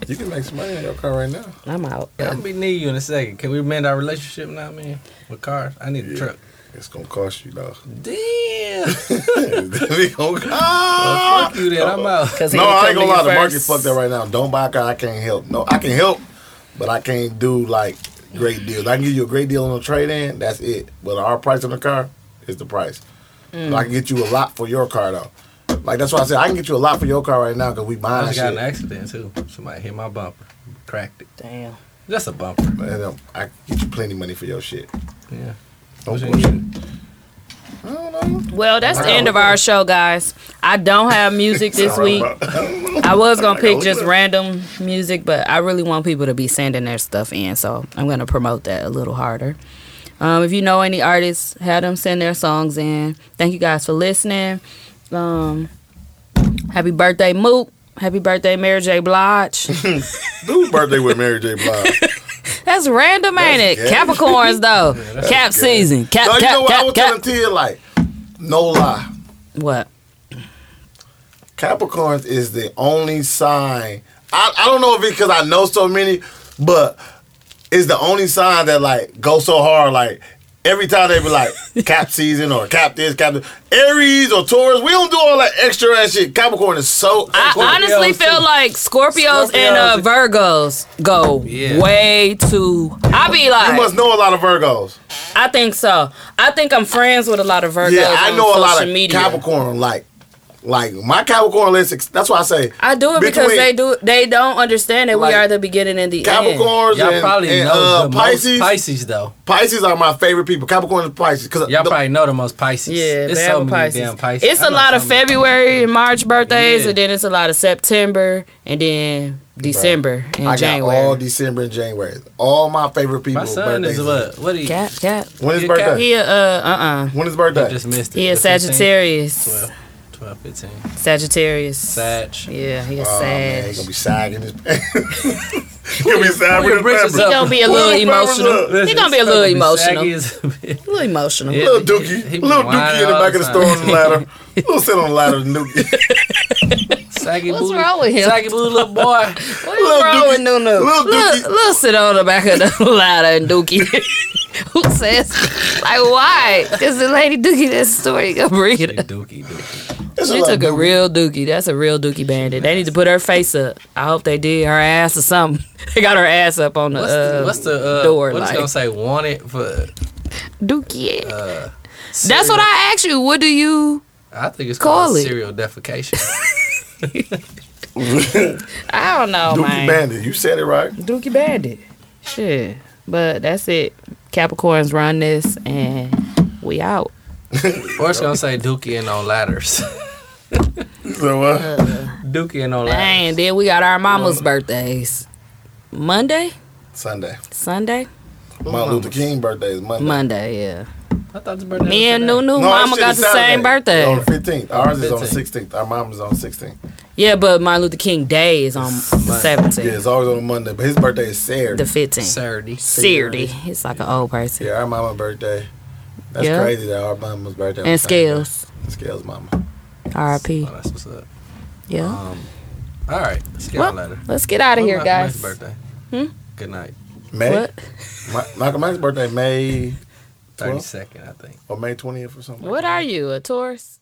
S6: You can make some money on your car right now.
S3: I'm out.
S1: Yeah, I'm gonna be needing you in a second. Can we mend our relationship now, man? With cars, I need a truck.
S6: It's gonna cost you though.
S1: Damn.
S6: They gonna-
S1: well, fuck you then. I'm out.
S6: no, I ain't gonna lie. The market fucked up right now. Don't buy a car. I can't help. No, I can help, but I can't do like great deals. I can give you a great deal on a trade in. That's it. But our price on the car is the price.
S1: Mm.
S6: But I can get you a lot for your car though. Like that's why I said I can get you a lot for your car right now because we
S1: I
S6: buying
S1: just
S6: shit.
S1: got in an accident too. Somebody hit my bumper, cracked it.
S3: Damn.
S1: That's a bumper.
S6: Man, um, I can get you plenty of money for your shit.
S1: Yeah.
S6: Don't
S1: What's in
S6: bullshit.
S3: Well, that's the end of our show, guys. I don't have music this week. I was gonna pick just random music, but I really want people to be sending their stuff in, so I'm gonna promote that a little harder. Um, if you know any artists, have them send their songs in. Thank you guys for listening. Um, happy birthday, Mook. Happy birthday, Mary J. Blige.
S6: Dude's birthday with Mary J. Blige.
S3: That's random, ain't it?
S6: gay.
S3: Capricorns though. cap season. Cap,
S6: no, you
S3: cap,
S6: know what?
S3: cap,
S6: I was
S3: cap.
S6: telling Tia like, no lie.
S3: What?
S6: Capricorns is the only sign. I, I don't know if it's because I know so many, but it's the only sign that like go so hard. Like every time they be like cap season or cap this, cap this. Aries or Taurus. We don't do all that extra ass shit. Capricorn is so.
S3: I honestly feel like Scorpios, and uh, Virgos go way too. I be like,
S6: you must know a lot of Virgos.
S3: I think so. I think I'm friends with a lot of Virgos.
S6: yeah, I
S3: on
S6: know a
S3: social
S6: lot of
S3: media.
S6: Capricorn. Like, like my Capricorn list. That's why I say
S3: I do it because
S6: between-
S3: they do. They don't understand that
S6: Like,
S3: we are the beginning and the
S6: Capricorns
S3: end.
S1: Y'all
S6: and-
S1: probably
S6: and,
S1: know
S6: uh,
S1: the most
S6: Pisces?
S1: Pisces though.
S6: Pisces are my favorite people. Capricorn and Pisces. Cause
S1: Y'all
S6: the-
S1: probably know the most Pisces.
S3: Uh, Yeah,
S1: it's
S3: bad
S1: so
S3: with
S1: many
S3: Pisces.
S1: damn Pisces.
S3: It's
S1: I
S3: a
S1: know
S3: lot of
S1: so many.
S3: February and March birthdays,
S1: Yeah.
S3: and then it's a lot of September, and then December and
S6: I
S3: January.
S6: got all December and January. All my favorite people.
S1: My son is
S6: birthdays.
S1: what? What are you?
S3: Cap, cap.
S6: When his
S1: Yeah, Cap.
S6: birthday?
S3: He a, uh uh uh.
S6: When his birthday?
S1: Just missed it.
S3: He a
S1: The 15th?
S3: Sagittarius.
S1: 12, 12, 15.
S3: Sagittarius.
S1: Sag.
S3: Yeah, he a
S6: Oh, man,
S3: Sag.
S6: he gonna be sagging his pants. he gonna be sagging his
S1: bricks
S6: pants.
S1: is
S3: He gonna be a little emotional. He gonna be a little emotional. A
S1: emotional.
S3: little emotional.
S1: Yeah.
S6: Little Dookie,
S1: He be
S6: little Dookie
S1: lying
S6: in the
S1: all
S6: back
S1: the
S6: of the
S1: time.
S6: store on the ladder. Little sit on the ladder, Dookie.
S1: Saggy
S3: What's
S1: booty.
S3: wrong with him?
S1: Saggy booty little boy.
S3: What is wrong with Nunu?
S6: Little Dookie.
S3: Look, look, sit on the back of the ladder and Dookie. Who says, like, why? Is the Lady Dookie that story gonna bring it up?
S1: Dookie, dookie.
S6: It's
S3: She
S6: little
S3: took a
S6: Dookie.
S3: real Dookie. That's a real Dookie bandit. They need to put her face up. I hope they did her ass or something. They got her ass up on the,
S1: What's
S3: uh,
S1: the, what's the uh,
S3: door.
S1: What's
S3: like,
S1: gonna say? Wanted for.
S3: Dookie.
S1: Uh,
S3: That's
S1: serial-
S3: what I asked you. What do you?
S1: I think it's
S3: call
S1: called
S3: it.
S1: serial defecation.
S3: I don't know,
S6: Dookie
S3: man.
S6: Bandit. You said it right.
S3: Dookie Bandit. Shit. But that's it. Capricorns run this and we out.
S1: or it's gonna say Dookie and on ladders.
S6: So uh, what?
S1: Dookie and on ladders.
S3: Dang, then we got our mama's birthdays. Monday?
S6: Sunday.
S3: Sunday?
S6: Martin Luther King birthday is Monday.
S3: Monday, yeah.
S1: I thought the birthday.
S3: Me
S1: was
S3: and
S1: today.
S3: Nunu
S6: No, that
S3: mama
S6: shit
S3: got
S6: is
S3: the
S6: Saturday.
S3: same birthday.
S6: On the fifteenth. Ours is on the
S1: 15th.
S6: sixteenth. Our mom is on sixteenth.
S3: Yeah, but Martin Luther King Day is on the
S6: Yeah,
S3: 17th.
S6: it's always on a Monday, but his birthday is Saturday.
S3: The 15th.
S1: Saturday.
S3: Seardy. It's like an old person.
S6: yeah, our mama's birthday. That's
S3: Yeah.
S6: crazy that our mama's birthday.
S3: And
S6: was Saturday.
S3: Scales.
S6: Scales mama.
S3: R.I.P.
S1: Oh, that's what's up.
S3: Yeah.
S1: Um, all right, let's get
S3: Well,
S1: on ladder.
S3: Let's get out of here,
S1: Malcolm
S3: guys. Hmm?
S1: X's Birthday. Good night.
S6: May.
S3: What?
S6: Ma- Malcolm X's birthday May
S1: Thirty
S6: Well.
S1: second, I think.
S6: or May twentieth or something.
S3: What are you, a Taurus?